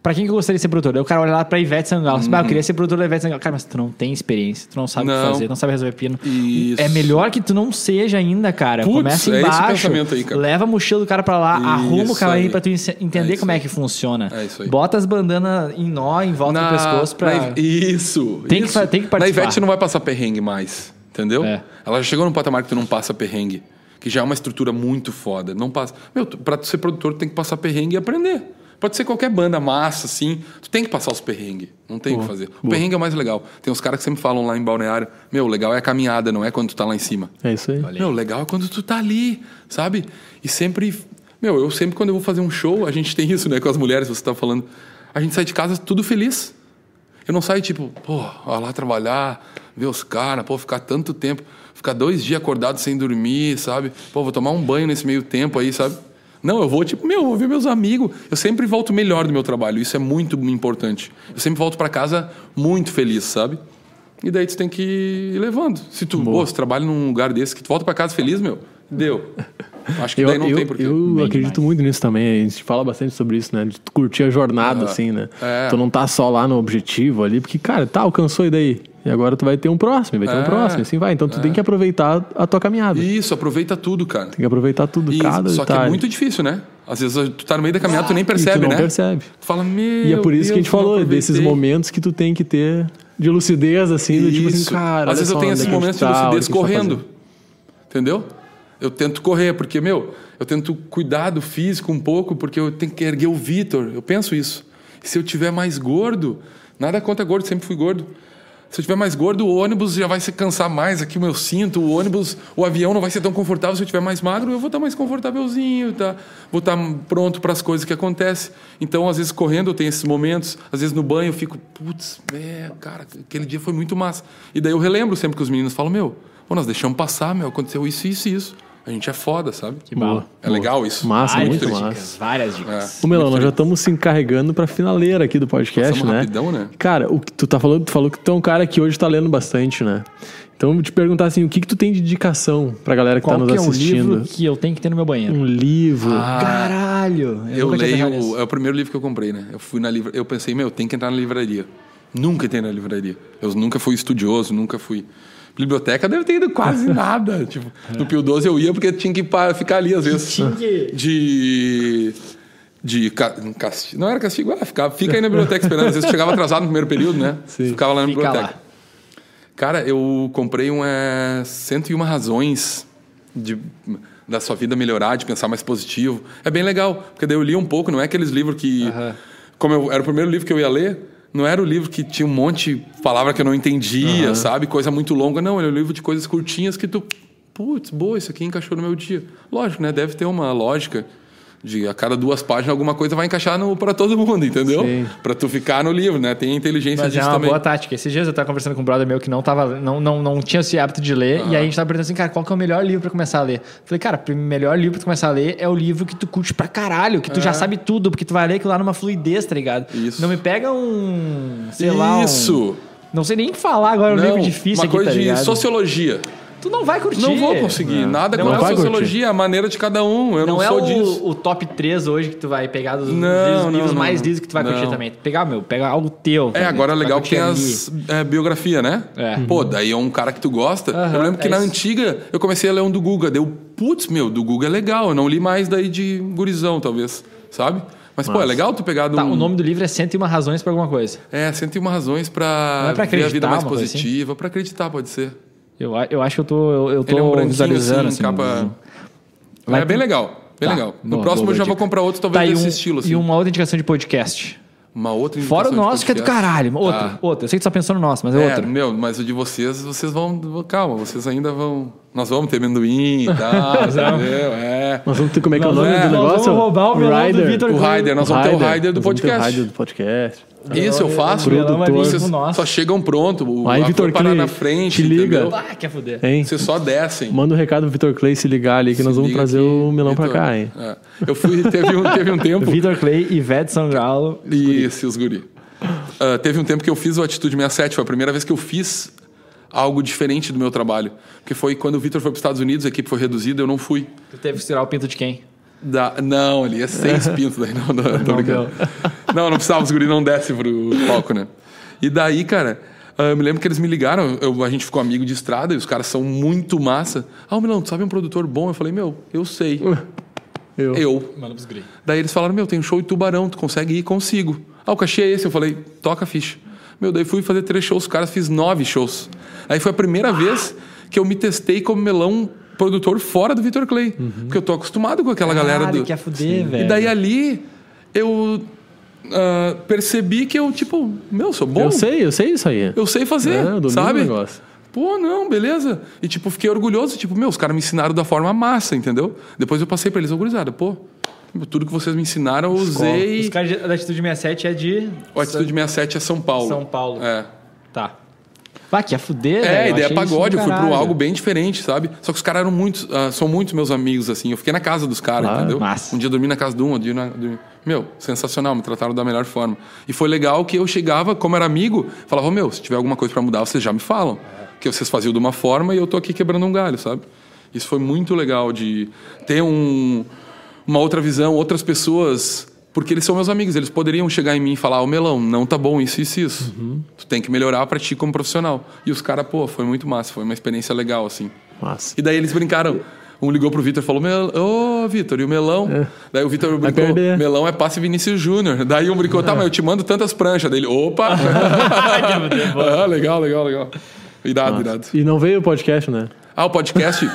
D: Pra quem que eu gostaria de ser produtor? Daí o cara olha lá pra Ivete Sangalo. assim, "Bah, eu queria ser produtor da Ivete Sangalo. Cara, mas tu não tem experiência, tu não sabe o que
B: Uhum. Não.
D: fazer, tu não sabe resolver pino.
B: Isso.
D: É melhor que tu não seja ainda, cara.
B: Putz,
D: Começa
B: é esse o
D: embaixo.
B: pensamento aí, cara.
D: Leva a mochila do cara pra lá,
B: Isso
D: arruma o camarim
B: aí.
D: pra tu ense-
B: É
D: entender
B: isso
D: como é
B: aí.
D: que funciona.
B: É isso aí.
D: Bota as bandanas em nó, em volta do pescoço pra.
B: na- isso.
D: Tem que
B: isso.
D: fa- tem que participar.
B: Na Ivete não vai passar perrengue mais, entendeu?
D: É.
B: Ela já chegou num patamar que tu não passa perrengue, que já é uma estrutura muito foda. Não passa. Meu, tu, pra tu ser produtor, tu tem que passar perrengue e aprender. Pode ser qualquer banda massa, assim. Tu tem que passar os perrengue. Não tem o que fazer. O perrengue é o mais legal. Tem uns caras que sempre falam lá em balneário: Meu, o legal é a caminhada, não é quando tu tá lá em cima.
C: É isso aí.
B: Meu, legal é quando tu tá ali, sabe? E sempre. Meu, eu sempre, quando eu vou fazer um show, a gente tem isso, né? Com as mulheres, você tá falando. A gente sai de casa tudo feliz. Eu não saio tipo, pô, vai lá trabalhar, ver os caras, pô, ficar tanto tempo, ficar dois dias acordado sem dormir, sabe? Pô, vou tomar um banho nesse meio tempo aí, sabe? Não, eu vou tipo, meu, vou ver meus amigos. Eu sempre volto melhor do meu trabalho, isso é muito importante. Eu sempre volto pra casa muito feliz, sabe? E daí tu tem que ir levando. Se tu, pô, se tu trabalha num lugar desse, que tu volta pra casa feliz, meu, deu. Acho que
C: Eu,
B: daí não
C: eu-
B: tem porquê.
C: eu acredito muito nisso também. A gente fala bastante sobre isso, né? De tu curtir a jornada, assim, né?
B: É.
C: Tu não tá só lá no objetivo ali, porque, cara, tá, alcançou e daí? E agora tu vai ter um próximo, e vai ter
B: É.
C: um próximo, e assim vai. Então tu tem que aproveitar a tua caminhada.
B: Isso, aproveita tudo, cara.
C: Tem que aproveitar tudo,
B: E-
C: cada
B: só que é
C: detalhe.
B: muito difícil, né? Às vezes tu tá no meio da caminhada, tu nem
C: E
B: percebe,
C: tu não
B: né?
C: percebe.
B: Tu fala, meu.
C: E é por isso que a
B: Deus,
C: gente
B: eu não
C: falou desses
B: aproveitei."
C: momentos que tu tem que ter de lucidez, assim, do tipo assim,
B: Isso. Às
C: cara. olha
B: vezes eu
C: só
B: tenho
C: onde
B: esses
C: é que a gente
B: momentos
C: tá,
B: de
C: olha o que a
B: lucidez
C: gente tá
B: correndo.
C: fazendo.
B: Entendeu? Eu tento correr, porque, meu, eu tento cuidar do físico um pouco, porque eu tenho que erguer o Vitor. Eu penso isso. Se eu tiver mais gordo, nada contra gordo, sempre fui gordo. Se eu tiver mais gordo, o ônibus já vai se cansar mais aqui o meu cinto, o ônibus, o avião não vai ser tão confortável. Se eu tiver mais magro, eu vou estar mais confortávelzinho, tá? Vou estar pronto para as coisas que acontecem. Então, às vezes correndo eu tenho esses momentos, às vezes no banho eu fico, putz, é, cara, aquele dia foi muito massa. E daí eu relembro sempre que os meninos falam, meu, pô, nós deixamos passar, meu, aconteceu isso, isso, e isso. A gente é foda, sabe? Que
D: bala.
B: É legal isso.
C: Massa,
B: É
C: muito
B: triste.
C: massa.
D: Dicas, várias
B: É.
D: dicas.
C: Ô, Melão, nós já estamos se encarregando pra finaleira aqui do podcast,
B: Passamos
C: né?
B: rapidão, né?
C: Cara, o que tu tá falando, tu falou que tu é um cara que hoje tá lendo bastante, né? Então, eu vou te perguntar assim, o que que tu tem de indicação pra galera que
D: Qual
C: tá nos
D: que é
B: um
D: o
C: assistindo?
D: livro que eu tenho que ter no meu
B: Hum.
D: banheiro?
C: Um livro.
B: Ah.
D: Caralho!
B: Eu
D: nunca tinha pensado
B: leio.
D: nisso.
B: É o primeiro livro que eu comprei, né? Eu fui na livra, eu pensei, meu, tem que entrar na livraria. Nunca entrei na livraria. Eu nunca fui estudioso, nunca fui. Biblioteca deve ter ido [LAUGHS] quase nada. Tipo, no Pio 12 eu ia porque tinha que pa- ficar ali às vezes. De. De ca- castigo. Não era castigo, ah, ficava, fica aí na biblioteca esperando. Às vezes eu chegava atrasado no primeiro período, né? Ficava lá na
D: Fica
B: biblioteca.
D: lá.
B: Cara, eu comprei um é, 101 razões de, da sua vida melhorar, de pensar mais positivo. É bem legal, porque daí eu li um pouco, não é aqueles livros que. Como eu, era o primeiro livro que eu ia ler, não era o livro que tinha um monte de palavra que eu não entendia, sabe? Coisa muito longa. Não, ele é um livro de coisas curtinhas que tu. Putz, boa, isso aqui encaixou no meu dia. Lógico, né? Deve ter uma lógica. De a cada duas páginas alguma coisa vai encaixar no, pra todo mundo, entendeu? Pra tu ficar no livro, né? Tem a inteligência
D: Mas é
B: disso
D: uma
B: também.
D: boa tática. Esses dias eu tava conversando com um brother meu que não, tava, não, não, não tinha esse hábito de ler,
B: Ah.
D: e aí a gente tava perguntando assim, cara, qual que é o melhor livro pra começar a ler? Falei, cara, o melhor livro pra tu começar a ler é o livro que tu curte pra caralho, que tu já sabe tudo, porque tu vai ler aquilo lá numa fluidez, tá ligado?
B: É. Isso.
D: Não me pega um. Sei lá. um-
B: Isso!
D: não sei nem falar agora, um
B: Não,
D: livro
B: Uma
D: difícil aqui,
B: coisa
D: tá
B: de
D: ligado?
B: sociologia.
D: Tu não vai curtir.
B: Não vou conseguir. Nada
D: Não
B: com a
D: vai
B: sociologia, a maneira de cada um. Eu não,
D: Não é
B: sou
D: o,
B: disso.
D: o top 3 hoje que tu vai pegar dos
B: Não,
D: livros,
B: não,
D: livros
B: não,
D: mais
B: não.
D: lidos que tu vai curtir
B: Não.
D: também. Pega, meu, pega algo teu.
B: É,
D: também,
B: agora é
D: tu vai
B: legal porque
D: curtir
B: tem
D: ali.
B: as é, biografia, né?
D: É.
B: Pô, daí é um cara que tu gosta. eu lembro que
D: é
B: na
D: isso.
B: antiga eu comecei a ler um do Guga. Deu, putz, meu, do Guga é legal. Eu não li mais daí de gurizão, talvez. Sabe? Mas, pô, é legal tu pegar de
D: Tá,
B: um-
D: o nome do livro é 101 razões pra alguma coisa.
B: É, 101 razões pra,
D: Não é pra
B: ver a vida
D: acreditar,
B: mais
D: uma coisa
B: positiva. Pra acreditar, pode ser.
D: Eu, a- eu acho que eu tô, eu, eu tô
B: Ele é um branquinho,
D: visualizando
B: assim,
D: assim.
B: capa...
D: Vai
B: é bem
D: com-
B: legal. Bem
D: Tá,
B: legal. No
D: boa,
B: próximo
D: boa
B: eu já vou
D: dica.
B: comprar outro, talvez
D: Tá, e,
B: desse
D: um-
B: estilo. Assim.
D: e uma outra indicação de podcast.
B: Uma outra
D: Fora
B: indicação
D: o
B: de
D: nosso, que é do
B: podcast.
D: caralho. Outro,
B: Tá.
D: outro. Eu sei que tu tá pensando no nosso, mas é,
B: É,
D: outro.
B: meu, mas o de vocês, vocês vão. Calma, vocês ainda vão. Nós vamos ter amendoim e tal, entendeu? É.
C: Nós vamos ter como é que é o
B: Nós
C: nome do
B: vamos-
C: negócio?
E: nós vamos roubar o melão do
C: Rider.
E: Vitor
B: O Raider, nós vamos ter o Raider do
C: Nós vamos ter
B: podcast.
C: O Rider do podcast.
B: Isso eu faço.
E: O Melão vai vir com
B: Vocês
E: o nosso.
B: só chegam pronto. O
C: Aí,
B: a
C: Vitor
B: cor parar
C: Clay,
B: na frente,
C: te liga.
B: entendeu?
D: Ah, quer fuder.
C: Hein?
B: Vocês só descem.
C: Manda um recado pro Vitor Clay se ligar ali que nós vamos
B: Liga
C: trazer
B: aqui,
C: o melão pra
B: Vitor.
C: cá, hein?
B: É. Eu fui, teve um, teve um tempo.
D: Vitor Clay e Ivete Sangalo.
B: Isso, os guri. Ah, teve um tempo que eu fiz o Atitude 67, foi a primeira vez que eu fiz algo diferente do meu trabalho. Porque foi quando o Vitor foi para os Estados Unidos, a equipe foi reduzida, eu não fui.
D: Tu teve que tirar o pinto de quem?
B: Da- não, ali é seis pintos daí, não, não, tô brincando. [LAUGHS] Não, não precisava, os guri não desce pro palco, né? E daí, cara, ah, eu me lembro que eles me ligaram, eu- a gente ficou amigo de estrada e os caras são muito massa. Ah, ô Milão, tu sabe um produtor bom? Eu falei, meu, eu sei. Eu.
D: Mano, pros gris.
B: Daí eles falaram, meu, tem um show em Tubarão, tu consegue ir? Consigo. Ah, o cachê é esse. Eu falei, toca a ficha. Meu, daí fui fazer três shows, os caras fiz nove shows. Aí foi a primeira vez que eu me testei como melão produtor fora do Vitor Clay.
C: Uhum.
B: Porque eu tô acostumado com aquela galera do...
C: é
D: Caralho, quer é fuder, velho.
B: E daí ali eu ah, percebi que eu, tipo, meu, sou bom.
C: Eu sei, eu sei isso aí.
B: Eu sei fazer,
C: É, eu domino
B: sabe?
C: o negócio.
B: Pô, não, beleza. E tipo, fiquei orgulhoso, tipo, meu, os caras me ensinaram da forma massa, entendeu? Depois eu passei pra eles, orgulhado, pô, tudo que vocês me ensinaram eu usei.
D: Os caras de- da Atitude 67 é de.
B: O Atitude 67 é São Paulo.
D: São Paulo.
B: É.
D: Tá. Vai, quer fuder, velho.
B: É,
D: Eu
B: ideia é
D: achei isso
B: pagode,
D: do
B: eu fui pro
D: caralho.
B: algo bem diferente, sabe? Só que os caras eram muitos, ah, são muitos meus amigos, assim. Eu fiquei na casa dos caras, entendeu?
D: massa.
B: Um dia eu dormi na casa de um, outro dia na, dormi... Meu, sensacional, me trataram da melhor forma. E foi legal que eu chegava, como era amigo, falava, "Ô, meu, se tiver alguma coisa pra mudar, vocês já me falam. Porque vocês faziam de uma forma e eu tô aqui quebrando um galho, sabe? Isso foi muito legal de ter um, uma outra visão, outras pessoas. Porque eles são meus amigos, eles poderiam chegar em mim e falar: Ô melão, não tá bom isso, isso, isso. Tu tem que melhorar pra ti como profissional. E os caras, pô, foi muito massa, foi uma experiência legal, assim.
C: Massa.
B: E daí eles brincaram. Um ligou pro Vitor e falou: "Mel- Ô, Vitor, e o melão? Daí o Vitor brincou:
C: perder.
B: melão é passe Vinícius Júnior. Daí um brincou: tá, mas eu te mando tantas pranchas. Daí ele: opa! [LAUGHS] ah, legal, legal, legal. Irado, irado.
C: E não veio o podcast, né?
B: Ah, o podcast.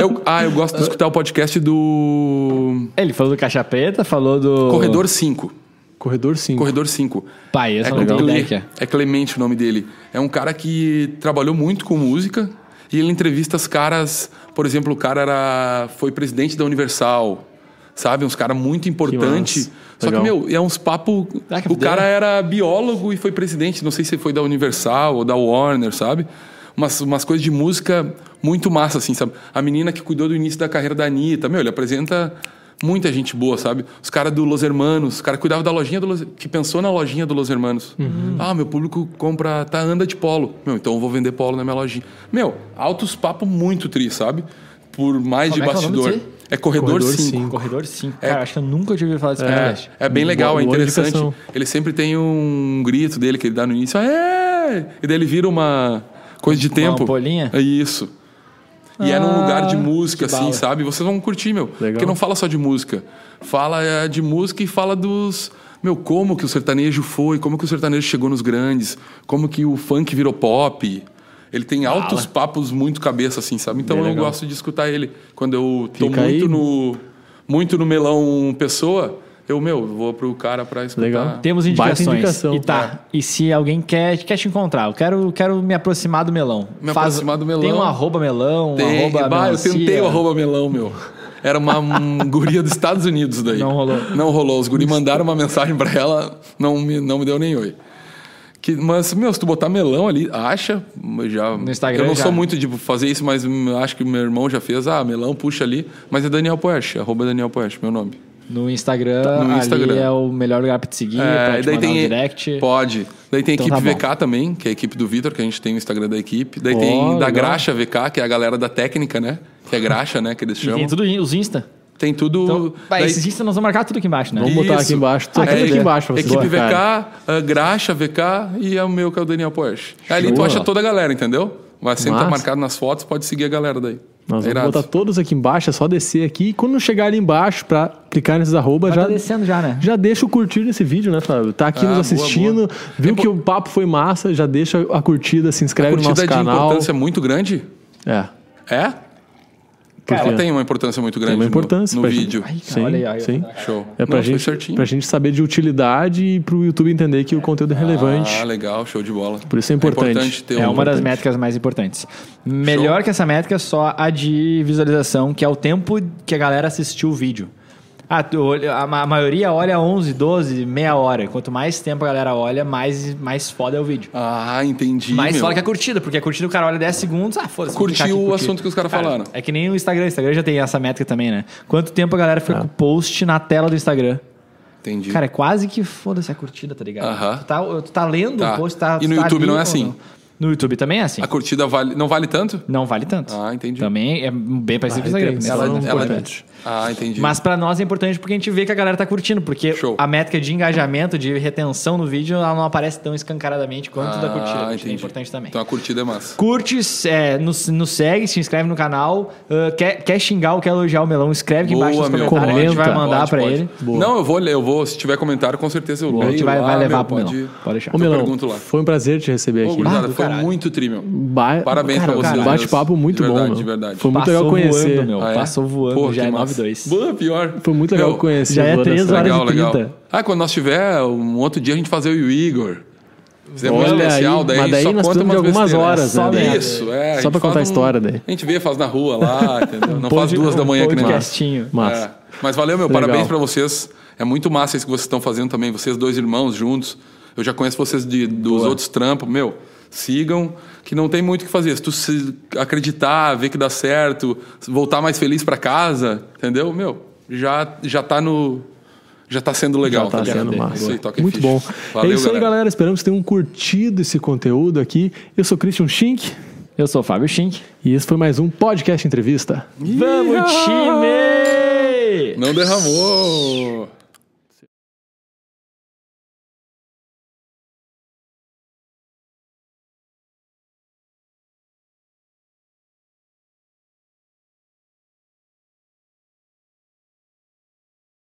B: eu- ah, eu gosto de escutar o podcast do
D: Ele falou do Caixa Preta, falou do.
B: Corredor 5.
C: Corredor 5.
B: Corredor 5.
A: Ah,
D: Pai, essa
B: É,
D: eu não
B: com
D: tenho
B: Cle-
D: ideia que é.
B: é Clemente o nome dele. É um cara que trabalhou muito com música e ele entrevista os caras. Por exemplo, o cara era, foi presidente da Universal, sabe? Uns caras muito importantes.
C: massa.
B: Só que,
C: Legal.
B: meu, é uns papo.
D: Ah, que
B: o
D: doideira.
B: cara era biólogo e foi presidente, não sei se foi da Universal ou da Warner, sabe? Umas, umas coisas de música muito massa, assim, sabe? A menina que cuidou do início da carreira da Anitta, meu, ele apresenta muita gente boa, sabe? Os caras do Los Hermanos, os caras cuidavam da lojinha do Los... que pensou na lojinha do Los Hermanos.
D: Uhum.
B: Ah, meu público compra, tá, anda de polo. Meu, então eu vou vender polo na minha lojinha. Meu, altos papo muito tri, sabe? Por mais
D: Como
B: de
D: é que é o nome
B: bastidor.
D: disso aí?
B: É corredor,
C: Corredor
B: 5.
C: cinco.
D: Corredor 5. Cara, acho que eu nunca tive ouvido falar desse podcast.
B: É, é bem legal,
C: Boa-
B: é
C: boa
B: interessante.
C: indicação.
B: Ele sempre tem um grito dele que ele dá no início, é! E daí ele vira uma coisa de tempo.
D: ampolinha?
B: É isso. E é num lugar
C: Ah,
B: de música,
D: que
B: assim,
D: bala.
B: sabe? Vocês vão curtir, meu. Porque não fala só de música. Fala é, de música e fala dos. Meu, como que o sertanejo foi, como que o sertanejo chegou nos grandes, como que o funk virou pop. Ele tem altos papos muito cabeça, assim, sabe? Então eu gosto de escutar ele. Quando eu tô
C: Fica
B: muito
C: aí.
B: no. Muito no melão pessoa, eu, meu, vou pro cara pra escutar.
C: Legal.
D: Temos
C: Baita
D: indicações.
C: indicação.
D: E tá.
B: É.
D: E se alguém quer, quer te encontrar, eu quero, quero me aproximar do melão.
B: Me aproximar do melão.
D: Tem um arroba melão, um
B: Tem,
D: arroba
B: bah, eu
D: melancia.
B: tentei o arroba melão, meu. Era uma
D: [LAUGHS]
B: hum, guria dos Estados Unidos daí.
D: Não rolou.
B: Não rolou. Os guri mandaram uma mensagem pra ela, não me, não me deu nem oi. Que, mas, meu, se tu botar melão ali, acha, já...
D: No Instagram
B: Eu não
D: já.
B: sou muito de fazer isso, mas hum, acho que meu irmão já fez. Ah, melão, puxa ali. Mas é Daniel Poesch, arroba Daniel Poesch, meu nome.
D: No Instagram,
B: no Instagram. É,
D: ali é o melhor lugar pra te seguir, pra
B: e
D: te mandar um direct.
B: Pode. Daí tem a
D: Então
B: equipe
D: tá
B: VK também, que é a equipe do Vitor, que a gente tem o Instagram da equipe. Daí
D: Ó,
B: tem da
D: legal.
B: Graxa VK, que é a galera da técnica, né? Que é graxa, né? Que eles
D: E
B: chamam.
D: tem tudo in- os Insta.
B: Tem tudo.
D: Então, vai,
B: daí-
D: esses Insta nós vamos marcar tudo aqui embaixo, né?
C: Vamos botar
B: Isso.
C: aqui embaixo. Tá
B: É,
C: tudo aqui
B: equi-
C: embaixo. pra vocês
B: Equipe VK,
C: colocarem.
B: ah, Graxa VK e é o meu que é o Daniel Porsche. Ali tu
C: Show.
B: acha toda a galera, entendeu? Vai sempre tá
C: Massa.
B: marcado nas fotos, pode seguir a galera daí. É
C: Nós vamos
B: irado.
C: botar todos aqui embaixo, é só descer aqui. E quando chegar ali embaixo, pra clicar nesses arroba,
D: Já
C: já,
D: tá descendo já, né?
C: já deixa o curtir nesse vídeo, né, Fábio? Tá aqui
B: Ah,
C: nos
B: boa,
C: assistindo,
B: boa.
C: viu
B: É,
C: que o papo foi massa, já deixa a curtida,
B: A
C: se inscreve no
B: curtida é
C: nosso
B: de
C: canal.
B: importância muito grande?
C: É.
B: É?
C: Porque
B: Ela tem uma importância muito grande
C: tem uma
B: no-
C: importância
B: no,
C: pra
B: vídeo.
C: Gente.
D: cara,
C: sim,
D: olha aí, olha aí.
C: sim.
B: Show.
C: É pra,
B: Não, foi
C: gente,
B: certinho.
C: pra gente saber de utilidade e pro YouTube entender que o conteúdo é relevante.
B: Ah, legal, show de bola.
C: Por isso é importante.
B: ter
D: É
B: um-
D: uma das métricas mais importantes. Melhor que essa métrica é só a de visualização, que é o tempo que a galera assistiu o vídeo. Ah, tu olha- a, ma- a maioria olha 11, 12, meia hora. Quanto mais tempo a galera olha, mais, mais foda é o vídeo.
B: Ah, entendi.
D: mais
B: meu.
D: foda que é a curtida, porque a curtida o cara olha 10 segundos, ah, foda-se. vou
B: Curtiu
D: clicar aqui,
B: o
D: curtir.
B: assunto que os caras
D: Cara,
B: falaram.
D: É que nem o Instagram. O Instagram já tem essa métrica também, né? Quanto tempo a galera
B: É.
D: fica com o post na tela do Instagram?
B: Entendi.
D: Cara, é quase que foda-se a curtida, tá ligado?
B: Aham.
D: tu, tá, tu tá lendo
B: Ah. Tá.
D: o post, tá.
B: E no
D: tá
B: YouTube
D: ali
B: não é
D: ou
B: assim?
D: No YouTube também é assim.
B: a curtida vale, não vale tanto?
D: Não vale tanto.
B: Ah, entendi.
D: Também é bem parecido com o Instagram.
C: entendi.
D: né?
C: Tá,
B: um
C: Ela-
D: Não
C: ela-
D: vale tanto.
B: Ah, entendi.
D: Mas pra nós é importante porque a gente vê que a galera tá curtindo, porque
B: Show.
D: a métrica de engajamento, de retenção no vídeo, ela não aparece tão escancaradamente quanto da curtida. A
B: Ah,
D: curtida
B: entendi.
D: é importante também.
B: Então a curtida é massa.
D: Curte, é, nos, nos segue, se inscreve no canal. ah, quer, quer xingar ou quer elogiar o melão, escreve aqui embaixo nos
B: meu,
D: comentários. a gente vai
C: Comenta.
D: mandar
B: Pode,
D: pra
B: pode.
D: ele.
B: Não, eu vou ler, eu vou. Se tiver comentário, com certeza eu leio.
D: A gente vai, vai
B: Ah,
D: levar
B: meu,
D: pro
B: pode.
D: melão. Pode deixar.
C: Ô, Melão,
B: Ah, pergunto lá.
C: foi um prazer te
B: Ô,
C: receber aqui.
B: gurizada,
D: do
B: foi
D: caralho.
B: muito tri, meu.
C: Ba-
B: Parabéns pra
C: cara,
B: vocês,
C: Bate-papo
B: meus. De
C: muito
B: verdade,
C: bom. meu.
B: de verdade.
C: Foi muito legal
D: Passou
C: conhecer.
D: voando, meu.
B: Ah, é?
D: Passou voando,
B: Pô,
D: já
B: que
D: é
B: massa.
D: 9-2.
B: Boa, pior.
C: Foi muito legal
B: Meu,
C: conhecer.
D: já é
C: toda
D: três
C: essa-
D: horas.
B: Legal,
D: de
B: legal.
D: 30.
B: Ah, quando nós tiver um outro dia, a gente fazer o Igor. Fizemos
C: Olha
B: um especial,
C: aí,
B: daí,
C: mas daí
B: só
C: nós
B: conta
C: precisamos de
B: umas
C: algumas
B: besteiras.
C: horas, né, daí?
B: Isso, é. a
C: Só pra
B: gente faz
C: contar a história daí.
B: A gente vê, faz na rua lá,
C: [LAUGHS]
B: entendeu? Não faz
D: Pod-
B: duas da manhã que nem nós.
D: podcastinho.
C: Massa.
B: É. Mas valeu, meu.
C: Legal.
B: Parabéns pra vocês. É muito massa isso que vocês estão fazendo também. Vocês dois irmãos juntos. Eu já conheço vocês de, dos outros trampos. Meu, sigam, que não tem muito o que fazer. Se tu se acreditar, ver que dá certo, voltar mais feliz pra casa, entendeu? Meu, já, já tá no... Já tá sendo legal.
C: Tá
B: ligado?
C: sendo
B: É Isso
C: massa.
B: aí, toca e
C: Muito
B: ficha.
C: bom.
B: Valeu,
C: é isso aí, galera. Esperamos que tenham curtido esse conteúdo aqui. Eu sou Christian Schink
D: Eu sou o Fábio Schink.
C: e esse foi mais um podcast entrevista.
D: Vamos, time!
B: Não derramou...